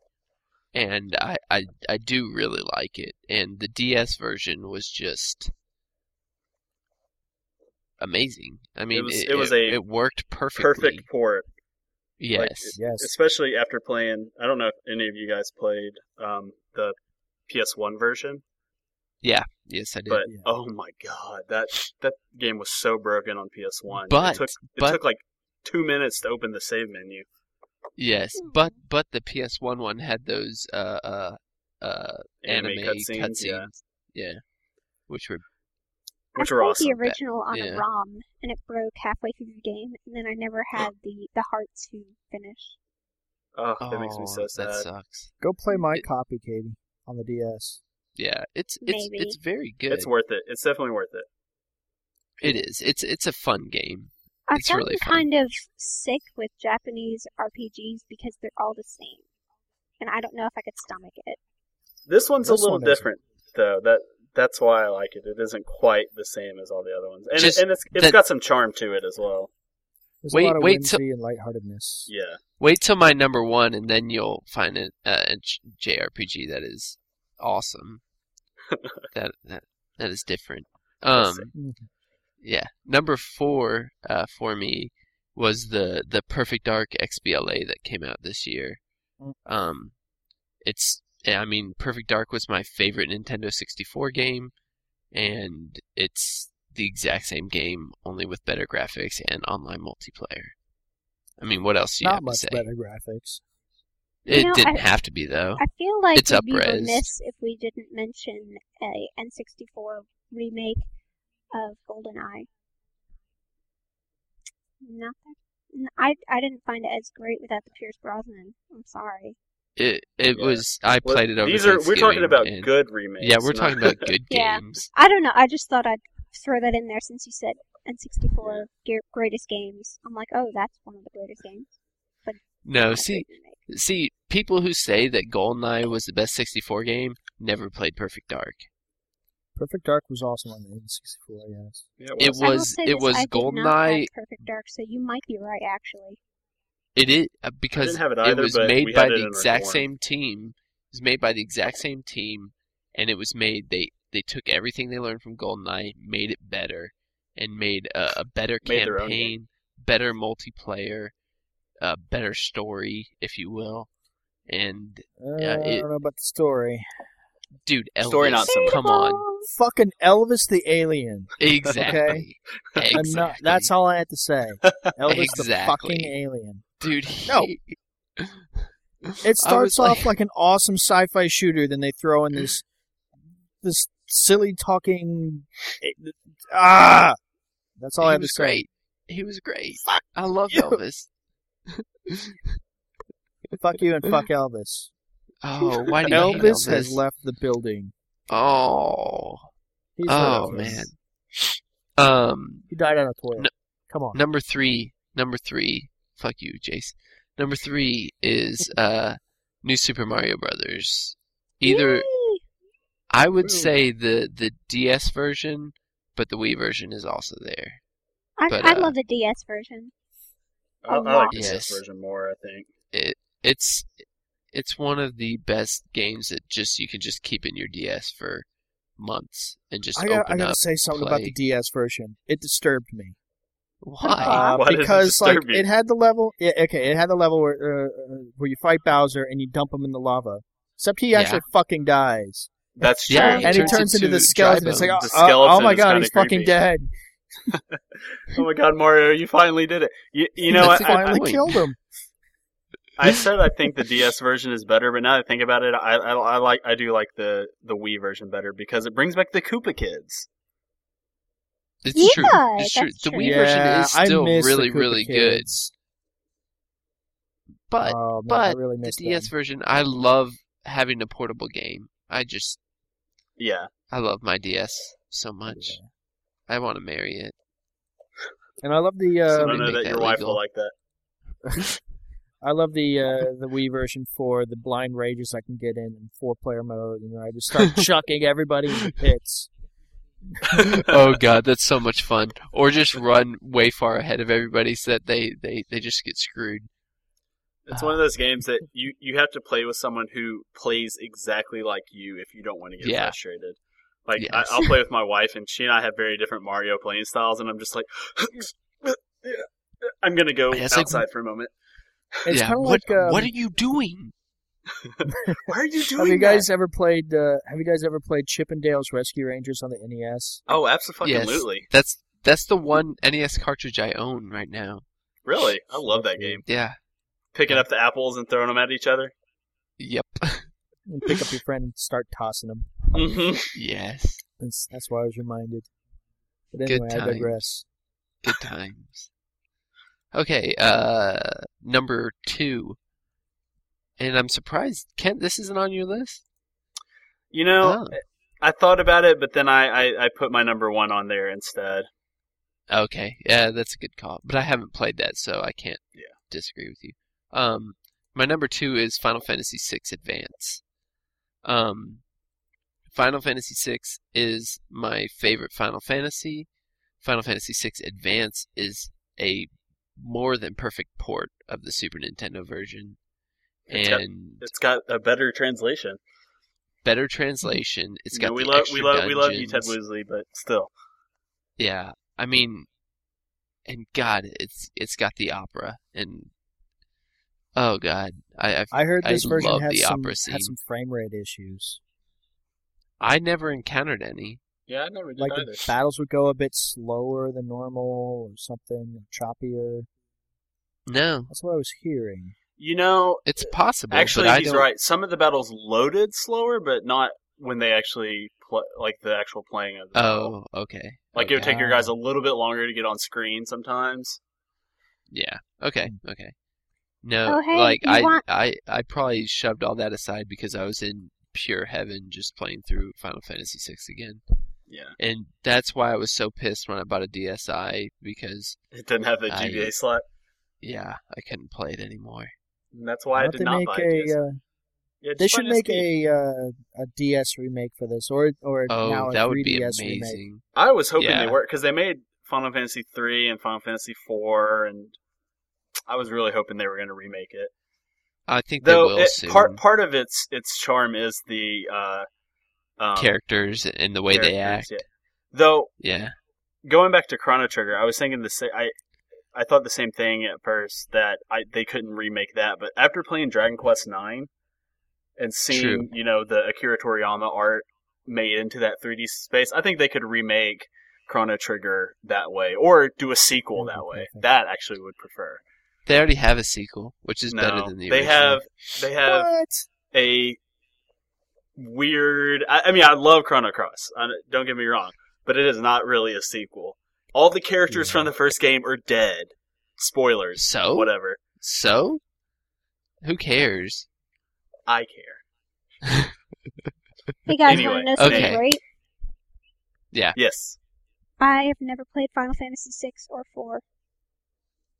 Speaker 4: and I, I, I do really like it. And the DS version was just amazing. I mean, it
Speaker 2: was-
Speaker 4: it,
Speaker 2: it was a
Speaker 4: it worked perfectly.
Speaker 2: Perfect port,
Speaker 4: Yes.
Speaker 2: like,
Speaker 1: Yes.
Speaker 2: especially after playing. I don't know if any of you guys played um the PS1 version,
Speaker 4: yes, I did.
Speaker 2: but
Speaker 1: Yeah.
Speaker 2: oh my god, that that game was so broken on PS1.
Speaker 4: But-
Speaker 2: it took it
Speaker 4: but-
Speaker 2: took like two minutes to open the save menu.
Speaker 4: yes, but but the PS1 one had those uh uh uh anime,
Speaker 2: cutscenes, yeah.
Speaker 4: yeah. which were
Speaker 2: which
Speaker 3: I
Speaker 2: were
Speaker 3: played
Speaker 2: awesome.
Speaker 3: the original on
Speaker 4: yeah.
Speaker 3: a ROM, and it broke halfway through the game, and then I never had the the heart to finish.
Speaker 2: Oh,
Speaker 4: oh,
Speaker 2: that makes me so sad.
Speaker 4: That sucks.
Speaker 1: Go play my
Speaker 4: It-
Speaker 1: copy, Katie, on the DS.
Speaker 4: Yeah, it's it's
Speaker 3: Maybe.
Speaker 4: it's very good.
Speaker 2: It's worth it. It's definitely worth it.
Speaker 4: It is. It's it's a fun game.
Speaker 3: I've
Speaker 4: It's
Speaker 3: gotten
Speaker 4: really fun.
Speaker 3: kind of sick with Japanese RPGs because they're all the same, and I don't know if I could stomach it.
Speaker 2: This one's a
Speaker 1: This
Speaker 2: little
Speaker 1: one isn't.
Speaker 2: different, though. That that's why I like it. It isn't quite the same as all the other ones, and,
Speaker 4: Just
Speaker 2: it, and it's it's
Speaker 4: that-
Speaker 2: got some charm to it as well.
Speaker 1: There's
Speaker 4: Wait-
Speaker 1: a lot of
Speaker 4: wait
Speaker 1: whimsy
Speaker 4: till-
Speaker 1: and lightheartedness.
Speaker 2: Yeah,
Speaker 4: Wait till my number one, and then you'll find a, a J- JRPG that is awesome. that that that is different. Um,
Speaker 1: Mhm.
Speaker 4: yeah. Number four uh, for me was the the Perfect Dark XBLA that came out this year.
Speaker 1: Mm.
Speaker 4: Um, it's I mean Perfect Dark was my favorite Nintendo 64 game, and it's the exact same game only with better graphics and online multiplayer. I mean, what else do you
Speaker 1: Not
Speaker 4: have to
Speaker 1: much
Speaker 4: say?
Speaker 1: better graphics.
Speaker 4: It
Speaker 3: You know,
Speaker 4: didn't
Speaker 3: I-
Speaker 4: have to be though.
Speaker 3: I feel like
Speaker 4: It's
Speaker 3: it'd be
Speaker 4: up-res.
Speaker 3: remiss if we didn't mention a N64 remake of GoldenEye. Not that n- I I didn't find it as great without the Pierce Brosnan. I'm sorry.
Speaker 4: It it
Speaker 2: Yeah.
Speaker 4: was. I
Speaker 2: Well,
Speaker 4: played it over.
Speaker 2: These are we're talking
Speaker 4: Thanksgiving,
Speaker 2: about
Speaker 4: and-
Speaker 2: good remakes.
Speaker 4: Yeah, we're
Speaker 2: not-
Speaker 4: talking about good
Speaker 3: Yeah.
Speaker 4: games.
Speaker 3: I don't know. I just thought I'd throw that in there since you said N64 ge- greatest games. I'm like, oh, that's one of the greatest games.
Speaker 4: No,
Speaker 3: Not a
Speaker 4: see,
Speaker 3: great remake.
Speaker 4: see, people who say that GoldenEye was the best 64 game never played Perfect Dark.
Speaker 1: Perfect Dark was awesome on the N64, yes.
Speaker 2: Yeah,
Speaker 4: It
Speaker 2: was.
Speaker 3: I will
Speaker 4: was-
Speaker 3: say
Speaker 4: it
Speaker 3: this,
Speaker 4: was
Speaker 3: I did not
Speaker 4: GoldenEye-
Speaker 3: like Perfect Dark, so you might be right actually.
Speaker 4: It is uh,
Speaker 2: I
Speaker 4: because
Speaker 2: didn't have it either,
Speaker 4: was
Speaker 2: but
Speaker 4: made
Speaker 2: we
Speaker 4: by
Speaker 2: had it in
Speaker 4: the
Speaker 2: our
Speaker 4: exact
Speaker 2: dorm.
Speaker 4: same team. It was made by the exact same team, and it was made. They they took everything they learned from GoldenEye, made it better, and made a, a better
Speaker 2: Made their own
Speaker 4: campaign, better multiplayer, a better story, if you will. And
Speaker 1: Uh,
Speaker 4: Yeah,
Speaker 1: I
Speaker 4: it-
Speaker 1: don't know about the story.
Speaker 4: dude, Elvis,
Speaker 2: Story not so much.
Speaker 4: come on,
Speaker 1: Fucking Elvis the Alien.
Speaker 4: exactly,
Speaker 1: I'm
Speaker 4: exactly.
Speaker 1: not- that's all I had to say. Elvis the
Speaker 4: Exactly.
Speaker 1: fucking alien.
Speaker 4: dude. he-
Speaker 1: No. It
Speaker 4: I was
Speaker 1: starts off like... an awesome sci-fi shooter, then they throw in this this silly talking. eh, Ah, that's all
Speaker 4: he
Speaker 1: I had to
Speaker 4: was
Speaker 1: say.
Speaker 4: great. He was great.
Speaker 1: Fuck
Speaker 4: I love
Speaker 1: you.
Speaker 4: Elvis.
Speaker 1: Fuck you and fuck Elvis.
Speaker 4: Oh, why do you hate
Speaker 1: Elvis has
Speaker 4: Elvis?
Speaker 1: left the building.
Speaker 4: Oh,
Speaker 1: He's
Speaker 4: oh
Speaker 1: left.
Speaker 4: man. Um,
Speaker 1: he died on a toilet.
Speaker 4: No-
Speaker 1: Come on,
Speaker 4: number three, number three. Fuck you, Jace. Number three is uh, New Super Mario Brothers. Either
Speaker 3: Yay!
Speaker 4: I would
Speaker 1: Ooh.
Speaker 4: say the the DS version, but the Wii version is also there.
Speaker 3: I,
Speaker 4: but,
Speaker 3: I
Speaker 4: uh,
Speaker 3: love the DS version.
Speaker 2: I, I
Speaker 3: a
Speaker 2: like
Speaker 3: lot.
Speaker 2: the
Speaker 4: Yes.
Speaker 2: DS version more. I think.
Speaker 4: It's it's one of the best games that just you can just keep in your DS for months and just
Speaker 1: I
Speaker 4: open
Speaker 1: gotta, I gotta
Speaker 4: up.
Speaker 1: say something about
Speaker 4: play.
Speaker 1: the DS version. It disturbed me.
Speaker 4: Why?
Speaker 1: Uh,
Speaker 2: Why does it
Speaker 1: because like
Speaker 2: disturb you?
Speaker 1: it had the level. Yeah, okay, it had the level where uh, where you fight Bowser and you dump him in the lava. Except he
Speaker 4: Yeah.
Speaker 1: actually fucking dies,
Speaker 2: That's true.
Speaker 4: Yeah, He
Speaker 1: and he
Speaker 4: turns
Speaker 1: turns into
Speaker 4: into
Speaker 1: the skeleton.
Speaker 4: dry
Speaker 1: It's like, oh,
Speaker 4: bones.
Speaker 2: The
Speaker 1: oh, oh
Speaker 2: skeleton
Speaker 1: my
Speaker 2: is
Speaker 1: god,
Speaker 2: kinda
Speaker 1: he's fucking
Speaker 2: creepy.
Speaker 1: dead.
Speaker 2: Oh my God, Mario, you finally did it. You, you know
Speaker 1: They
Speaker 2: what?
Speaker 4: That's
Speaker 2: I,
Speaker 1: finally
Speaker 4: point.
Speaker 1: killed him.
Speaker 2: I said I think the DS version is better, but now that I think about it, I, I, I like I do like the the Wii version better because it brings back the Koopa kids.
Speaker 4: It's
Speaker 3: Yeah,
Speaker 4: true. It's true.
Speaker 3: that's
Speaker 4: The
Speaker 3: true.
Speaker 4: Wii
Speaker 1: Yeah,
Speaker 4: version is
Speaker 1: I
Speaker 4: still
Speaker 1: miss the
Speaker 4: really,
Speaker 1: Koopa
Speaker 4: really
Speaker 1: Kids.
Speaker 4: good. But
Speaker 1: oh, man, I
Speaker 4: but
Speaker 1: really
Speaker 4: the
Speaker 1: missed
Speaker 4: DS
Speaker 1: them.
Speaker 4: version, I love having a portable game. I just
Speaker 2: Yeah,
Speaker 4: I love my DS so much. I want to marry it.
Speaker 1: And I love the uh,
Speaker 2: I don't
Speaker 4: we
Speaker 2: know
Speaker 4: make
Speaker 2: that
Speaker 4: that
Speaker 2: your wife
Speaker 4: legal.
Speaker 2: will like that.
Speaker 1: I love the uh, the Wii version for the blind rages I can get in in four player mode, and I just start chucking everybody in the pits.
Speaker 4: oh god, that's so much fun. Or just run way far ahead of everybody so that they they, they just get screwed. Uh,
Speaker 2: It's one of those games that you you have to play with someone who plays exactly like you if you don't want to get
Speaker 4: Yeah.
Speaker 2: frustrated. Like
Speaker 4: Yes.
Speaker 2: I, I'll play with my wife, and she and I have very different Mario playing styles, and I'm just like, I'm gonna go
Speaker 4: It's like-
Speaker 2: outside for a moment.
Speaker 1: It's
Speaker 4: yeah.
Speaker 1: kind of
Speaker 4: What
Speaker 1: like um,
Speaker 4: what are you doing?
Speaker 2: Why are you doing
Speaker 1: Have you
Speaker 2: that?
Speaker 1: guys ever played? Uh, have you guys ever played Chippendales Rescue Rangers on the E NES?
Speaker 2: Oh, absolutely!
Speaker 4: Yes. That's that's the one NES cartridge I own right now.
Speaker 2: Really, I love that game.
Speaker 4: Yeah.
Speaker 2: Picking up the apples and throwing them at each other.
Speaker 4: Yep.
Speaker 1: You pick up your friend and start tossing him.
Speaker 4: Mm-hmm.
Speaker 2: hmm
Speaker 4: yes.
Speaker 1: That's, that's why I was reminded. But
Speaker 4: Good
Speaker 1: anyway, I
Speaker 4: times.
Speaker 1: digress.
Speaker 4: Good times. Okay, uh number two. And I'm surprised, Kent, this isn't on your list.
Speaker 2: You know,
Speaker 4: Oh.
Speaker 2: I thought about it, but then I, I, I put my number one on there instead.
Speaker 4: Okay, yeah, that's a good call. But I haven't played that, so I can't
Speaker 2: Yeah.
Speaker 4: disagree with you. Um, my number two is Final Fantasy VI Advance. Um, Final Fantasy VI is my favorite Final Fantasy. Final Fantasy VI Advance is a more than perfect port of the Super Nintendo version,
Speaker 2: It's got-
Speaker 4: and
Speaker 2: It's got a better translation.
Speaker 4: better translation. It's got
Speaker 2: Mm-hmm. You know, we
Speaker 4: the
Speaker 2: love
Speaker 4: extra
Speaker 2: we love we love you, Ted
Speaker 4: dungeons.
Speaker 2: Woosley, but still,
Speaker 4: Yeah, I mean, and God, it's it's got the opera, and oh God, I I've,
Speaker 1: I heard
Speaker 4: I
Speaker 1: this version
Speaker 4: love
Speaker 1: had
Speaker 4: the
Speaker 1: some,
Speaker 4: opera
Speaker 1: had
Speaker 4: scene.
Speaker 1: some frame rate issues.
Speaker 4: I never encountered any.
Speaker 2: yeah, I never did
Speaker 1: Like the battles would go a bit slower than normal or something, choppier.
Speaker 4: No,
Speaker 1: That's what I was hearing.
Speaker 2: You know,
Speaker 4: it's possible.
Speaker 2: actually,
Speaker 4: but I
Speaker 2: he's
Speaker 4: don't-
Speaker 2: right. Some of the battles loaded slower, but not when they actually play, like the actual playing of the battle.
Speaker 4: Oh, okay.
Speaker 2: Like it would
Speaker 4: okay.
Speaker 2: take your guys a little bit longer to get on screen sometimes.
Speaker 4: Yeah. Okay.
Speaker 2: Mm.
Speaker 4: Okay. No,
Speaker 3: Oh, hey,
Speaker 4: like
Speaker 3: you
Speaker 4: I,
Speaker 3: want-
Speaker 4: I, I probably shoved all that aside because I was in pure heaven just playing through Final Fantasy VI again.
Speaker 2: Yeah.
Speaker 4: and that's why I was so pissed when I bought a DSi because
Speaker 2: It didn't have the
Speaker 4: I-
Speaker 2: GBA slot.
Speaker 4: yeah, I couldn't play it anymore.
Speaker 2: And that's why I
Speaker 1: don't
Speaker 2: did
Speaker 1: they
Speaker 2: not
Speaker 1: make
Speaker 2: buy
Speaker 1: a,
Speaker 2: it.
Speaker 1: uh,
Speaker 2: yeah,
Speaker 1: they
Speaker 2: just buy
Speaker 1: should
Speaker 2: an
Speaker 1: make a
Speaker 2: SP.
Speaker 1: uh, a DS remake for this, or or now
Speaker 4: Oh,
Speaker 1: a 3DS
Speaker 4: that would be
Speaker 1: remake.
Speaker 4: amazing.
Speaker 2: I was hoping
Speaker 4: Yeah.
Speaker 2: they were because they made Final Fantasy three and Final Fantasy four, and I was really hoping they were going to remake it.
Speaker 4: I think they
Speaker 2: Though
Speaker 4: will
Speaker 2: it,
Speaker 4: soon.
Speaker 2: part part of its its charm is the uh, um,
Speaker 4: characters and the way they
Speaker 2: characters,
Speaker 4: act.
Speaker 2: yeah. Though
Speaker 4: Yeah.
Speaker 2: going back to Chrono Trigger, I was thinking the same. I I thought the same thing at first that I they couldn't remake that, but after playing Dragon Quest Nine and seeing
Speaker 4: True.
Speaker 2: you know the Akira Toriyama art made into that 3D space, I think they could remake Chrono Trigger that way, or do a sequel that way. That actually would prefer.
Speaker 4: They already have a sequel, which is better
Speaker 2: No,
Speaker 4: than the
Speaker 2: they
Speaker 4: original.
Speaker 2: have they have
Speaker 1: What?
Speaker 2: a weird. I, I mean, I love Chrono Cross. I, don't get me wrong, but it is not really a sequel. All the characters
Speaker 4: Yeah.
Speaker 2: from the first game are dead. Spoilers,
Speaker 4: So?
Speaker 2: whatever.
Speaker 4: So? Who cares?
Speaker 2: I care.
Speaker 3: Hey guys,
Speaker 2: Anyway,
Speaker 3: want to know something
Speaker 4: okay.
Speaker 3: great?
Speaker 2: Yes.
Speaker 3: I have never played Final Fantasy six or four.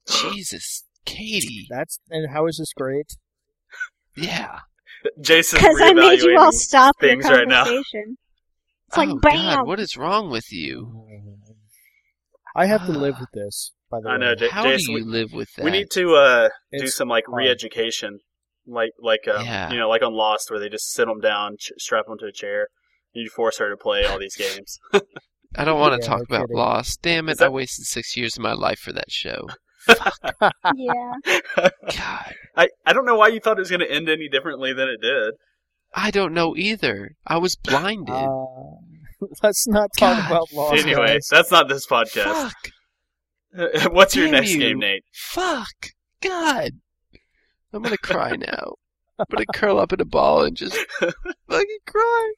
Speaker 4: Jesus, Katie.
Speaker 1: That's and how is this great?
Speaker 4: Yeah.
Speaker 2: Jason's
Speaker 3: Because I made you all
Speaker 2: reevaluating.
Speaker 3: stop your
Speaker 2: things right now.
Speaker 3: conversation. It's like
Speaker 4: oh,
Speaker 3: bam.
Speaker 4: God, what is wrong with you?
Speaker 1: I have to live with this. By the
Speaker 2: I
Speaker 1: way,
Speaker 2: know, J-
Speaker 4: How
Speaker 2: uh, Jason,
Speaker 4: do
Speaker 2: we-
Speaker 4: you live with that?
Speaker 2: We need to uh, do
Speaker 1: It's
Speaker 2: some like
Speaker 1: fun.
Speaker 2: re-education, like like um,
Speaker 4: Yeah.
Speaker 2: you know, like on Lost, where they just sit them down, ch- strap them to a chair, and you force her to play all these games.
Speaker 4: I don't want
Speaker 1: Yeah,
Speaker 4: to talk
Speaker 1: no
Speaker 4: about
Speaker 1: kidding.
Speaker 4: Lost. Damn it,
Speaker 2: Is that-
Speaker 4: I wasted six years of my life for that show.
Speaker 3: yeah.
Speaker 4: God.
Speaker 2: I I don't know why you thought it was going to end any differently than it did.
Speaker 4: I don't know either. I was blinded.
Speaker 1: Uh, let's not talk
Speaker 4: God.
Speaker 1: about Lost.
Speaker 2: anyway,
Speaker 1: guys.
Speaker 2: that's not this podcast.
Speaker 4: Fuck.
Speaker 2: What's your
Speaker 4: Damn
Speaker 2: next
Speaker 4: you.
Speaker 2: game, Nate?
Speaker 4: Fuck. God. I'm gonna cry now. I'm gonna curl up in a ball and just fucking cry.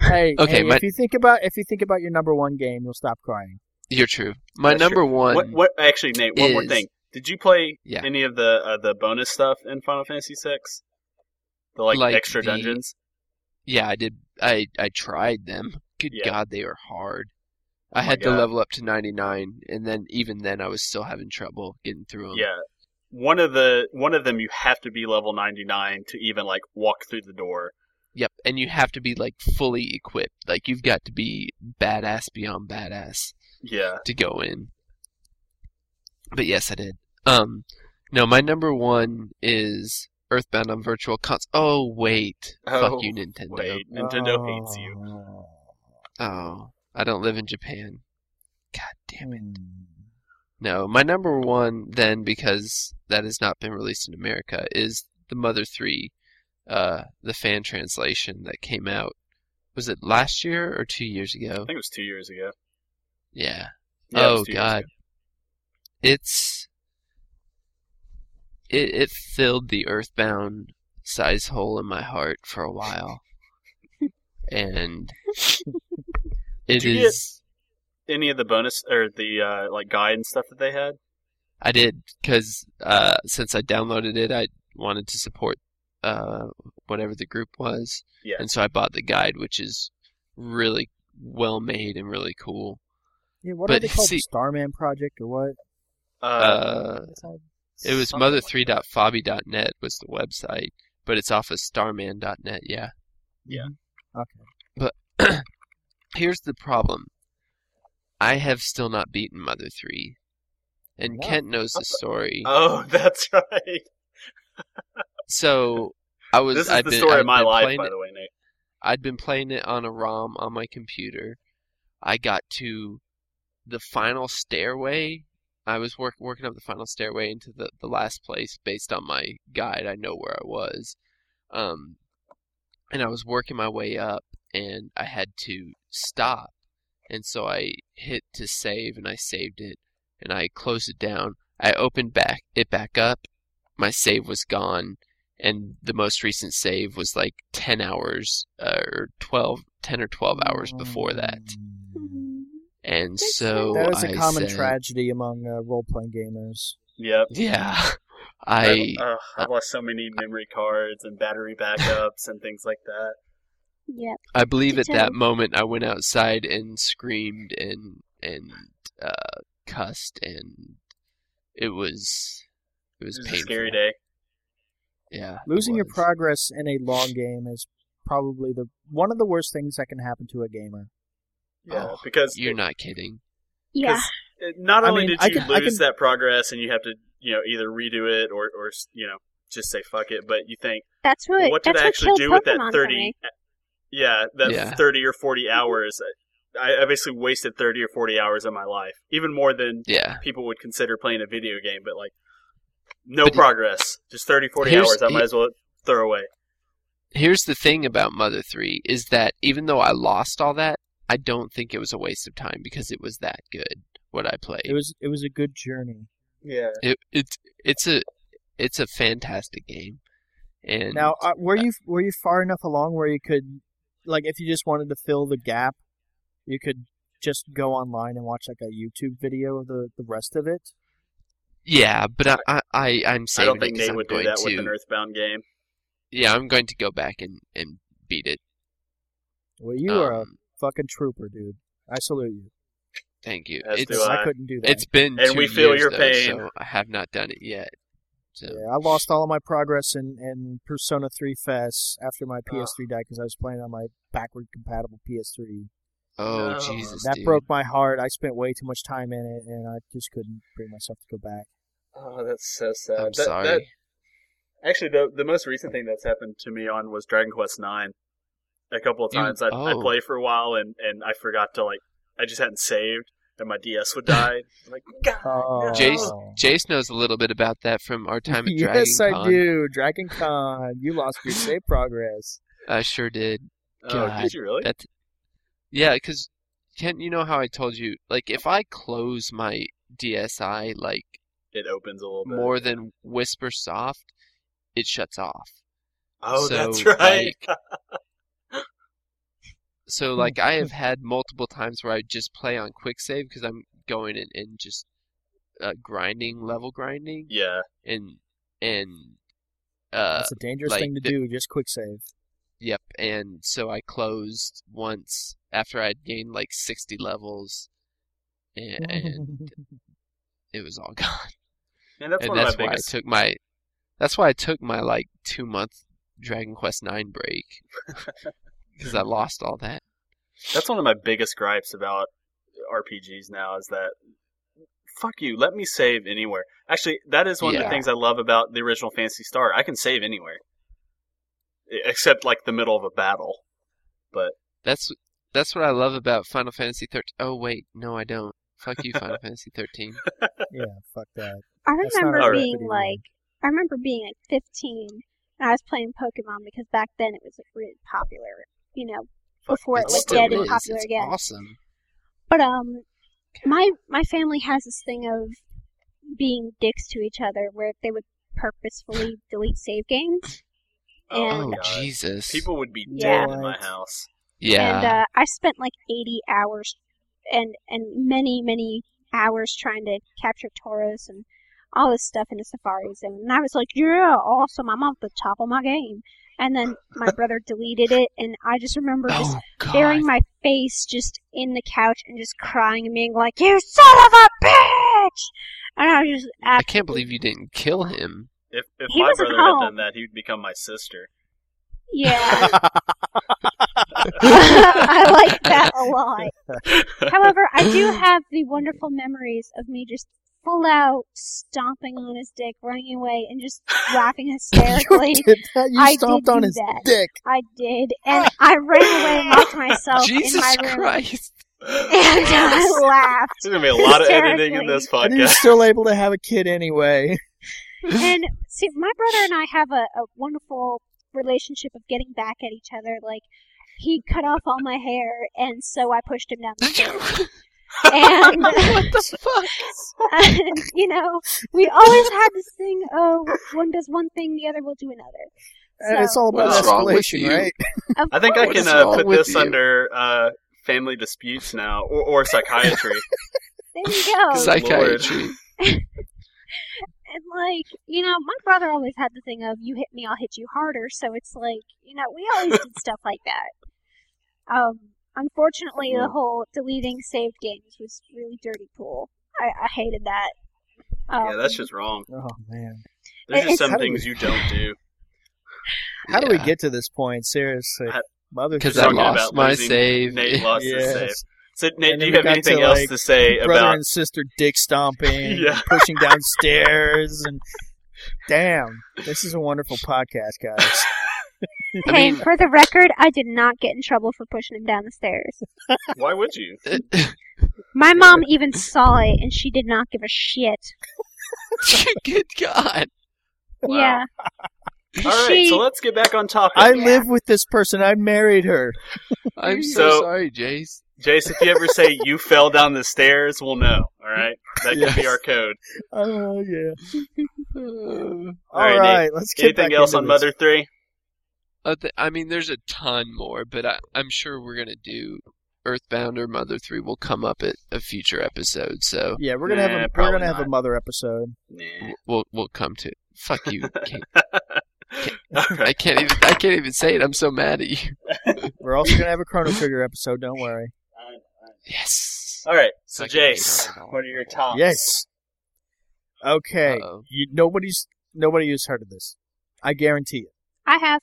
Speaker 1: hey,
Speaker 4: Okay,
Speaker 1: hey,
Speaker 4: my-
Speaker 1: if you think about if you think about your number one game, you'll stop crying.
Speaker 4: You're true. My
Speaker 2: That's
Speaker 4: number one.
Speaker 2: What, what? Actually, Nate, one more
Speaker 4: is-
Speaker 2: thing. Did you play
Speaker 4: Yeah.
Speaker 2: any of the uh, the bonus stuff in Final Fantasy VI? The like,
Speaker 4: Like
Speaker 2: extra
Speaker 4: the-
Speaker 2: dungeons.
Speaker 4: Yeah, I did. I I tried them. Good
Speaker 2: Yeah. Oh
Speaker 4: God, they are hard. I
Speaker 2: my
Speaker 4: had to
Speaker 2: God.
Speaker 4: level up to 99, and then even then, I was still having trouble getting through them.
Speaker 2: Yeah, one of the one of them you have to be level ninety nine to even like walk through the door.
Speaker 4: Yep. And you have to be like fully equipped. Like you've got to be badass beyond badass.
Speaker 2: Yeah,
Speaker 4: to go in. But yes, I did. Um, no, my number one is Earthbound on Virtual Cons. Oh wait,
Speaker 2: Oh,
Speaker 4: fuck you, Nintendo.
Speaker 2: wait, Nintendo hates you.
Speaker 1: Oh.
Speaker 4: Oh, I don't live in Japan. God damn
Speaker 1: Hmm.
Speaker 4: it.
Speaker 1: it.
Speaker 4: No, my number one then because that has not been released in America is the Mother Three, uh, the fan translation that came out. Was it last year or two years
Speaker 2: I
Speaker 4: ago?
Speaker 2: think it was two years ago.
Speaker 4: Yeah.
Speaker 2: Yeah, it was
Speaker 4: oh
Speaker 2: two years
Speaker 4: god
Speaker 2: ago.
Speaker 4: it's it, it filled the earthbound size hole in my heart for a while and it is.
Speaker 2: you Any of the bonus or the uh, like guide and stuff that they had?
Speaker 4: i did because uh, since i downloaded it i wanted to support uh, whatever the group was
Speaker 2: Yeah.
Speaker 4: and so i bought the guide which is really well made and really cool
Speaker 1: Yeah, what are
Speaker 4: But,
Speaker 1: they called?
Speaker 4: see-
Speaker 1: the Starman Project or what?
Speaker 4: uh, It was
Speaker 2: something like that.
Speaker 4: mother3.fabi.net was the website, but it's off of starman.net, yeah.
Speaker 2: Yeah.
Speaker 1: Okay.
Speaker 4: But here's the problem. I have still not beaten Mother 3. And
Speaker 1: No.
Speaker 4: Kent knows the story.
Speaker 2: Oh, that's right.
Speaker 4: so I was
Speaker 2: This is
Speaker 4: I've
Speaker 2: the
Speaker 4: been,
Speaker 2: story
Speaker 4: I've
Speaker 2: of my
Speaker 4: been
Speaker 2: life,
Speaker 4: playing
Speaker 2: by
Speaker 4: it-
Speaker 2: the way, Nate.
Speaker 4: I'd been playing it on a ROM on my computer. I got to the final stairway. I was work, working up the final stairway into the, the last place based on my guide. I know where I was. Um, and I was working my way up, and I had to stop. And so I hit to save, and I saved it, and I closed it down. I opened back it back up. My save was gone, and the most recent save was like 10 hours uh, or 12 10 or 12 hours before that
Speaker 3: Mm-hmm.
Speaker 4: and
Speaker 3: That's
Speaker 4: so
Speaker 1: Hmm. That is a
Speaker 4: I
Speaker 1: common
Speaker 4: said-
Speaker 1: tragedy among uh, role playing gamers.
Speaker 2: Yep.
Speaker 4: yeah i
Speaker 2: I've, uh, I've lost so many memory cards and battery backups and things like that.
Speaker 3: Yep.
Speaker 4: I believe
Speaker 3: To
Speaker 4: at that
Speaker 3: tell-
Speaker 4: moment I went outside and screamed and and uh, cussed and it was it was,
Speaker 2: It was a
Speaker 4: painful.
Speaker 2: scary day.
Speaker 4: Yeah, it
Speaker 1: Losing your
Speaker 4: was.
Speaker 1: progress in a long game is probably the one of the worst things that can happen to a gamer.
Speaker 2: Yeah,
Speaker 4: Oh,
Speaker 2: because
Speaker 4: You're not kidding.
Speaker 3: Yeah.
Speaker 2: uh, not
Speaker 1: I
Speaker 2: only
Speaker 1: mean,
Speaker 2: did
Speaker 1: I
Speaker 2: you
Speaker 1: can- I
Speaker 2: lose
Speaker 1: can-
Speaker 2: that progress and you have to, you know, either redo it or, or you know, just say fuck it, but you think
Speaker 3: That's what.
Speaker 2: what did
Speaker 3: that's
Speaker 2: I
Speaker 3: what
Speaker 2: actually
Speaker 3: killed
Speaker 2: do
Speaker 3: Pokemon
Speaker 2: with that
Speaker 3: for
Speaker 2: 30
Speaker 3: me.
Speaker 2: yeah that
Speaker 4: Yeah.
Speaker 2: 30 or 40 hours I, I basically wasted 30 or 40 hours of my life even more than
Speaker 4: Yeah.
Speaker 2: people would consider playing a video game but like no
Speaker 4: But-
Speaker 2: progress just 30 40
Speaker 4: Here's-
Speaker 2: hours i might
Speaker 4: he-
Speaker 2: as well throw away
Speaker 4: Here's the thing about Mother 3 is that even though I lost all that, I don't think it was a waste of time because it was that good what I played.
Speaker 1: It was it was a good journey.
Speaker 2: yeah
Speaker 4: it, it's it's a it's a fantastic game. And
Speaker 1: Now, uh, were you were you far enough along where you could, like, if you just wanted to fill the gap, you could just go online and watch like a YouTube video of the the rest of it.
Speaker 4: yeah, but I I, I I'm
Speaker 2: i
Speaker 4: saving
Speaker 2: don't think
Speaker 4: it 'cause
Speaker 2: they
Speaker 4: I'm
Speaker 2: would do
Speaker 4: going
Speaker 2: that
Speaker 4: to
Speaker 2: with an earthbound game
Speaker 4: yeah, I'm going to go back and and beat it.
Speaker 1: Well, you are a
Speaker 4: Um,
Speaker 1: fucking trooper, dude. I salute you.
Speaker 4: thank you.
Speaker 2: As
Speaker 4: It's
Speaker 2: do I.
Speaker 1: I couldn't do that.
Speaker 4: it's been
Speaker 2: And
Speaker 4: two
Speaker 2: we feel
Speaker 4: years,
Speaker 2: your
Speaker 4: though,
Speaker 2: pain.
Speaker 4: So I have not done it yet. So
Speaker 1: Yeah, I lost all of my progress in, in Persona 3 Fest after my PS3 died because I was playing on my backward compatible PS3.
Speaker 4: oh
Speaker 2: No.
Speaker 4: Jesus,
Speaker 1: That
Speaker 4: dude.
Speaker 1: broke my heart. I spent way too much time in it, and I just couldn't bring myself to go back.
Speaker 2: oh that's so sad
Speaker 4: I'm
Speaker 2: That-
Speaker 4: sorry.
Speaker 2: that- actually the, the most recent thing that's happened to me on was dragon quest 9 a couple of
Speaker 4: You-
Speaker 2: times I, I
Speaker 4: oh.
Speaker 2: played for a while and, and i forgot to like i just hadn't saved and my ds would die I'm like god
Speaker 1: Oh,
Speaker 4: Jason- Jace knows a little bit about that from our time at Dragon
Speaker 1: yes, I
Speaker 4: Con.
Speaker 1: do. Dragon Con, you lost your save progress.
Speaker 4: I sure did.
Speaker 2: oh,
Speaker 4: God.
Speaker 2: did you really
Speaker 4: That- Yeah, because Kent, you know how I told you, like if I close my DSi like
Speaker 2: it opens a little bit
Speaker 4: more than Whisper Soft, it shuts off.
Speaker 2: Oh,
Speaker 4: So,
Speaker 2: that's right.
Speaker 4: So like I have had multiple times where I just play on quick save because I'm going and, and just uh, grinding, level grinding,
Speaker 2: yeah,
Speaker 4: and and uh,
Speaker 1: That's a dangerous
Speaker 4: like
Speaker 1: thing to
Speaker 4: the-
Speaker 1: do. Just quick save.
Speaker 4: Yep, and so I closed once after I'd gained like 60 levels, and, and it was all gone.
Speaker 2: and that's
Speaker 4: and
Speaker 2: one
Speaker 4: that's
Speaker 2: of my
Speaker 4: why I
Speaker 2: biggest.
Speaker 4: took my, that's why I took my like two month Dragon Quest Nine break, because I lost all that.
Speaker 2: that's one of my biggest gripes about RPGs now is that fuck you. Let me save anywhere. Actually, that is one of the
Speaker 4: Yeah.
Speaker 2: things I love about the original Fantasy Star. I can save anywhere, E- except like the middle of a battle. But
Speaker 4: That's that's what I love about Final Fantasy 13. Oh wait, no, I don't. Fuck you, Final Fantasy 13.
Speaker 1: yeah, fuck that.
Speaker 3: I
Speaker 1: That's not
Speaker 3: remember
Speaker 2: alright.
Speaker 3: being
Speaker 1: Pretty
Speaker 3: like, I remember being like 15, and I was playing Pokemon because back then it was like really popular, you know,
Speaker 2: Fuck,
Speaker 3: before it
Speaker 4: It
Speaker 2: it's
Speaker 3: was
Speaker 4: still
Speaker 3: dead and
Speaker 4: is.
Speaker 3: popular
Speaker 4: It's
Speaker 3: again.
Speaker 4: awesome.
Speaker 3: But um, my my family has this thing of being dicks to each other, where they would purposefully delete save games.
Speaker 2: Oh,
Speaker 4: Oh
Speaker 3: And
Speaker 2: God.
Speaker 4: Jesus.
Speaker 2: people would be
Speaker 3: Yeah.
Speaker 2: dead in my house.
Speaker 4: yeah.
Speaker 3: and uh, I spent like 80 hours and and many many hours trying to capture Tauros and all this stuff in the Safari Zone, and I was like, yeah, awesome, I'm off the top of my game. And then my brother deleted it, and I just remember just
Speaker 4: oh God.
Speaker 3: burying my face just in the couch and just crying and being like, "You son of a bitch!" And I was just, uh,
Speaker 4: I
Speaker 3: absolutely,
Speaker 4: can't believe you didn't kill him.
Speaker 2: If if
Speaker 3: He
Speaker 2: my
Speaker 3: wasn't
Speaker 2: brother had
Speaker 3: home.
Speaker 2: done that, he would become my sister.
Speaker 3: yeah, I like that a lot. However, I do have the wonderful memories of me just full out stomping on his dick, running away, and just laughing hysterically.
Speaker 1: Did that? You
Speaker 3: I
Speaker 1: stomped
Speaker 3: did
Speaker 1: on
Speaker 3: do
Speaker 1: his
Speaker 3: that.
Speaker 1: dick.
Speaker 3: I did, and I ran away and locked myself Oh, in my
Speaker 4: Jesus
Speaker 3: room,
Speaker 4: Christ.
Speaker 3: and I laughed.
Speaker 2: There's gonna be a lot of editing in
Speaker 3: Hysterically.
Speaker 2: this
Speaker 1: And he
Speaker 2: podcast.
Speaker 1: was still able to have a kid anyway.
Speaker 3: and see, my brother and I have a, a wonderful relationship of getting back at each other. Like, he cut off all my hair, and so I pushed him down the stairs. and,
Speaker 4: what the fuck?
Speaker 3: and, you know, we always had this thing oh, one does one thing, the other will do another.
Speaker 1: And it's
Speaker 3: So-
Speaker 1: all about
Speaker 4: What's wrong with
Speaker 1: escalation,
Speaker 4: you?
Speaker 1: right?
Speaker 3: Of
Speaker 2: I think I
Speaker 3: course.
Speaker 4: What is
Speaker 2: can uh,
Speaker 4: wrong
Speaker 2: put
Speaker 4: with
Speaker 2: this
Speaker 4: you?
Speaker 2: under uh, family disputes now, or, or psychiatry.
Speaker 3: There you go.
Speaker 4: Psychiatry.
Speaker 3: and, like, you know, my brother always had the thing of, you hit me, I'll hit you harder. So it's like, you know, we always did stuff like that. Um, unfortunately, the
Speaker 2: Mm.
Speaker 3: whole deleting saved games was really dirty pool. I, I hated that. Um,
Speaker 2: yeah, that's just wrong.
Speaker 1: Oh man,
Speaker 2: There's just
Speaker 3: it's-
Speaker 2: some
Speaker 1: How do
Speaker 2: things
Speaker 1: we-
Speaker 2: you don't do.
Speaker 1: how do we
Speaker 4: Yeah.
Speaker 1: get to this point? Seriously,
Speaker 2: I-
Speaker 1: mother.
Speaker 4: Because
Speaker 2: Just
Speaker 4: I
Speaker 2: talking
Speaker 4: lost
Speaker 2: about
Speaker 4: my
Speaker 2: losing
Speaker 4: save.
Speaker 2: Nate lost his save.
Speaker 1: Yes.
Speaker 2: So, Nate,
Speaker 1: And
Speaker 2: do
Speaker 1: then
Speaker 2: you
Speaker 1: we got
Speaker 2: have
Speaker 1: to,
Speaker 2: anything else
Speaker 1: like,
Speaker 2: to say
Speaker 1: brother
Speaker 2: about?
Speaker 1: and sister dick stomping,
Speaker 2: Yeah.
Speaker 1: pushing down stairs, and damn, this is a wonderful podcast, guys.
Speaker 4: I
Speaker 3: Hey,
Speaker 4: mean-
Speaker 3: for the record, I did not get in trouble for pushing him down the stairs.
Speaker 2: Why would you?
Speaker 3: My mom even saw it, and she did not give a shit.
Speaker 4: Good God.
Speaker 2: Wow.
Speaker 3: Yeah.
Speaker 2: All right,
Speaker 3: She-
Speaker 2: so let's get back on topic.
Speaker 1: I
Speaker 3: Yeah.
Speaker 1: live with this person. I married her.
Speaker 4: I'm so,
Speaker 2: So-
Speaker 4: sorry, Jace.
Speaker 2: Jace, if you ever say you fell down the stairs, we'll know. All right, that could be
Speaker 4: Yes.
Speaker 2: our code.
Speaker 1: Oh yeah.
Speaker 4: Uh,
Speaker 1: All
Speaker 2: right,
Speaker 1: right,
Speaker 2: Nate,
Speaker 1: let's get
Speaker 2: Anything
Speaker 1: back
Speaker 2: else
Speaker 1: into
Speaker 2: on
Speaker 1: this.
Speaker 2: Mother Three?
Speaker 4: Uh, th- I mean, there's a ton more, but I, I'm sure we're going to do Earthbound or Mother 3 will come up at a future episode, so
Speaker 1: Yeah, we're gonna
Speaker 2: Nah,
Speaker 1: have a, we're
Speaker 2: probably
Speaker 1: gonna have
Speaker 2: not.
Speaker 1: a mother episode.
Speaker 2: Nah.
Speaker 4: w- we'll we'll come to Fuck you. Kate.
Speaker 2: All
Speaker 4: I
Speaker 2: right.
Speaker 4: can't even I can't even say it. I'm so mad at you.
Speaker 1: We're also gonna have a Chrono Trigger episode. Don't worry.
Speaker 4: Yes.
Speaker 2: All right. So,
Speaker 4: Second thing
Speaker 2: Jace,
Speaker 4: I don't
Speaker 2: what are your
Speaker 4: know.
Speaker 2: tops?
Speaker 1: Yes. Okay.
Speaker 2: Uh,
Speaker 4: Uh-oh.
Speaker 1: You, nobody's nobody has heard of this. I guarantee it.
Speaker 3: I have.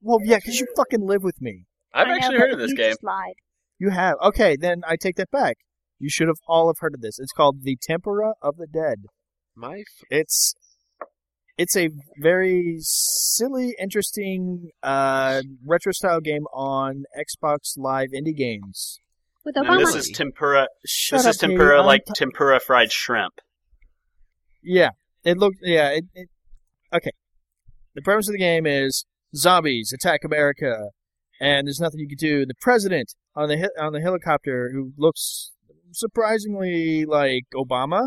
Speaker 1: Well, yeah, because you fucking live with me.
Speaker 2: I've
Speaker 3: I know,
Speaker 2: actually
Speaker 3: but
Speaker 2: heard of this
Speaker 3: you
Speaker 2: game.
Speaker 3: Just lied.
Speaker 1: You have. Okay, then I take that back. You should have all have heard of this. It's called The Tempera of the Dead.
Speaker 4: My f-
Speaker 1: It's it's a very silly, interesting uh, retro style game on Xbox Live Indie Games.
Speaker 3: With
Speaker 2: And
Speaker 3: Obama.
Speaker 2: this is tempura.
Speaker 1: Shut
Speaker 2: this
Speaker 1: up,
Speaker 2: is tempura
Speaker 1: Nate. I'm
Speaker 2: like
Speaker 1: t-
Speaker 2: tempura fried shrimp.
Speaker 1: Yeah, it looked. Yeah, it, it. Okay. The premise of the game is zombies attack America, and there's nothing you can do. The president on the hel- on the helicopter, who looks surprisingly like Obama,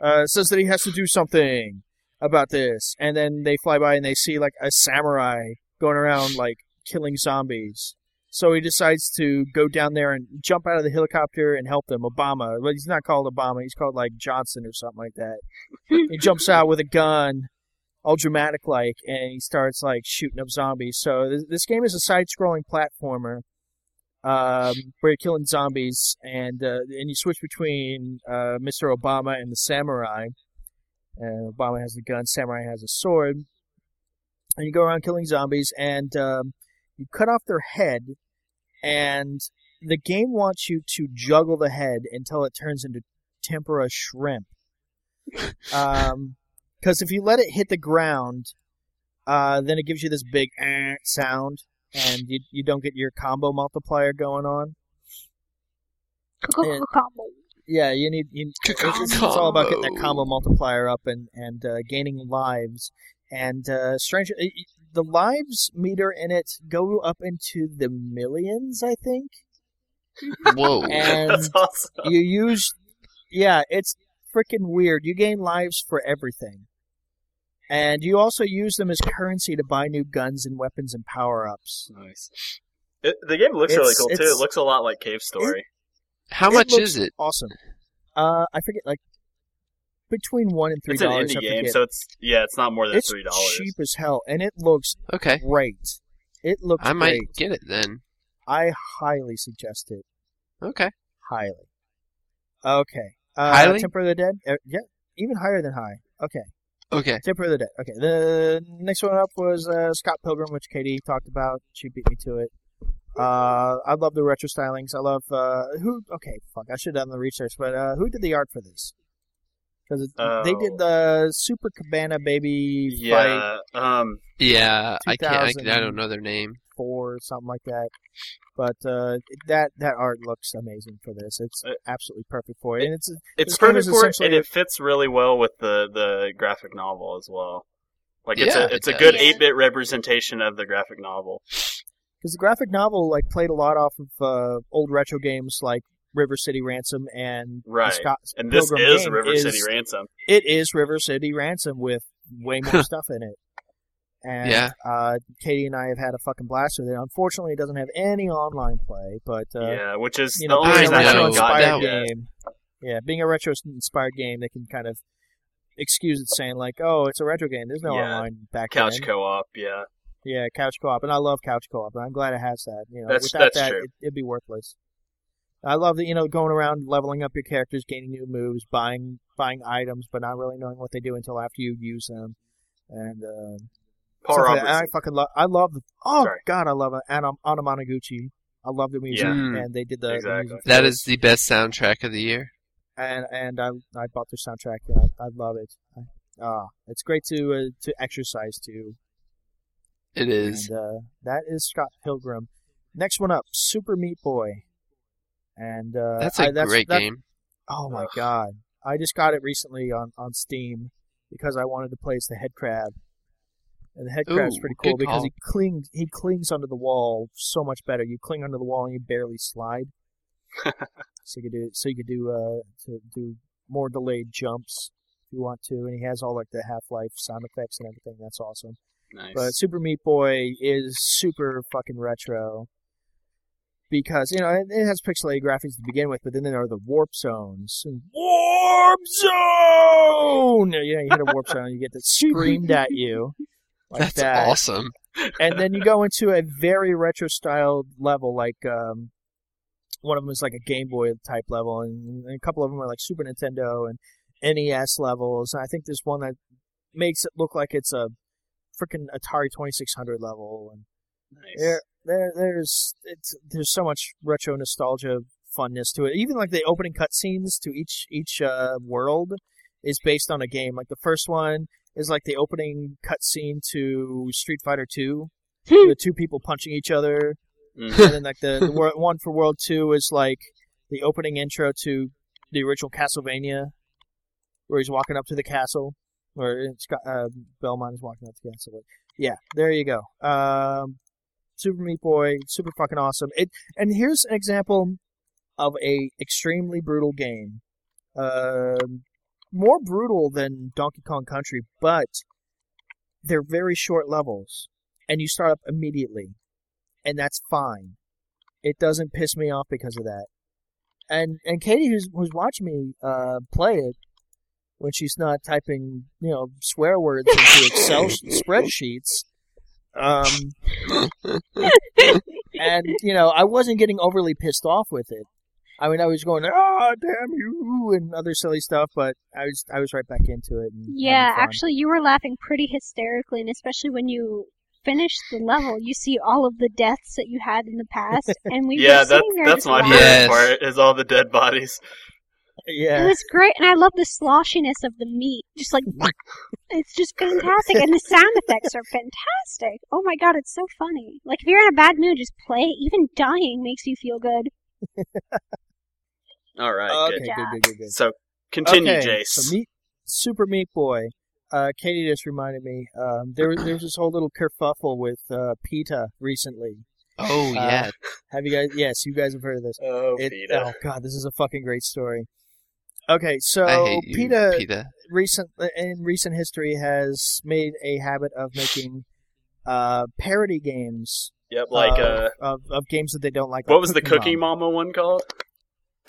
Speaker 1: uh, says that he has to do something about this. And then they fly by and they see like a samurai going around like killing zombies. So he decides to go down there and jump out of the helicopter and help them. Obama, well, he's not called Obama. He's called like Johnson or something like that. he jumps out with a gun, all dramatic like, and he starts like shooting up zombies. So this, this game is a side-scrolling platformer um, where you're killing zombies, and uh, and you switch between uh, Mr. Obama and the samurai. And Obama has the gun, samurai has a sword, and you go around killing zombies, and um, you cut off their head, and the game wants you to juggle the head until it turns into tempura shrimp. Because Um, if you let it hit the ground, uh, then it gives you this big eh sound, and you, you don't get your combo multiplier going on.
Speaker 3: Coca-Cola combo.
Speaker 1: Yeah, you need. You, it's, it's- it's all about getting that combo multiplier up and and uh, gaining lives. And uh, strange, uh, y- the lives meter in it go up into the millions, I think.
Speaker 4: Whoa.
Speaker 1: And
Speaker 2: That's awesome.
Speaker 1: you use yeah it's freaking weird you gain lives for everything and you also use them as currency to buy new guns and weapons and power-ups
Speaker 2: Nice. It, the game looks really
Speaker 1: It's-
Speaker 2: cool too.
Speaker 1: it's-
Speaker 2: It looks a lot like Cave Story.
Speaker 4: How
Speaker 1: It
Speaker 4: much
Speaker 1: looks
Speaker 4: is it?
Speaker 1: awesome uh i forget like between one and three
Speaker 2: It's an
Speaker 1: dollars
Speaker 2: indie
Speaker 1: I
Speaker 2: game,
Speaker 1: forget.
Speaker 2: so it's yeah, it's not more than
Speaker 1: it's
Speaker 2: three dollars.
Speaker 1: cheap as hell and it looks
Speaker 4: Okay.
Speaker 1: great it looks
Speaker 4: I might
Speaker 1: great
Speaker 4: get it then.
Speaker 1: i highly suggest it
Speaker 4: Okay.
Speaker 1: highly okay uh
Speaker 4: Highly?
Speaker 1: temper of the dead uh, yeah even higher than high okay
Speaker 4: Okay.
Speaker 1: Temper of the Dead. Okay, the next one up was uh, Scott Pilgrim, which Katie talked about. She beat me to it. Uh, I love the retro stylings. I love uh, who. Okay, fuck. I should have done the research, but uh, who did the art for this? Because they did
Speaker 2: Oh.
Speaker 1: the Super Cabana Baby Fight
Speaker 2: Yeah. Um.
Speaker 4: Yeah, I can't. I,
Speaker 1: 2000.
Speaker 4: I don't know their name.
Speaker 1: Four, something like that. But uh, that that art looks amazing for this. It's
Speaker 2: Uh,
Speaker 1: absolutely perfect for it, and it's
Speaker 2: It's
Speaker 1: This game
Speaker 2: perfect
Speaker 1: is
Speaker 2: for it, and
Speaker 1: essentially-
Speaker 2: it fits really well with the the graphic novel as well. Like it's
Speaker 4: Yeah,
Speaker 2: a it's
Speaker 4: it
Speaker 2: a good
Speaker 3: does.
Speaker 2: eight bit representation of the graphic novel.
Speaker 1: because the graphic novel like played a lot off of uh, old retro games like River City Ransom and the
Speaker 2: Right.
Speaker 1: Scott
Speaker 2: And this
Speaker 1: Pilgrim
Speaker 2: is
Speaker 1: game
Speaker 2: River
Speaker 1: is-
Speaker 2: City Ransom.
Speaker 1: it is River City Ransom with way more stuff in it. And
Speaker 4: Yeah.
Speaker 1: uh, Katie and I have had a fucking blast with it. Unfortunately, it doesn't have any online play, but uh,
Speaker 2: yeah, which is
Speaker 1: you
Speaker 2: the
Speaker 1: know,
Speaker 2: only
Speaker 1: being
Speaker 2: reason
Speaker 1: a
Speaker 2: I
Speaker 4: know,
Speaker 1: retro
Speaker 2: haven't gotten
Speaker 1: inspired
Speaker 2: it yet.
Speaker 1: game. Yeah, being a retro inspired game, they can kind of excuse it, saying like, "Oh, it's a retro game. There's no
Speaker 2: Yeah.
Speaker 1: online back
Speaker 2: Couch
Speaker 1: end."
Speaker 2: co op. Yeah.
Speaker 1: Yeah, couch co-op, and I love couch co-op, and I'm glad it has that. You know,
Speaker 2: That's-
Speaker 1: without
Speaker 2: that's
Speaker 1: that,
Speaker 2: true.
Speaker 1: It, it'd be worthless. I love that you know going around leveling up your characters, gaining new moves, buying buying items, but not really knowing what they do until after you use them. And uh,
Speaker 2: Paul
Speaker 1: stuff like that.
Speaker 2: Robertson.
Speaker 1: And I fucking love. I love the. Oh
Speaker 2: Sorry.
Speaker 1: God, I love it. And um, Anamanaguchi. I love the music,
Speaker 2: Yeah.
Speaker 4: Mm.
Speaker 1: and they did the, the
Speaker 2: Exactly.
Speaker 1: music. for
Speaker 4: That
Speaker 1: it.
Speaker 4: is the best soundtrack of the year.
Speaker 1: and and I I bought their soundtrack. And I, I love it. I, uh, it's great to uh, to exercise to
Speaker 4: It is.
Speaker 1: And, uh, that is Scott Pilgrim. Next one up, Super Meat Boy. And uh,
Speaker 4: That's
Speaker 1: a
Speaker 4: a great game.
Speaker 1: Oh my
Speaker 2: Ugh.
Speaker 1: god! I just got it recently on on Steam because I wanted to play as the head crab. And the head crab's
Speaker 4: Ooh,
Speaker 1: pretty
Speaker 4: good
Speaker 1: cool because
Speaker 4: call.
Speaker 1: he clings he clings onto the wall so much better. You cling onto the wall and you barely slide. so you could do so you could do uh to do more delayed jumps if you want to. And he has all like the Half Life sound effects and everything. That's awesome.
Speaker 2: nice.
Speaker 1: But Super Meat Boy is super fucking retro because you know it, it has pixelated graphics to begin with, but then there are the warp zones. Warp zone! You know, you hit a warp zone, you get that screamed at you like
Speaker 4: That's
Speaker 1: that,
Speaker 4: awesome.
Speaker 1: and then you go into a very retro styled level, like um, one of them is like a Game Boy type level, and, and a couple of them are like Super Nintendo and NES levels. And I think there's one that makes it look like it's a freaking Atari 2600 level, and
Speaker 2: nice.
Speaker 1: there, there, there's it's, there's so much retro nostalgia funness to it. Even like the opening cutscenes to each each uh, world is based on a game. Like the first one is like the opening cutscene to Street Fighter Two, the two people punching each other,
Speaker 2: Hmm. Mm.
Speaker 1: and then like the, the wor- one for World Two is like the opening intro to the original Castlevania, where he's walking up to the castle, where it's got, uh, Belmont is walking up to the castle. Yeah, there you go. Um, Super Meat Boy, super fucking awesome. It and here's an example of a extremely brutal game. Um more brutal than Donkey Kong Country, but they're very short levels, and you start up immediately, and that's fine. It doesn't piss me off because of that. And and Katie, who's who's watching me uh, play it, when she's not typing you know swear words into Excel spreadsheets, um, and you know I wasn't getting overly pissed off with it. I mean, I was going, "Ah, damn you," and other silly stuff, but I was I was right back into it. And having
Speaker 3: Yeah,
Speaker 1: fun.
Speaker 3: actually, you were laughing pretty hysterically, and especially when you finish the level, you see all of the deaths that you had in the past, and we
Speaker 2: yeah,
Speaker 3: were
Speaker 2: that,
Speaker 3: sitting there
Speaker 2: that's
Speaker 3: just
Speaker 2: my
Speaker 3: laughing.
Speaker 2: favorite
Speaker 4: Yes.
Speaker 2: part is all the dead bodies.
Speaker 1: yeah,
Speaker 3: It was great, and I love the sloshiness of the meat. Just like it's just fantastic, and the sound effects are fantastic. Oh my god, it's so funny. Like if you're in a bad mood, just play. it. Even dying makes you feel good.
Speaker 2: All right,
Speaker 1: okay,
Speaker 3: job.
Speaker 1: good, good, good, good.
Speaker 2: So continue,
Speaker 1: okay,
Speaker 2: Jace.
Speaker 1: So meat, Super Meat Boy. Uh, Katie just reminded me. Um, there was there was this whole little kerfuffle with uh, PETA recently.
Speaker 4: oh
Speaker 1: Uh,
Speaker 4: yeah.
Speaker 1: Have you guys? Yes, you guys have heard of this.
Speaker 2: oh,
Speaker 1: It-
Speaker 2: Vita.
Speaker 1: oh god, this is a fucking great story. Okay, so
Speaker 4: I hate you,
Speaker 1: PETA
Speaker 4: PETA.
Speaker 1: recent uh, in recent history has made a habit of making uh, parody games
Speaker 2: Yep,
Speaker 1: of,
Speaker 2: like uh,
Speaker 1: of, of games that they don't like.
Speaker 2: what
Speaker 1: like
Speaker 2: was the Cookie Mama one called?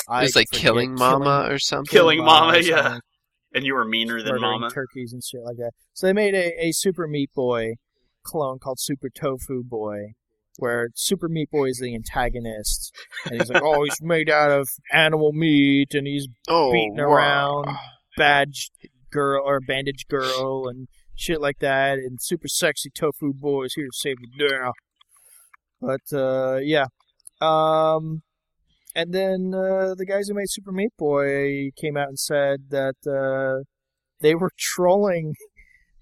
Speaker 1: I
Speaker 4: It was like
Speaker 1: forget.
Speaker 4: Killing Mama or something.
Speaker 2: Killing Mama,
Speaker 1: or
Speaker 2: yeah.
Speaker 1: something.
Speaker 2: And you were meaner than
Speaker 1: murdering
Speaker 2: Mama.
Speaker 1: turkeys and shit like that. So they made a, a Super Meat Boy clone called Super Tofu Boy, where Super Meat Boy is the antagonist, and he's like, oh, he's made out of animal meat, and he's
Speaker 4: oh,
Speaker 1: beating
Speaker 4: wow.
Speaker 1: around badge girl or bandage girl and shit like that, and Super Sexy Tofu Boy is here to save the day. But uh, yeah, um, and then uh, the guys who made Super Meat Boy came out and said that uh, they were trolling.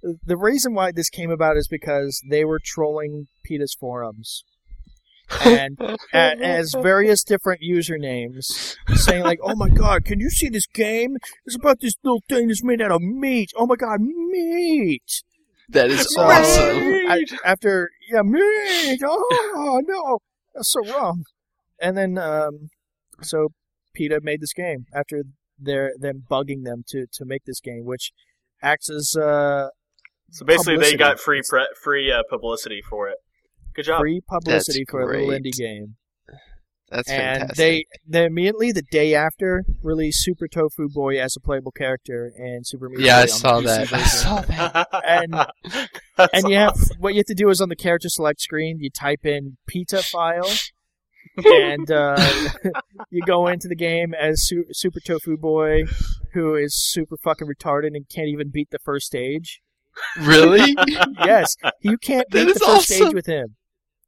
Speaker 1: The reason why this came about is because they were trolling PETA's forums. And a- as various different usernames saying like, "Oh my God, can you see this game? It's about this little thing that's made out of meat. Oh my God, meat!"
Speaker 4: That is
Speaker 1: So-
Speaker 4: awesome.
Speaker 1: I, after yeah, meat. Oh no, that's so wrong. And then um, so PETA made this game after their them bugging them to to make this game, which acts as uh,
Speaker 2: So basically,
Speaker 1: publicity.
Speaker 2: they got free pre- free uh, publicity for it. Good job.
Speaker 1: free publicity for a little
Speaker 4: great.
Speaker 1: indie game.
Speaker 4: That's
Speaker 1: and
Speaker 4: fantastic.
Speaker 1: they they immediately the day after released Super Tofu Boy as a playable character and Super Meat
Speaker 4: yeah, I
Speaker 1: Boy on
Speaker 4: saw
Speaker 1: PC
Speaker 4: that. I
Speaker 1: version.
Speaker 4: saw that.
Speaker 1: And-
Speaker 2: That's
Speaker 1: and you have what you have to do is on the character select screen, you type in PETA file, and uh, you go into the game as Su- Super Tofu Boy, who is super fucking retarded and can't even beat the first stage.
Speaker 4: Really?
Speaker 1: Yes, you can't
Speaker 4: That
Speaker 1: beat the
Speaker 4: is
Speaker 1: first stage
Speaker 4: awesome.
Speaker 1: with him.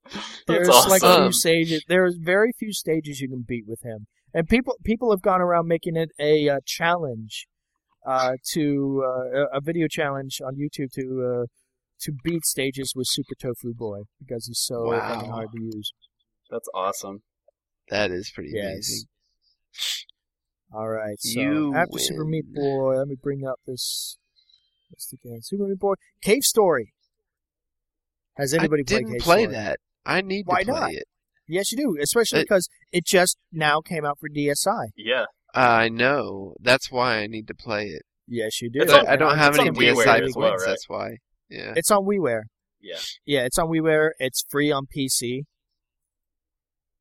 Speaker 2: That's
Speaker 1: There's like a
Speaker 4: awesome.
Speaker 1: few stages. There's very few stages you can beat with him, and people people have gone around making it a uh, challenge, uh, to uh, a- a video challenge on YouTube to uh, to beat stages with Super Tofu Boy because he's so
Speaker 4: Wow.
Speaker 1: fucking hard to use.
Speaker 2: That's awesome.
Speaker 4: that is pretty
Speaker 1: Yes.
Speaker 4: amazing.
Speaker 1: All right, so
Speaker 4: You
Speaker 1: after Super
Speaker 4: win.
Speaker 1: Meat Boy, let me bring up this. What's the game? Super Meat Boy Cave Story. Has anybody
Speaker 4: I
Speaker 1: played
Speaker 4: didn't
Speaker 1: Cave
Speaker 4: play
Speaker 1: Story?
Speaker 4: that. I need
Speaker 1: Why
Speaker 4: to play
Speaker 1: not?
Speaker 4: it.
Speaker 1: Yes, you do, especially
Speaker 4: It-
Speaker 1: because it just now came out for DSi.
Speaker 2: Yeah.
Speaker 4: I know. That's why I need to play it.
Speaker 1: Yes, you do.
Speaker 2: It's
Speaker 4: But
Speaker 2: on-
Speaker 4: I don't have
Speaker 2: it's
Speaker 4: any
Speaker 2: on WiiWare
Speaker 4: DSi
Speaker 2: as
Speaker 4: points.
Speaker 2: well, right?
Speaker 4: That's why. Yeah.
Speaker 1: It's on WiiWare.
Speaker 2: Yeah.
Speaker 1: Yeah, it's on WiiWare. It's free on PC.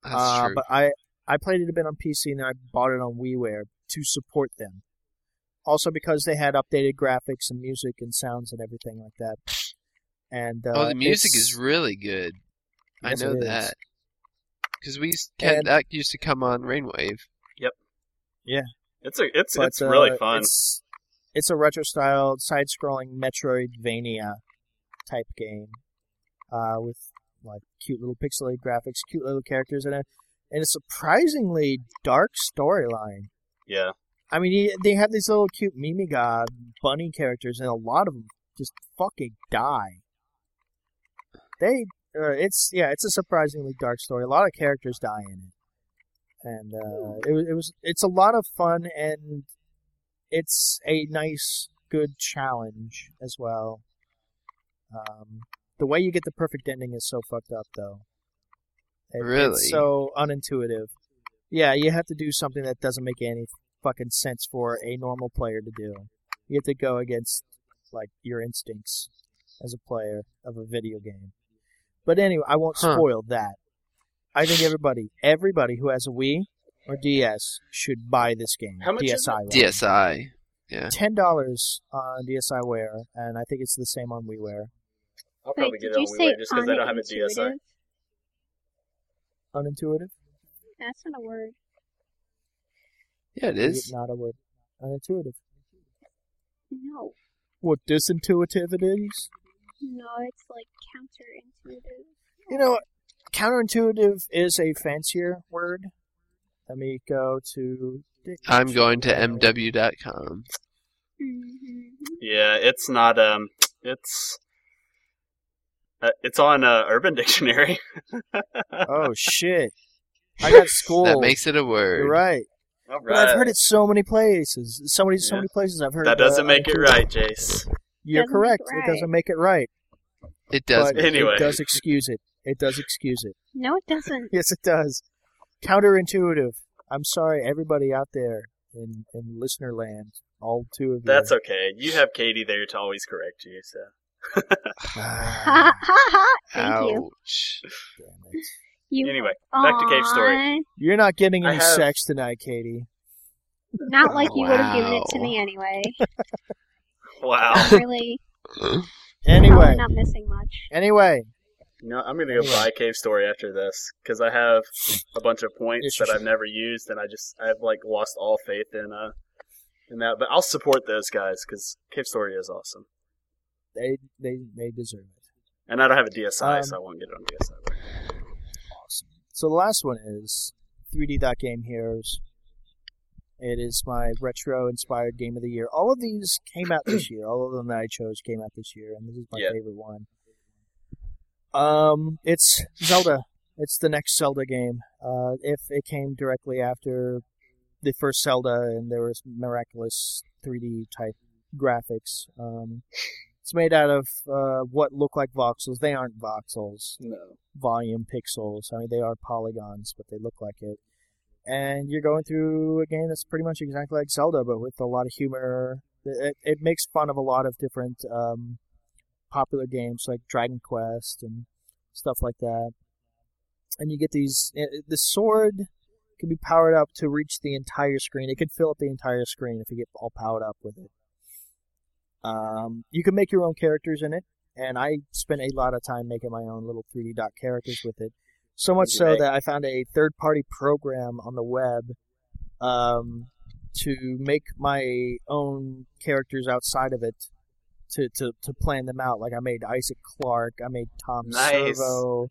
Speaker 4: That's
Speaker 1: uh,
Speaker 4: true.
Speaker 1: But I I played it a bit on PC and then I bought it on WiiWare to support them. Also because they had updated graphics and music and sounds and everything like that. And uh,
Speaker 4: oh, the music
Speaker 1: it's-
Speaker 4: is really good.
Speaker 1: Yes,
Speaker 4: I know
Speaker 1: it is.
Speaker 4: that. Because we used, Ken-
Speaker 1: And-
Speaker 4: that used to come on Rainwave.
Speaker 2: It's a it's
Speaker 1: but,
Speaker 2: it's really
Speaker 1: uh,
Speaker 2: fun.
Speaker 1: It's, it's a retro style side scrolling Metroidvania type game uh, with like cute little pixelated graphics, cute little characters, and a and a surprisingly dark storyline.
Speaker 2: Yeah.
Speaker 1: I mean, he, they have these little cute Mimi God bunny characters, and a lot of them just fucking die. They, uh, it's yeah, it's a surprisingly dark story. A lot of characters die in it, and uh, it, was- it was it's a lot of fun, and it's a nice, good challenge as well. Um, the way you get the perfect ending is so fucked up, though. It-
Speaker 4: Really?
Speaker 1: it's so unintuitive. Yeah, you have to do something that doesn't make any fucking sense for a normal player to do. You have to go against like your instincts as a player of a video game. But anyway, I won't
Speaker 4: Huh.
Speaker 1: spoil that. I think everybody, everybody who has a Wii or DS should buy this game.
Speaker 2: How much
Speaker 1: DSiWare.
Speaker 2: is
Speaker 4: DSi. Yeah.
Speaker 1: Ten dollars on DSiWare, and I think it's the same on WiiWare.
Speaker 2: I'll
Speaker 3: Wait,
Speaker 2: probably get
Speaker 3: did
Speaker 2: it on
Speaker 3: you say
Speaker 2: WiiWare just because I don't have a DSi.
Speaker 3: unintuitive?
Speaker 1: Unintuitive?
Speaker 3: That's not a word.
Speaker 4: Yeah, it
Speaker 1: Is
Speaker 4: is.
Speaker 1: it not a word. Unintuitive.
Speaker 3: No,
Speaker 1: What disintuitive it is?
Speaker 3: no, it's like counterintuitive.
Speaker 1: You know, counterintuitive is a fancier word. Let me go to.
Speaker 4: I'm going to MW.com.
Speaker 3: Mhm.
Speaker 2: Yeah, it's not um it's uh, it's on uh, Urban Dictionary.
Speaker 1: Oh shit! I got school.
Speaker 4: That makes it a word.
Speaker 1: You're right.
Speaker 2: All
Speaker 1: But I've heard it so many places. So many, so
Speaker 2: Yeah.
Speaker 1: many places I've heard.
Speaker 2: That
Speaker 1: uh,
Speaker 2: doesn't make it
Speaker 1: unintuitive.
Speaker 2: right, Jace.
Speaker 1: You're
Speaker 3: Doesn't make it
Speaker 1: correct.
Speaker 3: right.
Speaker 1: It doesn't make it right.
Speaker 4: It does.
Speaker 1: but
Speaker 4: make-
Speaker 2: Anyway.
Speaker 1: it does excuse it. It does excuse it.
Speaker 3: No, it doesn't.
Speaker 1: Yes, it does. Counterintuitive. I'm sorry, everybody out there in, in listener land, all two of you.
Speaker 2: That's okay. You have Katie there to always correct you, so
Speaker 3: Ha ha ha! Thank you.
Speaker 4: Ouch.
Speaker 1: Ah, Damn it.
Speaker 3: You
Speaker 2: anyway, back to Cave Story.
Speaker 3: Aw,
Speaker 1: You're not getting
Speaker 2: I
Speaker 1: any
Speaker 2: have-
Speaker 1: sex tonight, Katie.
Speaker 3: Not like you would have given it to
Speaker 4: Wow.
Speaker 3: me anyway.
Speaker 2: Wow.
Speaker 3: really,
Speaker 1: Anyway,
Speaker 3: probably not missing much.
Speaker 1: anyway,
Speaker 2: No, I'm gonna go
Speaker 1: Anyway.
Speaker 2: buy Cave Story after this because I have a bunch of points
Speaker 1: Yes, you
Speaker 2: that I've never used, and I just I've like lost all faith in uh in that. But I'll support those guys because Cave Story is awesome,
Speaker 1: they they they deserve it.
Speaker 2: and I don't have a DSi,
Speaker 1: Um,
Speaker 2: so I won't get it on DSi.
Speaker 1: Awesome. So the last one is 3D Dot Game Heroes. It is my retro-inspired game of the year. All of these came out this year. All of them that I chose came out this year, and this is my
Speaker 2: Yeah.
Speaker 1: favorite one. Um, it's Zelda. It's the next Zelda game. Uh, if it came directly after the first Zelda, and there was miraculous 3D type graphics. Um, it's made out of uh, what look like voxels. They aren't voxels
Speaker 2: No.
Speaker 1: volume pixels. I mean, they are polygons, but they look like it. And you're going through a game that's pretty much exactly like Zelda, but with a lot of humor. It, it makes fun of a lot of different um, popular games like Dragon Quest and stuff like that. And you get these. i- i- The sword can be powered up to reach the entire screen. It could fill up the entire screen if you get all powered up with it. Um, you can make your own characters in it and I spent a lot of time making my own little 3D dot characters with it. So much so
Speaker 2: Right.
Speaker 1: that I found a third party program on the web um, to make my own characters outside of it to, to, to plan them out. Like I made Isaac Clark, I made Tom
Speaker 2: Nice.
Speaker 1: Servo,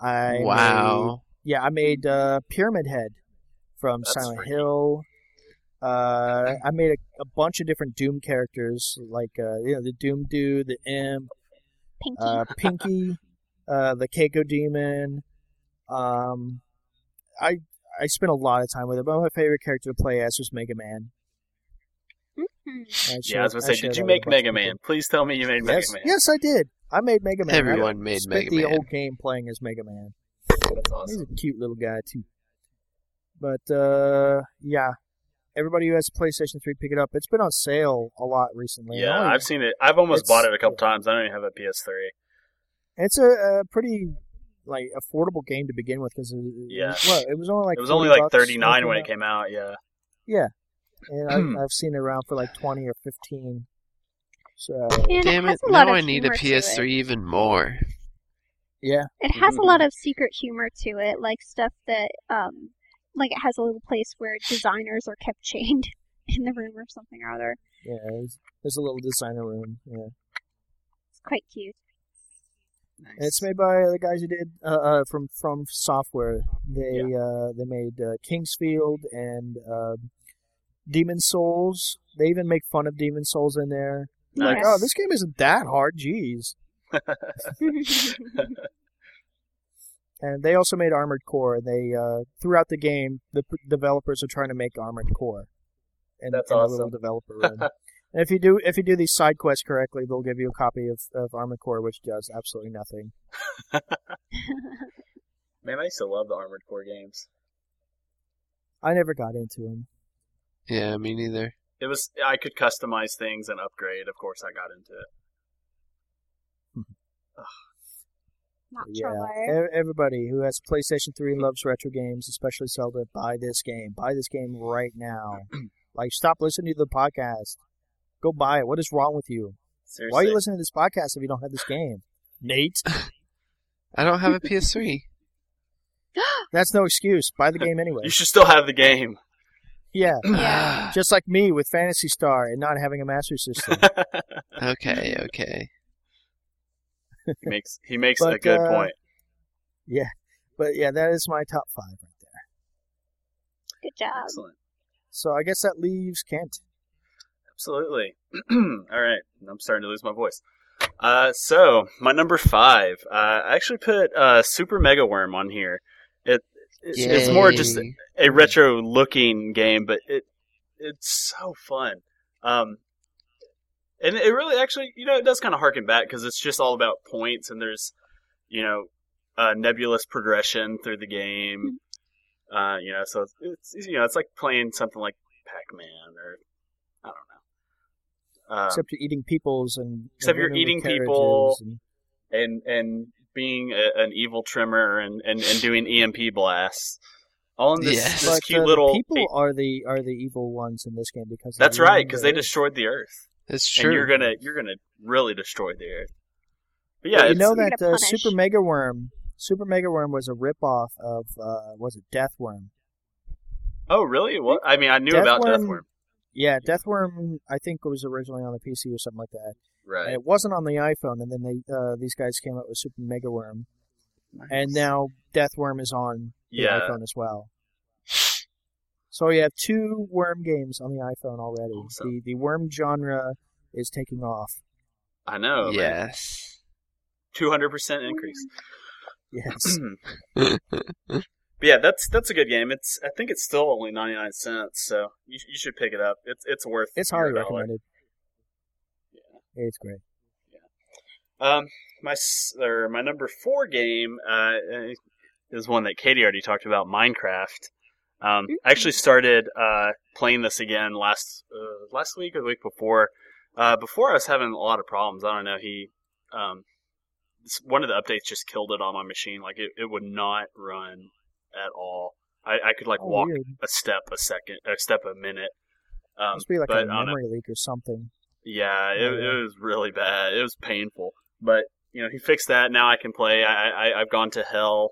Speaker 1: I made
Speaker 4: wow.
Speaker 1: yeah, I made uh, Pyramid Head from
Speaker 2: That's
Speaker 1: Silent
Speaker 2: freaky.
Speaker 1: Hill. Uh, I made a, a bunch of different Doom characters, like uh, you know the Doom Dude, the Imp,
Speaker 3: Pinky.
Speaker 1: uh, Pinky, uh, the Keiko Demon. Um, I I spent a lot of time with it, but my favorite character to play as was Mega Man.
Speaker 3: Hmm.
Speaker 1: I
Speaker 2: Yeah, I was
Speaker 1: shared-
Speaker 2: gonna say,
Speaker 1: shared
Speaker 2: did
Speaker 1: that
Speaker 2: you
Speaker 1: with a
Speaker 2: make
Speaker 1: bunch of
Speaker 2: Mega Man?
Speaker 1: people.
Speaker 2: Please tell me you made Mega
Speaker 1: Yes,
Speaker 2: Man.
Speaker 1: yes, I did. I made Mega Man. I
Speaker 4: Everyone made
Speaker 1: spent
Speaker 4: Mega
Speaker 1: the
Speaker 4: Man.
Speaker 1: whole game playing as Mega Man.
Speaker 2: That's
Speaker 1: He's
Speaker 2: awesome.
Speaker 1: a cute little guy too. But uh, yeah, everybody who has a PlayStation 3, pick it up. It's been on sale a lot recently.
Speaker 2: Yeah,
Speaker 1: Oh,
Speaker 2: I've seen it. I've almost
Speaker 1: It's-
Speaker 2: bought it a couple times. I don't even have a PS3.
Speaker 1: It's a, a pretty like affordable game to begin with because
Speaker 2: Yeah.
Speaker 1: well, it was only like
Speaker 2: it was only
Speaker 1: 40
Speaker 2: like
Speaker 1: bucks
Speaker 2: 39 when it came out. Yeah.
Speaker 1: out, And I, I've seen it around for like 20 or 15. So
Speaker 3: And
Speaker 4: Damn
Speaker 3: it,
Speaker 4: it!
Speaker 3: has a lot
Speaker 4: Now
Speaker 3: of
Speaker 4: I need
Speaker 3: humor
Speaker 4: a
Speaker 3: to it.
Speaker 4: PS3 even more.
Speaker 1: yeah,
Speaker 3: It has a
Speaker 2: Mm-hmm.
Speaker 3: lot of secret humor to it, like stuff that, um, like it has a little place where designers are kept chained in the room or something or other.
Speaker 1: yeah, there's, there's a little designer room. Yeah,
Speaker 3: It's quite cute.
Speaker 1: And it's made by the guys who did uh, uh from from software. They uh they made uh, Kingsfield and uh, Demon Souls. They even make fun of Demon Souls in there. Like,
Speaker 2: Nice.
Speaker 1: oh, this game isn't that hard, jeez. And they also made Armored Core. They uh, throughout the game, the p- developers are trying to make Armored Core, and
Speaker 2: That's
Speaker 1: in a little developer room. and if you do if you do these side quests correctly, they'll give you a copy of, of Armored Core, which does absolutely nothing.
Speaker 2: Man, I used to love the Armored Core games.
Speaker 1: I never got into them.
Speaker 4: Yeah, me neither.
Speaker 2: It was I could customize things and upgrade. Of course, I got into it.
Speaker 3: Not
Speaker 1: Yeah,
Speaker 3: sure.
Speaker 1: e- everybody who has PlayStation 3 and loves retro games, especially Zelda, buy this game. Buy this game right now. like, stop listening to the podcast. Go buy it. What is wrong with you?
Speaker 2: Seriously.
Speaker 1: Why are you listening to this podcast if you don't have this game? Nate,
Speaker 4: I don't have a PS3.
Speaker 1: that's no excuse. Buy the game anyway.
Speaker 2: You should still have the game.
Speaker 1: Yeah,
Speaker 3: Yeah.
Speaker 1: just like me with Fantasy Star and not having a Master System.
Speaker 4: okay, okay.
Speaker 2: He makes he makes a
Speaker 1: But,
Speaker 2: good
Speaker 1: uh,
Speaker 2: point.
Speaker 1: yeah, but yeah, that is my top five right there.
Speaker 3: Good job.
Speaker 2: Excellent.
Speaker 1: So I guess that leaves Kent.
Speaker 2: Absolutely. All right, I'm starting to lose my voice. Uh, so my number five, uh, I actually put uh, Super Mega Worm on here. It it's, it's more just
Speaker 4: Yay.
Speaker 2: a retro looking game, but it it's so fun. Um, and it really actually, you know, it does kind of harken back because it's just all about points and there's, you know, uh, nebulous progression through the game.
Speaker 1: Hmm.
Speaker 2: Uh, you know, so it's, it's you know, it's like playing something like Pac-Man or I don't know. Um,
Speaker 1: except you're eating peoples and
Speaker 2: except
Speaker 1: and
Speaker 2: you're
Speaker 1: women with
Speaker 2: eating
Speaker 1: carriages
Speaker 2: people.
Speaker 1: and-
Speaker 2: and and being a, an evil trimmer and, and, and doing EMP blasts. All in this,
Speaker 4: Yes.
Speaker 2: this
Speaker 1: But,
Speaker 2: cute
Speaker 1: uh, the
Speaker 2: little
Speaker 1: people are the are the evil ones in this game because they
Speaker 2: That's right, because they
Speaker 1: remember-
Speaker 2: destroyed the Earth,
Speaker 4: It's
Speaker 2: and
Speaker 4: true.
Speaker 2: you're gonna you're gonna really destroy the Earth. But
Speaker 1: But
Speaker 2: yeah,
Speaker 1: you
Speaker 2: it's,
Speaker 1: know
Speaker 3: You're
Speaker 1: that
Speaker 3: gonna
Speaker 1: uh,
Speaker 3: punish.
Speaker 1: Super Mega Worm, Super Mega Worm was a ripoff of uh, was it Death Worm?
Speaker 2: oh really? What? I mean, I knew about
Speaker 1: Deathworm-
Speaker 2: Deathworm,
Speaker 1: Yeah, Death Worm I think was originally on the PC or something like that, and
Speaker 2: right?
Speaker 1: it wasn't on the iPhone. And then they uh, these guys came up with Super Mega Worm, and now Death Worm is on the
Speaker 2: Yeah.
Speaker 1: iPhone as well. So you have two Worm games on the iPhone already.
Speaker 2: Awesome.
Speaker 1: The the Worm genre is taking off.
Speaker 2: I know.
Speaker 4: yes.
Speaker 2: two hundred percent increase.
Speaker 3: Mm-hmm.
Speaker 1: Yes.
Speaker 2: but yeah, that's that's a good game. It's I think it's still only ninety nine cents, so you, you should pick it up. It's it's worth.
Speaker 1: It's highly
Speaker 2: your dollar.
Speaker 1: recommended. It's great.
Speaker 2: Um, my s- or my number four game uh, is one that Katie already talked about, Minecraft. Um, I actually
Speaker 1: Mm-hmm.
Speaker 2: started uh, playing this again last uh, last week or the week before. Uh, before I was having a lot of problems. I don't know. He um, s- one of the updates just killed it on my machine. Like it, it would not run at all. I, I could like
Speaker 1: Oh,
Speaker 2: walk
Speaker 1: weird.
Speaker 2: a step a second, a step a minute. Um,
Speaker 1: Must be like
Speaker 2: but I
Speaker 1: a
Speaker 2: don't know.
Speaker 1: memory leak or something.
Speaker 2: Yeah, it,
Speaker 1: Yeah.
Speaker 2: it was really bad. It was painful. But you know, he fixed that. Now I can play. I, I I've gone to hell,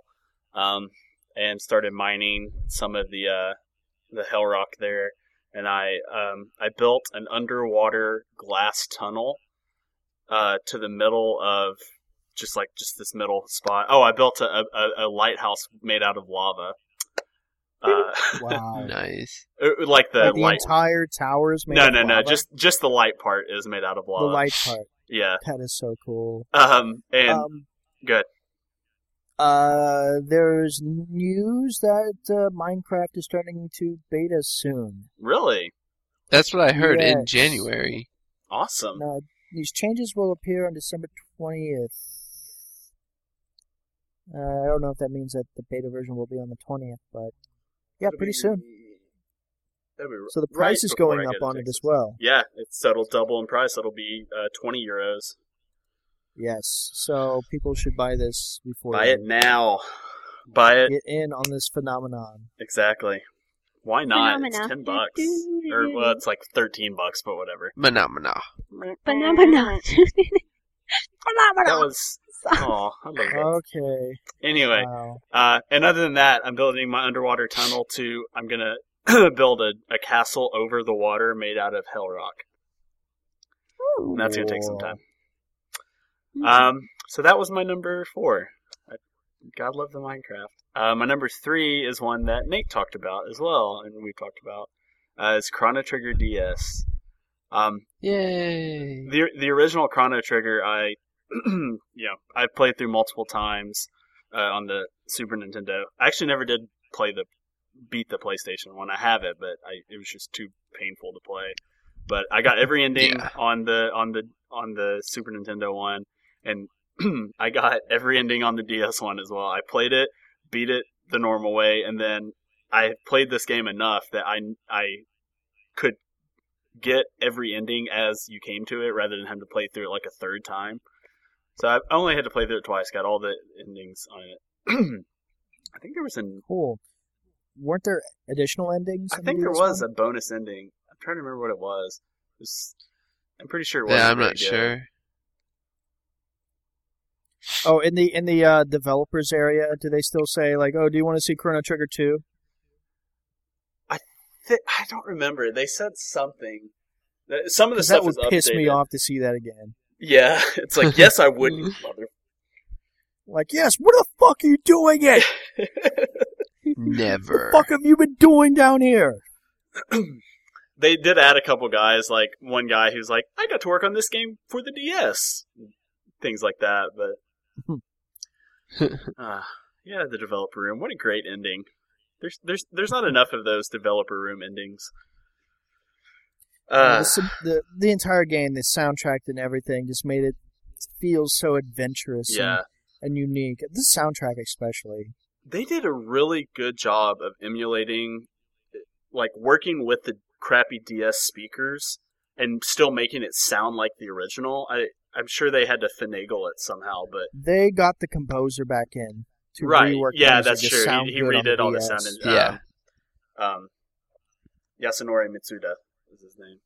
Speaker 2: um, and started mining some of the uh, the hell rock there. And I um, I built an underwater glass tunnel uh, to the middle of just like just this middle spot. Oh, I built a, a, a lighthouse made out of lava. Uh,
Speaker 1: Wow.
Speaker 4: Nice.
Speaker 2: like the,
Speaker 1: Like, the
Speaker 2: light.
Speaker 1: entire tower is made
Speaker 2: no,
Speaker 1: out
Speaker 2: no,
Speaker 1: of
Speaker 2: no.
Speaker 1: lava?
Speaker 2: Just just the light part is made out of
Speaker 1: the
Speaker 2: lava.
Speaker 1: light part.
Speaker 2: Yeah.
Speaker 1: That is so cool.
Speaker 2: Um. And
Speaker 1: um,
Speaker 2: good.
Speaker 1: Uh, there's news that uh, Minecraft is turning to beta soon.
Speaker 2: really
Speaker 4: That's what I heard in
Speaker 1: Yes.
Speaker 4: January.
Speaker 2: awesome.
Speaker 1: Now, these changes will appear on December 20th. Uh, I don't know if that means that the beta version will be on the 20th, but yeah,
Speaker 2: That'd
Speaker 1: pretty
Speaker 2: be-
Speaker 1: soon.
Speaker 2: that'd be r-
Speaker 1: So the
Speaker 2: right
Speaker 1: price is
Speaker 2: before
Speaker 1: going
Speaker 2: I
Speaker 1: up
Speaker 2: go to
Speaker 1: on it as
Speaker 2: Texas.
Speaker 1: well.
Speaker 2: Yeah, it's that'll double in price. That'll be uh, twenty euros.
Speaker 1: Yes. So people should buy this before
Speaker 2: Buy
Speaker 1: they
Speaker 2: it now. Buy it
Speaker 1: get in on this phenomenon.
Speaker 2: exactly. Why not? It's
Speaker 3: Phenomena.
Speaker 2: ten bucks, or well, it's like thirteen bucks, but whatever.
Speaker 4: Phenomena.
Speaker 3: Phenomena.
Speaker 2: That
Speaker 3: Phenomena.
Speaker 2: was oh, I love that.
Speaker 1: Okay.
Speaker 2: Anyway,
Speaker 1: Wow.
Speaker 2: Uh, and other than that, I'm building my underwater tunnel to. I'm gonna build a, a castle over the water made out of hell rock. And that's gonna take some time.
Speaker 3: Mm-hmm.
Speaker 2: Um, so that was my number four. I, God love the Minecraft. Uh, my number three is one that Nate talked about as well, and we talked about uh, is Chrono Trigger DS. Um,
Speaker 4: Yay.
Speaker 2: the the original Chrono Trigger, I you know I played through multiple times uh, on the Super Nintendo. I actually never did play the beat the PlayStation one. I have it, but I, it was just too painful to play. But I got every ending
Speaker 4: Yeah.
Speaker 2: on the on the on the Super Nintendo one, and I got every ending on the DS one as well. I played it, beat it the normal way, and then I played this game enough that I I could get every ending as you came to it rather than having to play through it like a third time. So I I only had to play through it twice, got all the endings on it. I think there was an
Speaker 1: Cool. Weren't there additional endings?
Speaker 2: I
Speaker 1: in
Speaker 2: think
Speaker 1: the
Speaker 2: there
Speaker 1: DS
Speaker 2: was
Speaker 1: one?
Speaker 2: a bonus ending. I'm trying to remember what it was. It was- I'm pretty sure it was.
Speaker 4: Yeah, I'm not sure.
Speaker 1: Oh, in the in the uh, developers area, do they still say like, "Oh, do you want to see Chrono Trigger 2?
Speaker 2: I don't remember. They said something. That- Some of the
Speaker 1: Because
Speaker 2: stuff
Speaker 1: that would
Speaker 2: is
Speaker 1: piss me
Speaker 2: updated.
Speaker 1: off to see that again.
Speaker 2: Yeah, it's like yes, I would, you
Speaker 1: Like, yes, what the fuck are you doing it?
Speaker 2: mother.
Speaker 4: Never.
Speaker 1: fuck have you been doing down here?
Speaker 2: they did add a couple guys, like one guy who's like, I got to work on this game for the DS, things like that. But uh, yeah, the developer room. What a great ending. There's there's there's not enough of those developer room endings.
Speaker 1: Uh,
Speaker 2: Uh,
Speaker 1: the, sub- the the entire game, the soundtrack and everything, just made it feel so adventurous and-
Speaker 2: yeah,
Speaker 1: and, unique. The soundtrack, especially.
Speaker 2: they did a really good job of emulating, like working with the crappy DS speakers and still making it sound like the original. I I'm sure they had to finagle it somehow, but
Speaker 1: They got the composer back in to
Speaker 2: right.
Speaker 1: rework
Speaker 2: yeah,
Speaker 1: things that
Speaker 2: that's
Speaker 1: just
Speaker 2: true.
Speaker 1: sound
Speaker 2: He, he
Speaker 1: good on
Speaker 2: redid all the
Speaker 1: DS.
Speaker 2: sound. And,
Speaker 4: Yeah.
Speaker 2: Um, um, Yasunori Mitsuda is his name.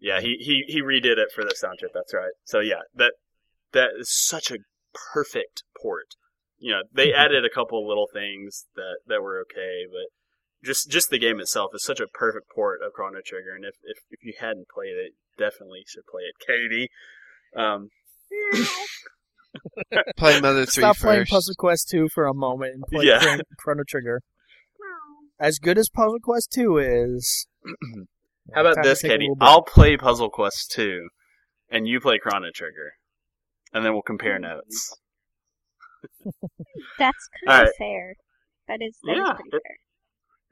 Speaker 2: Yeah, he, he he redid it for the sound chip. That's right. So yeah, that that is such a perfect port. You know, they
Speaker 1: Mm-hmm.
Speaker 2: added a couple little things that that were okay, but just just the game itself is such a perfect port of Chrono Trigger. And if if, if you hadn't played it, definitely should play it, Katie. Um,
Speaker 4: Play Mother 3
Speaker 1: Stop playing
Speaker 4: first.
Speaker 1: Puzzle Quest 2 for a moment and play
Speaker 2: Yeah.
Speaker 1: Chron- Chrono Trigger. As good as Puzzle Quest 2 is.
Speaker 2: How about
Speaker 1: time to
Speaker 2: this,
Speaker 1: take a
Speaker 2: Katie?
Speaker 1: little break.
Speaker 2: I'll play Puzzle Quest 2, and you play Chrono Trigger, and then we'll
Speaker 1: Mm.
Speaker 2: compare notes.
Speaker 3: That's kind of
Speaker 2: Alright.
Speaker 3: fair. That is, that is
Speaker 2: Yeah,
Speaker 3: pretty
Speaker 2: it-
Speaker 3: fair.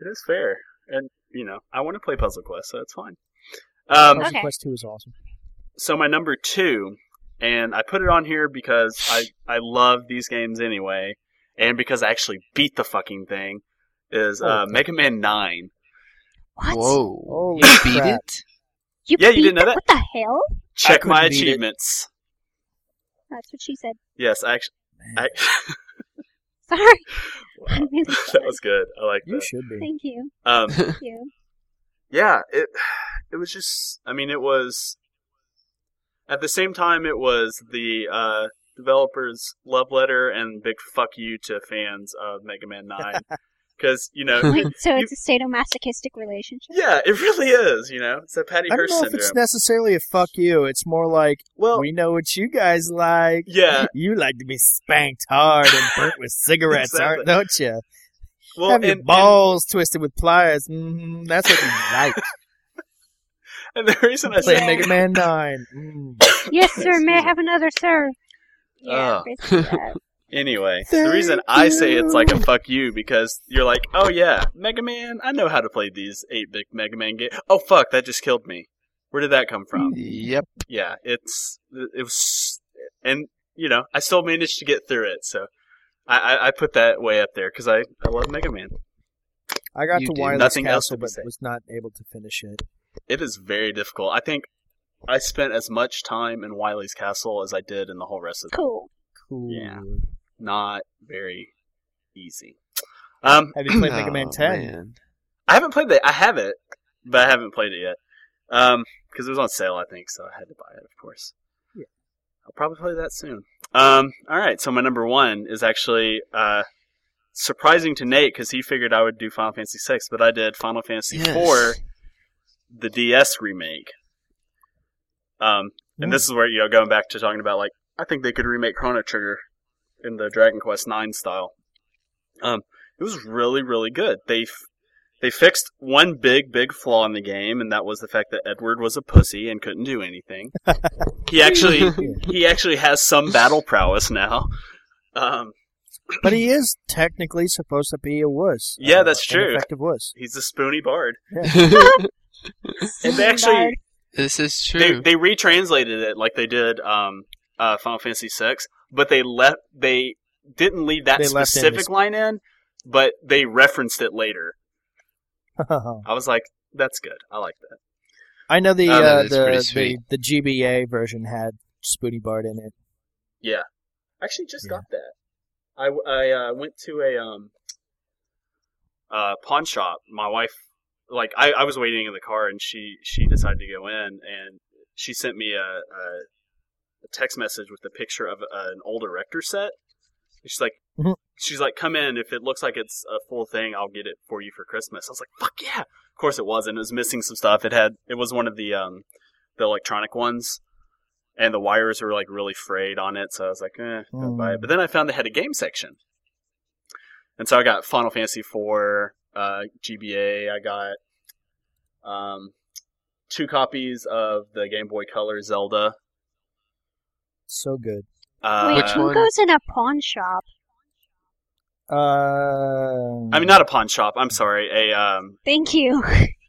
Speaker 2: It is fair, and you know I want to play Puzzle Quest, so it's fine. Um,
Speaker 1: Puzzle
Speaker 3: Okay.
Speaker 1: Quest 2 is awesome.
Speaker 2: so my number two, and I put it on here because I I love these games anyway, and because I actually beat the fucking thing, is uh,
Speaker 1: Oh.
Speaker 2: Mega Man Nine.
Speaker 3: What?
Speaker 4: Whoa.
Speaker 1: Holy
Speaker 4: you beat
Speaker 1: crap.
Speaker 4: it?
Speaker 3: You
Speaker 2: Yeah, you
Speaker 3: beat
Speaker 2: didn't know
Speaker 3: that? What the hell?
Speaker 2: Check my
Speaker 1: couldn't beat it.
Speaker 2: achievements.
Speaker 3: That's what she said.
Speaker 2: Yes, I actually. I,
Speaker 3: Sorry.
Speaker 2: Wow.
Speaker 3: I'm really
Speaker 2: that
Speaker 3: sorry.
Speaker 2: was good. I like
Speaker 1: You
Speaker 2: that.
Speaker 1: should be.
Speaker 3: Thank you.
Speaker 2: Um,
Speaker 3: Thank you.
Speaker 2: yeah, it it was just I mean it was At the same time, it was the uh, developers' love letter and big fuck you to fans of Mega Man Nine, because you know,
Speaker 3: Wait, so
Speaker 2: You-
Speaker 3: it's a sadomasochistic relationship?
Speaker 2: yeah, it really is. You know, it's a Patty
Speaker 1: I don't
Speaker 2: Hearst
Speaker 1: know if
Speaker 2: syndrome.
Speaker 1: it's necessarily a fuck you. It's more like
Speaker 2: well,
Speaker 1: we know what you guys like.
Speaker 2: yeah,
Speaker 1: You like to be spanked hard and burnt with cigarettes,
Speaker 2: Exactly.
Speaker 1: aren't, don't you?
Speaker 2: well,
Speaker 1: Have your
Speaker 2: and- and
Speaker 1: balls twisted with pliers. Mm, that's what you like.
Speaker 2: and the reason I
Speaker 1: Play
Speaker 2: say
Speaker 1: Mega Man 9. Mm.
Speaker 3: Yes, sir. May I have another,
Speaker 2: Uh.
Speaker 3: sir? Yeah,
Speaker 2: Oh.
Speaker 3: basically that.
Speaker 2: Anyway, the
Speaker 1: Thank
Speaker 2: reason I say it's like a
Speaker 1: you.
Speaker 2: fuck you because you're like, oh yeah, Mega Man, I know how to play these eight bit Mega Man games. Oh fuck, that just killed me. Where did that come from?
Speaker 4: Yep.
Speaker 2: yeah, it's it was, and you know, I still managed to get through it. So I I, I put that way up there because I I love Mega Man.
Speaker 1: I got
Speaker 4: You
Speaker 1: to
Speaker 4: do.
Speaker 1: Wireless
Speaker 2: Nothing else
Speaker 1: Castle,
Speaker 2: to be
Speaker 1: but
Speaker 2: said.
Speaker 1: was not able to finish it.
Speaker 2: It is very difficult. I think I spent as much time in Wily's Castle as I did in the whole rest of the.
Speaker 3: Cool.
Speaker 1: Cool.
Speaker 2: Yeah. Not very easy. Um,
Speaker 1: Have you played Mega Man
Speaker 4: Oh,
Speaker 1: 10?
Speaker 4: man.
Speaker 2: I haven't played that. I have it, but I haven't played it yet. Um, because it was on sale, I think, so I had to buy it, of course.
Speaker 1: Yeah.
Speaker 2: I'll probably play that soon. Um, all right. So my number one is actually uh, surprising to Nate because he figured I would do Final Fantasy VI, but I did Final Fantasy
Speaker 4: Yes.
Speaker 2: IV, the DS remake. Um, and this is where you know going back to talking about like I think they could remake Chrono Trigger in the Dragon Quest Nine style. Um, it was really really good. They f- they fixed one big big flaw in the game, and that was the fact that Edward was a pussy and couldn't do anything. he actually he actually has some battle prowess now. Um,
Speaker 1: But he is technically supposed to be a wuss.
Speaker 2: Yeah, that's true.
Speaker 1: An effective wuss.
Speaker 2: he's a spoony bard, and they
Speaker 3: Sorry,
Speaker 2: actually
Speaker 3: Bard.
Speaker 4: this is
Speaker 2: they,
Speaker 4: true.
Speaker 2: they retranslated it like they did um, uh, Final Fantasy VI, but they left they didn't leave that
Speaker 1: They left in
Speaker 2: specific
Speaker 1: this-
Speaker 2: line in, but they referenced it later.
Speaker 1: I
Speaker 2: I was like, that's good. I like that.
Speaker 1: know the
Speaker 2: Oh,
Speaker 1: uh,
Speaker 2: no,
Speaker 4: that's pretty
Speaker 1: the, the
Speaker 4: sweet.
Speaker 1: the GBA version had Spoonie Bard in it.
Speaker 2: Yeah, actually, just
Speaker 1: Yeah.
Speaker 2: got that. I I uh, went to a um uh pawn shop. My wife like I, I was waiting in the car and she she decided to go in and she sent me a, a, a text message with a picture of uh, an old erector set. And She's like,
Speaker 1: Mhm.
Speaker 2: she's like, come in. If it looks like it's a full thing, I'll get it for you for Christmas. I was like, fuck yeah. Of course it wasn't. It was missing some stuff. It had it was one of the um the electronic ones, and the wires were like really frayed on it. So I was like, eh, don't buy it.
Speaker 1: Mm.
Speaker 2: But then I found they had a game section, and so I got Final Fantasy IV, uh, GBA. I got um, two copies of the Game Boy Color Zelda.
Speaker 1: So good.
Speaker 2: Uh,
Speaker 3: Wait,
Speaker 4: Which
Speaker 3: who
Speaker 4: one?
Speaker 3: goes in a pawn shop?
Speaker 1: Uh,
Speaker 2: I mean, not a pawn shop. I'm sorry. A um,
Speaker 3: Thank you.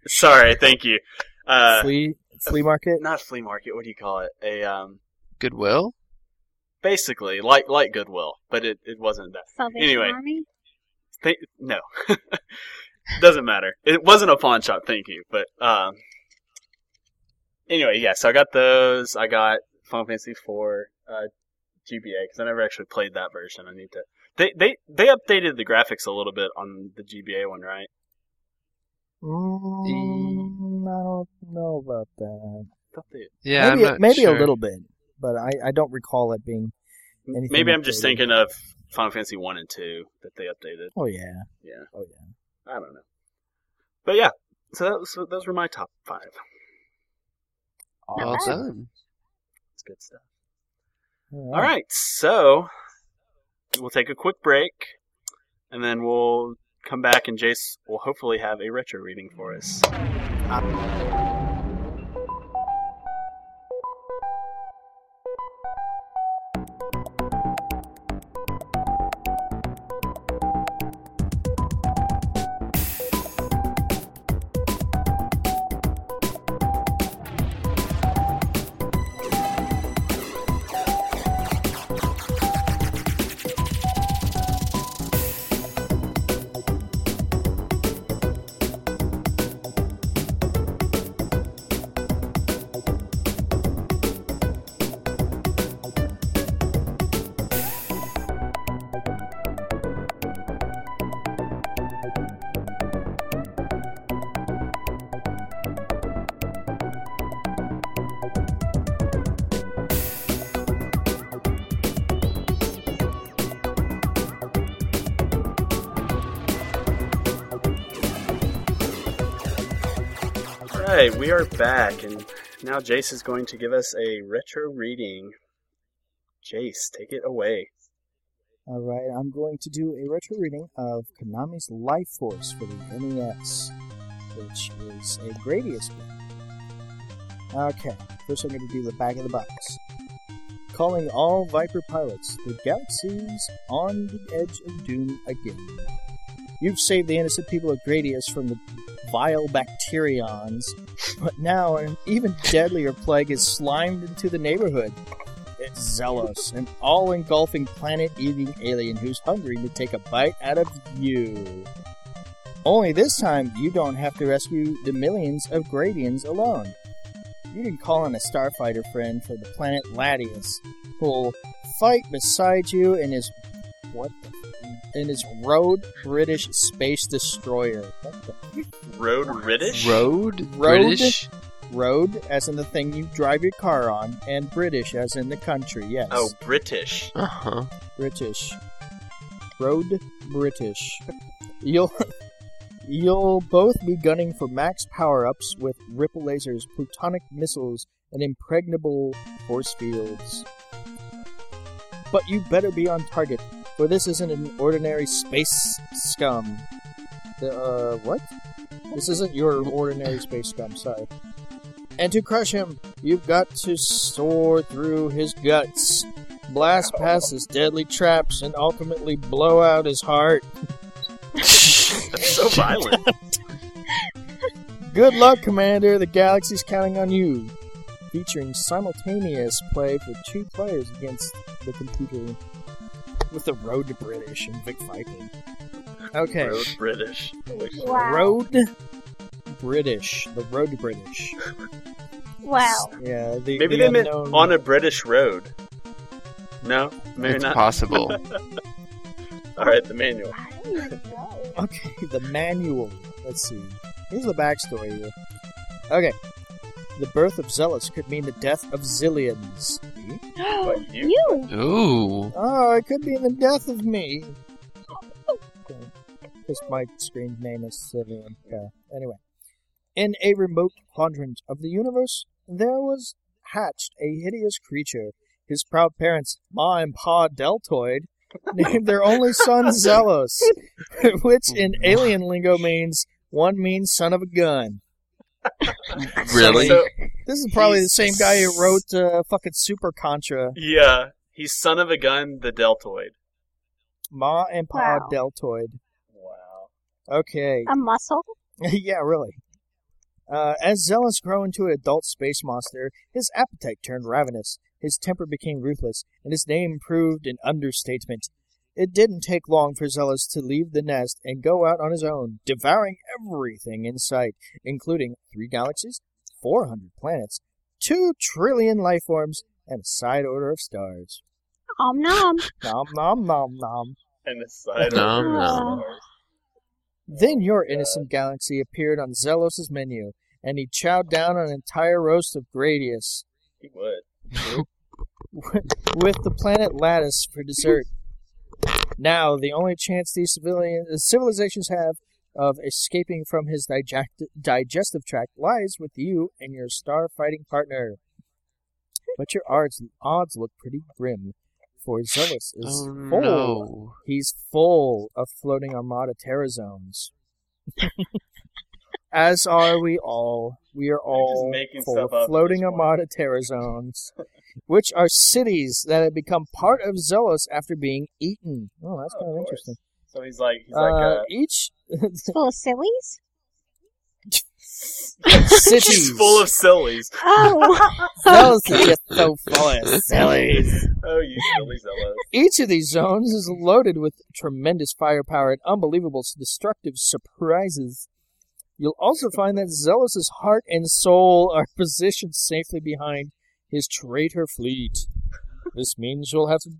Speaker 2: sorry. Thank you. Uh,
Speaker 1: flea flea market.
Speaker 2: not flea market. What do you call it? A um,
Speaker 4: Goodwill.
Speaker 2: basically like like Goodwill, but it, it wasn't that.
Speaker 3: Salvation
Speaker 2: Anyway.
Speaker 3: Army.
Speaker 2: Thank, no, doesn't matter. It wasn't a pawn shop. Thank you, but um. Anyway, yeah. So I got those. I got Final Fantasy IV uh, GBA because I never actually played that version. I need to. They they they updated the graphics a little bit on the GBA one, right?
Speaker 1: Mm, I don't know about that.
Speaker 2: I thought they-
Speaker 4: Yeah,
Speaker 1: maybe
Speaker 4: I'm not
Speaker 1: maybe
Speaker 4: sure.
Speaker 1: a little bit, but I, I don't recall it being. Anything
Speaker 2: Maybe I'm just
Speaker 1: updated.
Speaker 2: thinking of Final Fantasy One and Two that they updated.
Speaker 1: Oh yeah.
Speaker 2: Yeah.
Speaker 1: Oh yeah.
Speaker 2: I don't know. But yeah, so that was, those were my top five.
Speaker 4: Well
Speaker 3: Alright.
Speaker 4: done.
Speaker 2: It's good stuff. All right, so we'll take a quick break, and then we'll come back, and Jace will hopefully have a retro reading for us. right, we are back, and now Jace is going to give us a retro reading. Jace, take it away.
Speaker 1: All right, I'm going to do a retro reading of Konami's Life Force for the NES, which is a Gradius book. Okay, first I'm going to do the back of the box. Calling all Viper pilots, the galaxy's on the edge of doom again. You've saved the innocent people of Gradius from the vile bacterions, but now an even deadlier plague is slimed into the neighborhood. It's Zelos, an all engulfing planet eating alien who's hungry to take a bite out of you. Only this time, you don't have to rescue the millions of Gradians alone. You can call in a starfighter friend for the planet Latius, who'll fight beside you in his. What the? In his Road British Space Destroyer. What the?
Speaker 2: Road Riddish?
Speaker 4: Road?
Speaker 1: Road?
Speaker 4: British?
Speaker 1: Road, as in the thing you drive your car on, and British, as in the country, yes.
Speaker 2: Oh, British.
Speaker 4: Uh huh.
Speaker 1: British. Road British. You'll you'll both be gunning for max power-ups with ripple lasers, plutonic missiles, and impregnable force fields. But you better be on target, for this isn't an ordinary space scum. The, uh, what? This isn't your ordinary space scum, sorry. And to crush him, you've got to soar through his guts blast past his deadly traps, and ultimately blow out his heart.
Speaker 2: That's so violent.
Speaker 1: Good luck, Commander. The galaxy's counting on you. Featuring simultaneous play for two players against the computer with the Road to British and Vic Viking. Okay.
Speaker 2: Road British.
Speaker 3: Wow.
Speaker 1: Road British. The Road to British.
Speaker 3: Wow.
Speaker 1: Yeah, the,
Speaker 2: Maybe
Speaker 1: the
Speaker 2: they meant
Speaker 1: unknown-
Speaker 2: on a British road. No, maybe
Speaker 4: It's
Speaker 2: not.
Speaker 4: possible.
Speaker 2: All right, the manual.
Speaker 3: I don't even know.
Speaker 1: Okay, the manual. Let's see. Here's the backstory here. Okay. The birth of Zealous could mean the death of zillions. Hmm?
Speaker 2: What, you-
Speaker 3: you?
Speaker 4: Ooh.
Speaker 1: Oh, it could be the death of me. Because my screen name is Sivian. Yeah. Anyway. In a remote quadrant of the universe, there was hatched a hideous creature. His proud parents, Ma and Pa Deltoid, named their only son Zelos, which in alien lingo means one means son of a gun.
Speaker 4: Really? Oh,
Speaker 2: So,
Speaker 1: This is probably the
Speaker 2: He's-
Speaker 1: same guy who wrote uh, fucking Super Contra.
Speaker 2: yeah, he's son of a gun, the deltoid.
Speaker 1: Ma and Pa
Speaker 3: Wow.
Speaker 1: Deltoid.
Speaker 2: Wow.
Speaker 1: Okay.
Speaker 3: A muscle?
Speaker 1: yeah, really. Uh, as Zealous grew into an adult space monster, his appetite turned ravenous, his temper became ruthless, and his name proved an understatement. It didn't take long for Zealous to leave the nest and go out on his own, devouring everything in sight, including three galaxies, 400 planets, two trillion life forms, and a side order of stars.
Speaker 3: Om nom.
Speaker 1: Nom nom nom nom.
Speaker 2: And the side
Speaker 4: No,
Speaker 2: of the
Speaker 3: no.
Speaker 2: stars.
Speaker 1: Then your innocent galaxy appeared on Zelos' menu, and he chowed down on an entire roast of Gradius,
Speaker 2: He would.
Speaker 1: with the planet Lattice for dessert. Now, the only chance these civilian, uh, civilizations have of escaping from his digest- digestive tract lies with you and your star-fighting partner. But your odds, odds look pretty grim, for Zealous is
Speaker 4: Oh,
Speaker 1: full.
Speaker 4: no.
Speaker 1: He's full of floating Armada Terra zones. As are we all. We are all
Speaker 2: making
Speaker 1: full
Speaker 2: stuff
Speaker 1: of
Speaker 2: up at
Speaker 1: floating
Speaker 2: this point.
Speaker 1: Armada Terra zones, which are cities that have become part of Zelos after being eaten. Oh, that's
Speaker 2: Oh,
Speaker 1: kind of,
Speaker 2: of course.
Speaker 1: interesting.
Speaker 2: So he's like, he's
Speaker 1: uh,
Speaker 2: like,
Speaker 1: each
Speaker 3: It's full of sillies?
Speaker 2: uh,
Speaker 1: city
Speaker 2: she's full of sillies.
Speaker 3: Oh.
Speaker 1: Zelos is just so full of sillies.
Speaker 2: Oh, you silly zealous.
Speaker 1: Each of these zones is loaded with tremendous firepower and unbelievable destructive surprises. You'll also find that Zealous' heart and soul are positioned safely behind his traitor fleet. This means you'll have to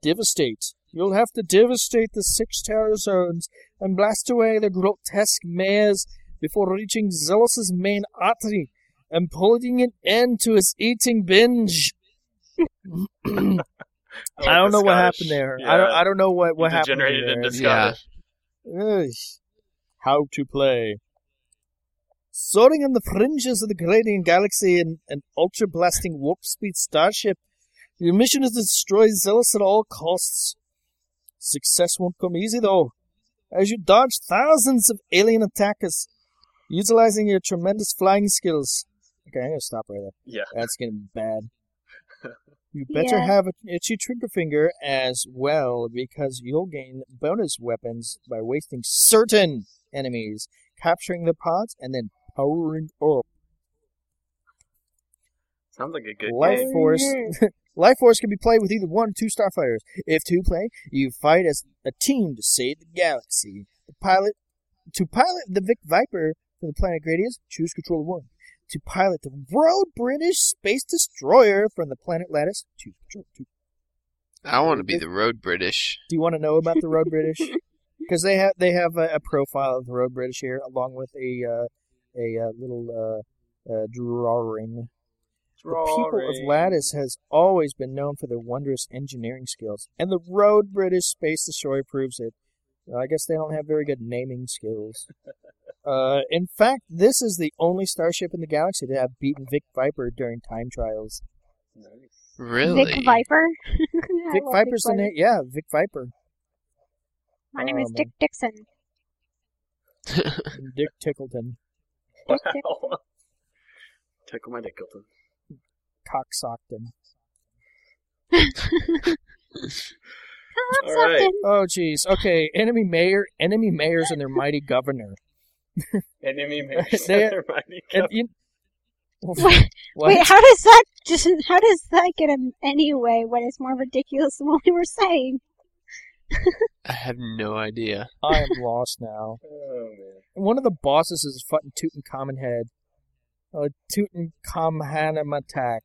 Speaker 1: devastate. You'll have to devastate the six terror zones and blast away the grotesque mares before reaching Zealous' main artery and putting an end to his eating binge.
Speaker 2: like
Speaker 1: I don't
Speaker 2: the
Speaker 1: know what
Speaker 2: Scottish.
Speaker 1: happened there.
Speaker 2: Oh, Yeah.
Speaker 1: I don't. I don't know what what
Speaker 2: he
Speaker 1: happened
Speaker 2: degenerated
Speaker 1: there.
Speaker 2: into
Speaker 4: Yeah.
Speaker 2: Scottish.
Speaker 1: Ugh. How to play. Soaring on the fringes of the Canadian galaxy in an ultra blasting warp speed starship, your mission is to destroy Zealous at all costs. Success won't come easy, though, as you dodge thousands of alien attackers, utilizing your tremendous flying skills. Okay, I'm going to stop right there.
Speaker 2: Yeah.
Speaker 1: That's going to be bad. You better
Speaker 3: Yeah.
Speaker 1: have an itchy trigger finger as well, because you'll gain bonus weapons by wasting certain enemies, capturing the pods, and then powering up.
Speaker 2: Sounds like a good
Speaker 1: Life
Speaker 2: game.
Speaker 1: Force.
Speaker 3: Mhm.
Speaker 1: Life Force can be played with either one or two starfighters. If two play, you fight as a team to save the galaxy. The pilot to pilot the Vic Viper from the planet Gradius, choose controller one. To pilot the World British Space Destroyer from the planet Lattice, choose controller two.
Speaker 4: I want to be the road British.
Speaker 1: Do you want to know about the Road British? Because they have they have a, a profile of the Road British here, along with a uh, a uh, little uh, uh, drawing. The people of
Speaker 2: Drawing.
Speaker 1: Lattice has always been known for their wondrous engineering skills, and the Road British Space Destroyer proves it. Uh, I guess they don't have very good naming skills. Uh, in fact, this is the only starship in the galaxy to have beaten Vic Viper during time trials.
Speaker 2: Nice.
Speaker 4: Really?
Speaker 3: Vic Viper. I
Speaker 1: Vic
Speaker 3: love
Speaker 1: Viper's the
Speaker 3: Viper.
Speaker 1: name. Yeah, Vic Viper.
Speaker 3: My name
Speaker 1: Oh,
Speaker 3: is
Speaker 1: man.
Speaker 3: Dick Dixon.
Speaker 1: Dick Tickleton.
Speaker 2: Wow.
Speaker 3: Dick Dick-
Speaker 2: Tickle my dickleton.
Speaker 1: Cocksockton.
Speaker 3: Come on,
Speaker 2: All right.
Speaker 3: something.
Speaker 1: Oh, jeez. Okay, enemy mayor, enemy mayors, and their mighty governor.
Speaker 2: Enemy makes
Speaker 1: They-
Speaker 2: their mighty
Speaker 1: And
Speaker 2: cup.
Speaker 1: you- What?
Speaker 3: Wait, how does that just? How does that get him anyway? When it's more ridiculous than what we were saying.
Speaker 4: I have no idea.
Speaker 1: I am lost now.
Speaker 2: Oh man.
Speaker 1: And one of the bosses is fucking Tutankhamun head. Oh, Tutankhamun attack.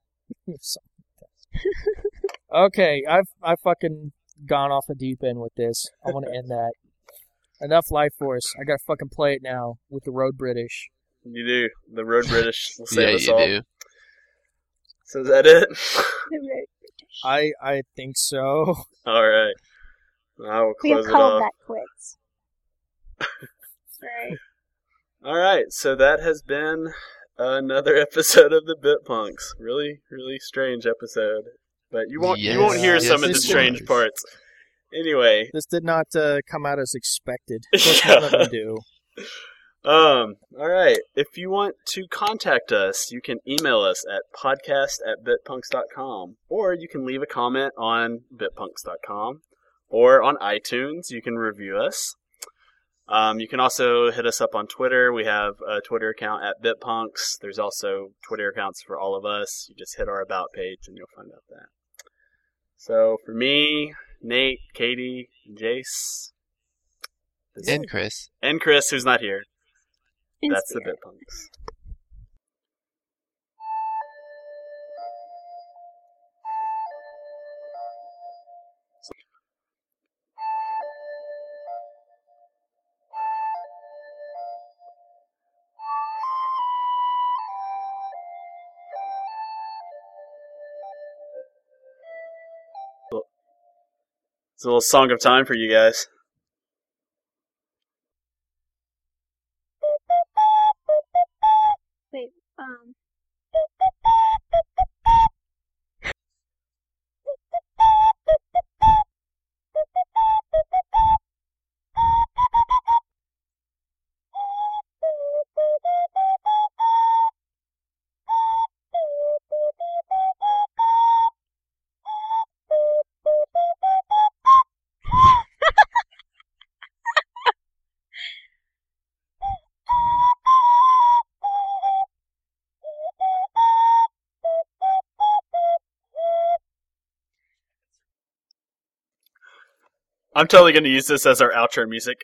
Speaker 1: Something like that. okay, I've I fucking gone off the deep end with this. I want to end that. Enough life force. I gotta fucking play it now with the road British.
Speaker 2: You do. The road British will save
Speaker 4: yeah,
Speaker 2: us
Speaker 4: you
Speaker 2: all.
Speaker 4: do.
Speaker 2: So is that it?
Speaker 3: The road.
Speaker 1: I I think so.
Speaker 2: all right. I will
Speaker 3: We have
Speaker 2: close it
Speaker 3: called
Speaker 2: off.
Speaker 3: that quits. right.
Speaker 2: All right, so that has been another episode of the Bit Punks. Really, really strange episode, but you won't you won't hear
Speaker 1: Yes,
Speaker 2: some of
Speaker 1: yes,
Speaker 2: the
Speaker 1: it
Speaker 2: strange
Speaker 4: was.
Speaker 2: parts. Anyway,
Speaker 1: This did not uh, come out as expected. What can I do?
Speaker 2: um, all right. If you want to contact us, you can email us at podcast at bitpunks.com, or you can leave a comment on bitpunks.com, or on iTunes. You can review us. Um, you can also hit us up on Twitter. We have a Twitter account at bitpunks. There's also Twitter accounts for all of us. You just hit our about page and you'll find out that. So for me, Nate, Katie, Jace, this-
Speaker 4: And Chris.
Speaker 2: and Chris, who's not here.
Speaker 3: In
Speaker 2: That's the
Speaker 3: spirit.
Speaker 2: bit punks. It's a little song of time for you guys.
Speaker 3: Wait, um.
Speaker 2: I'm totally going to use this as our outro music.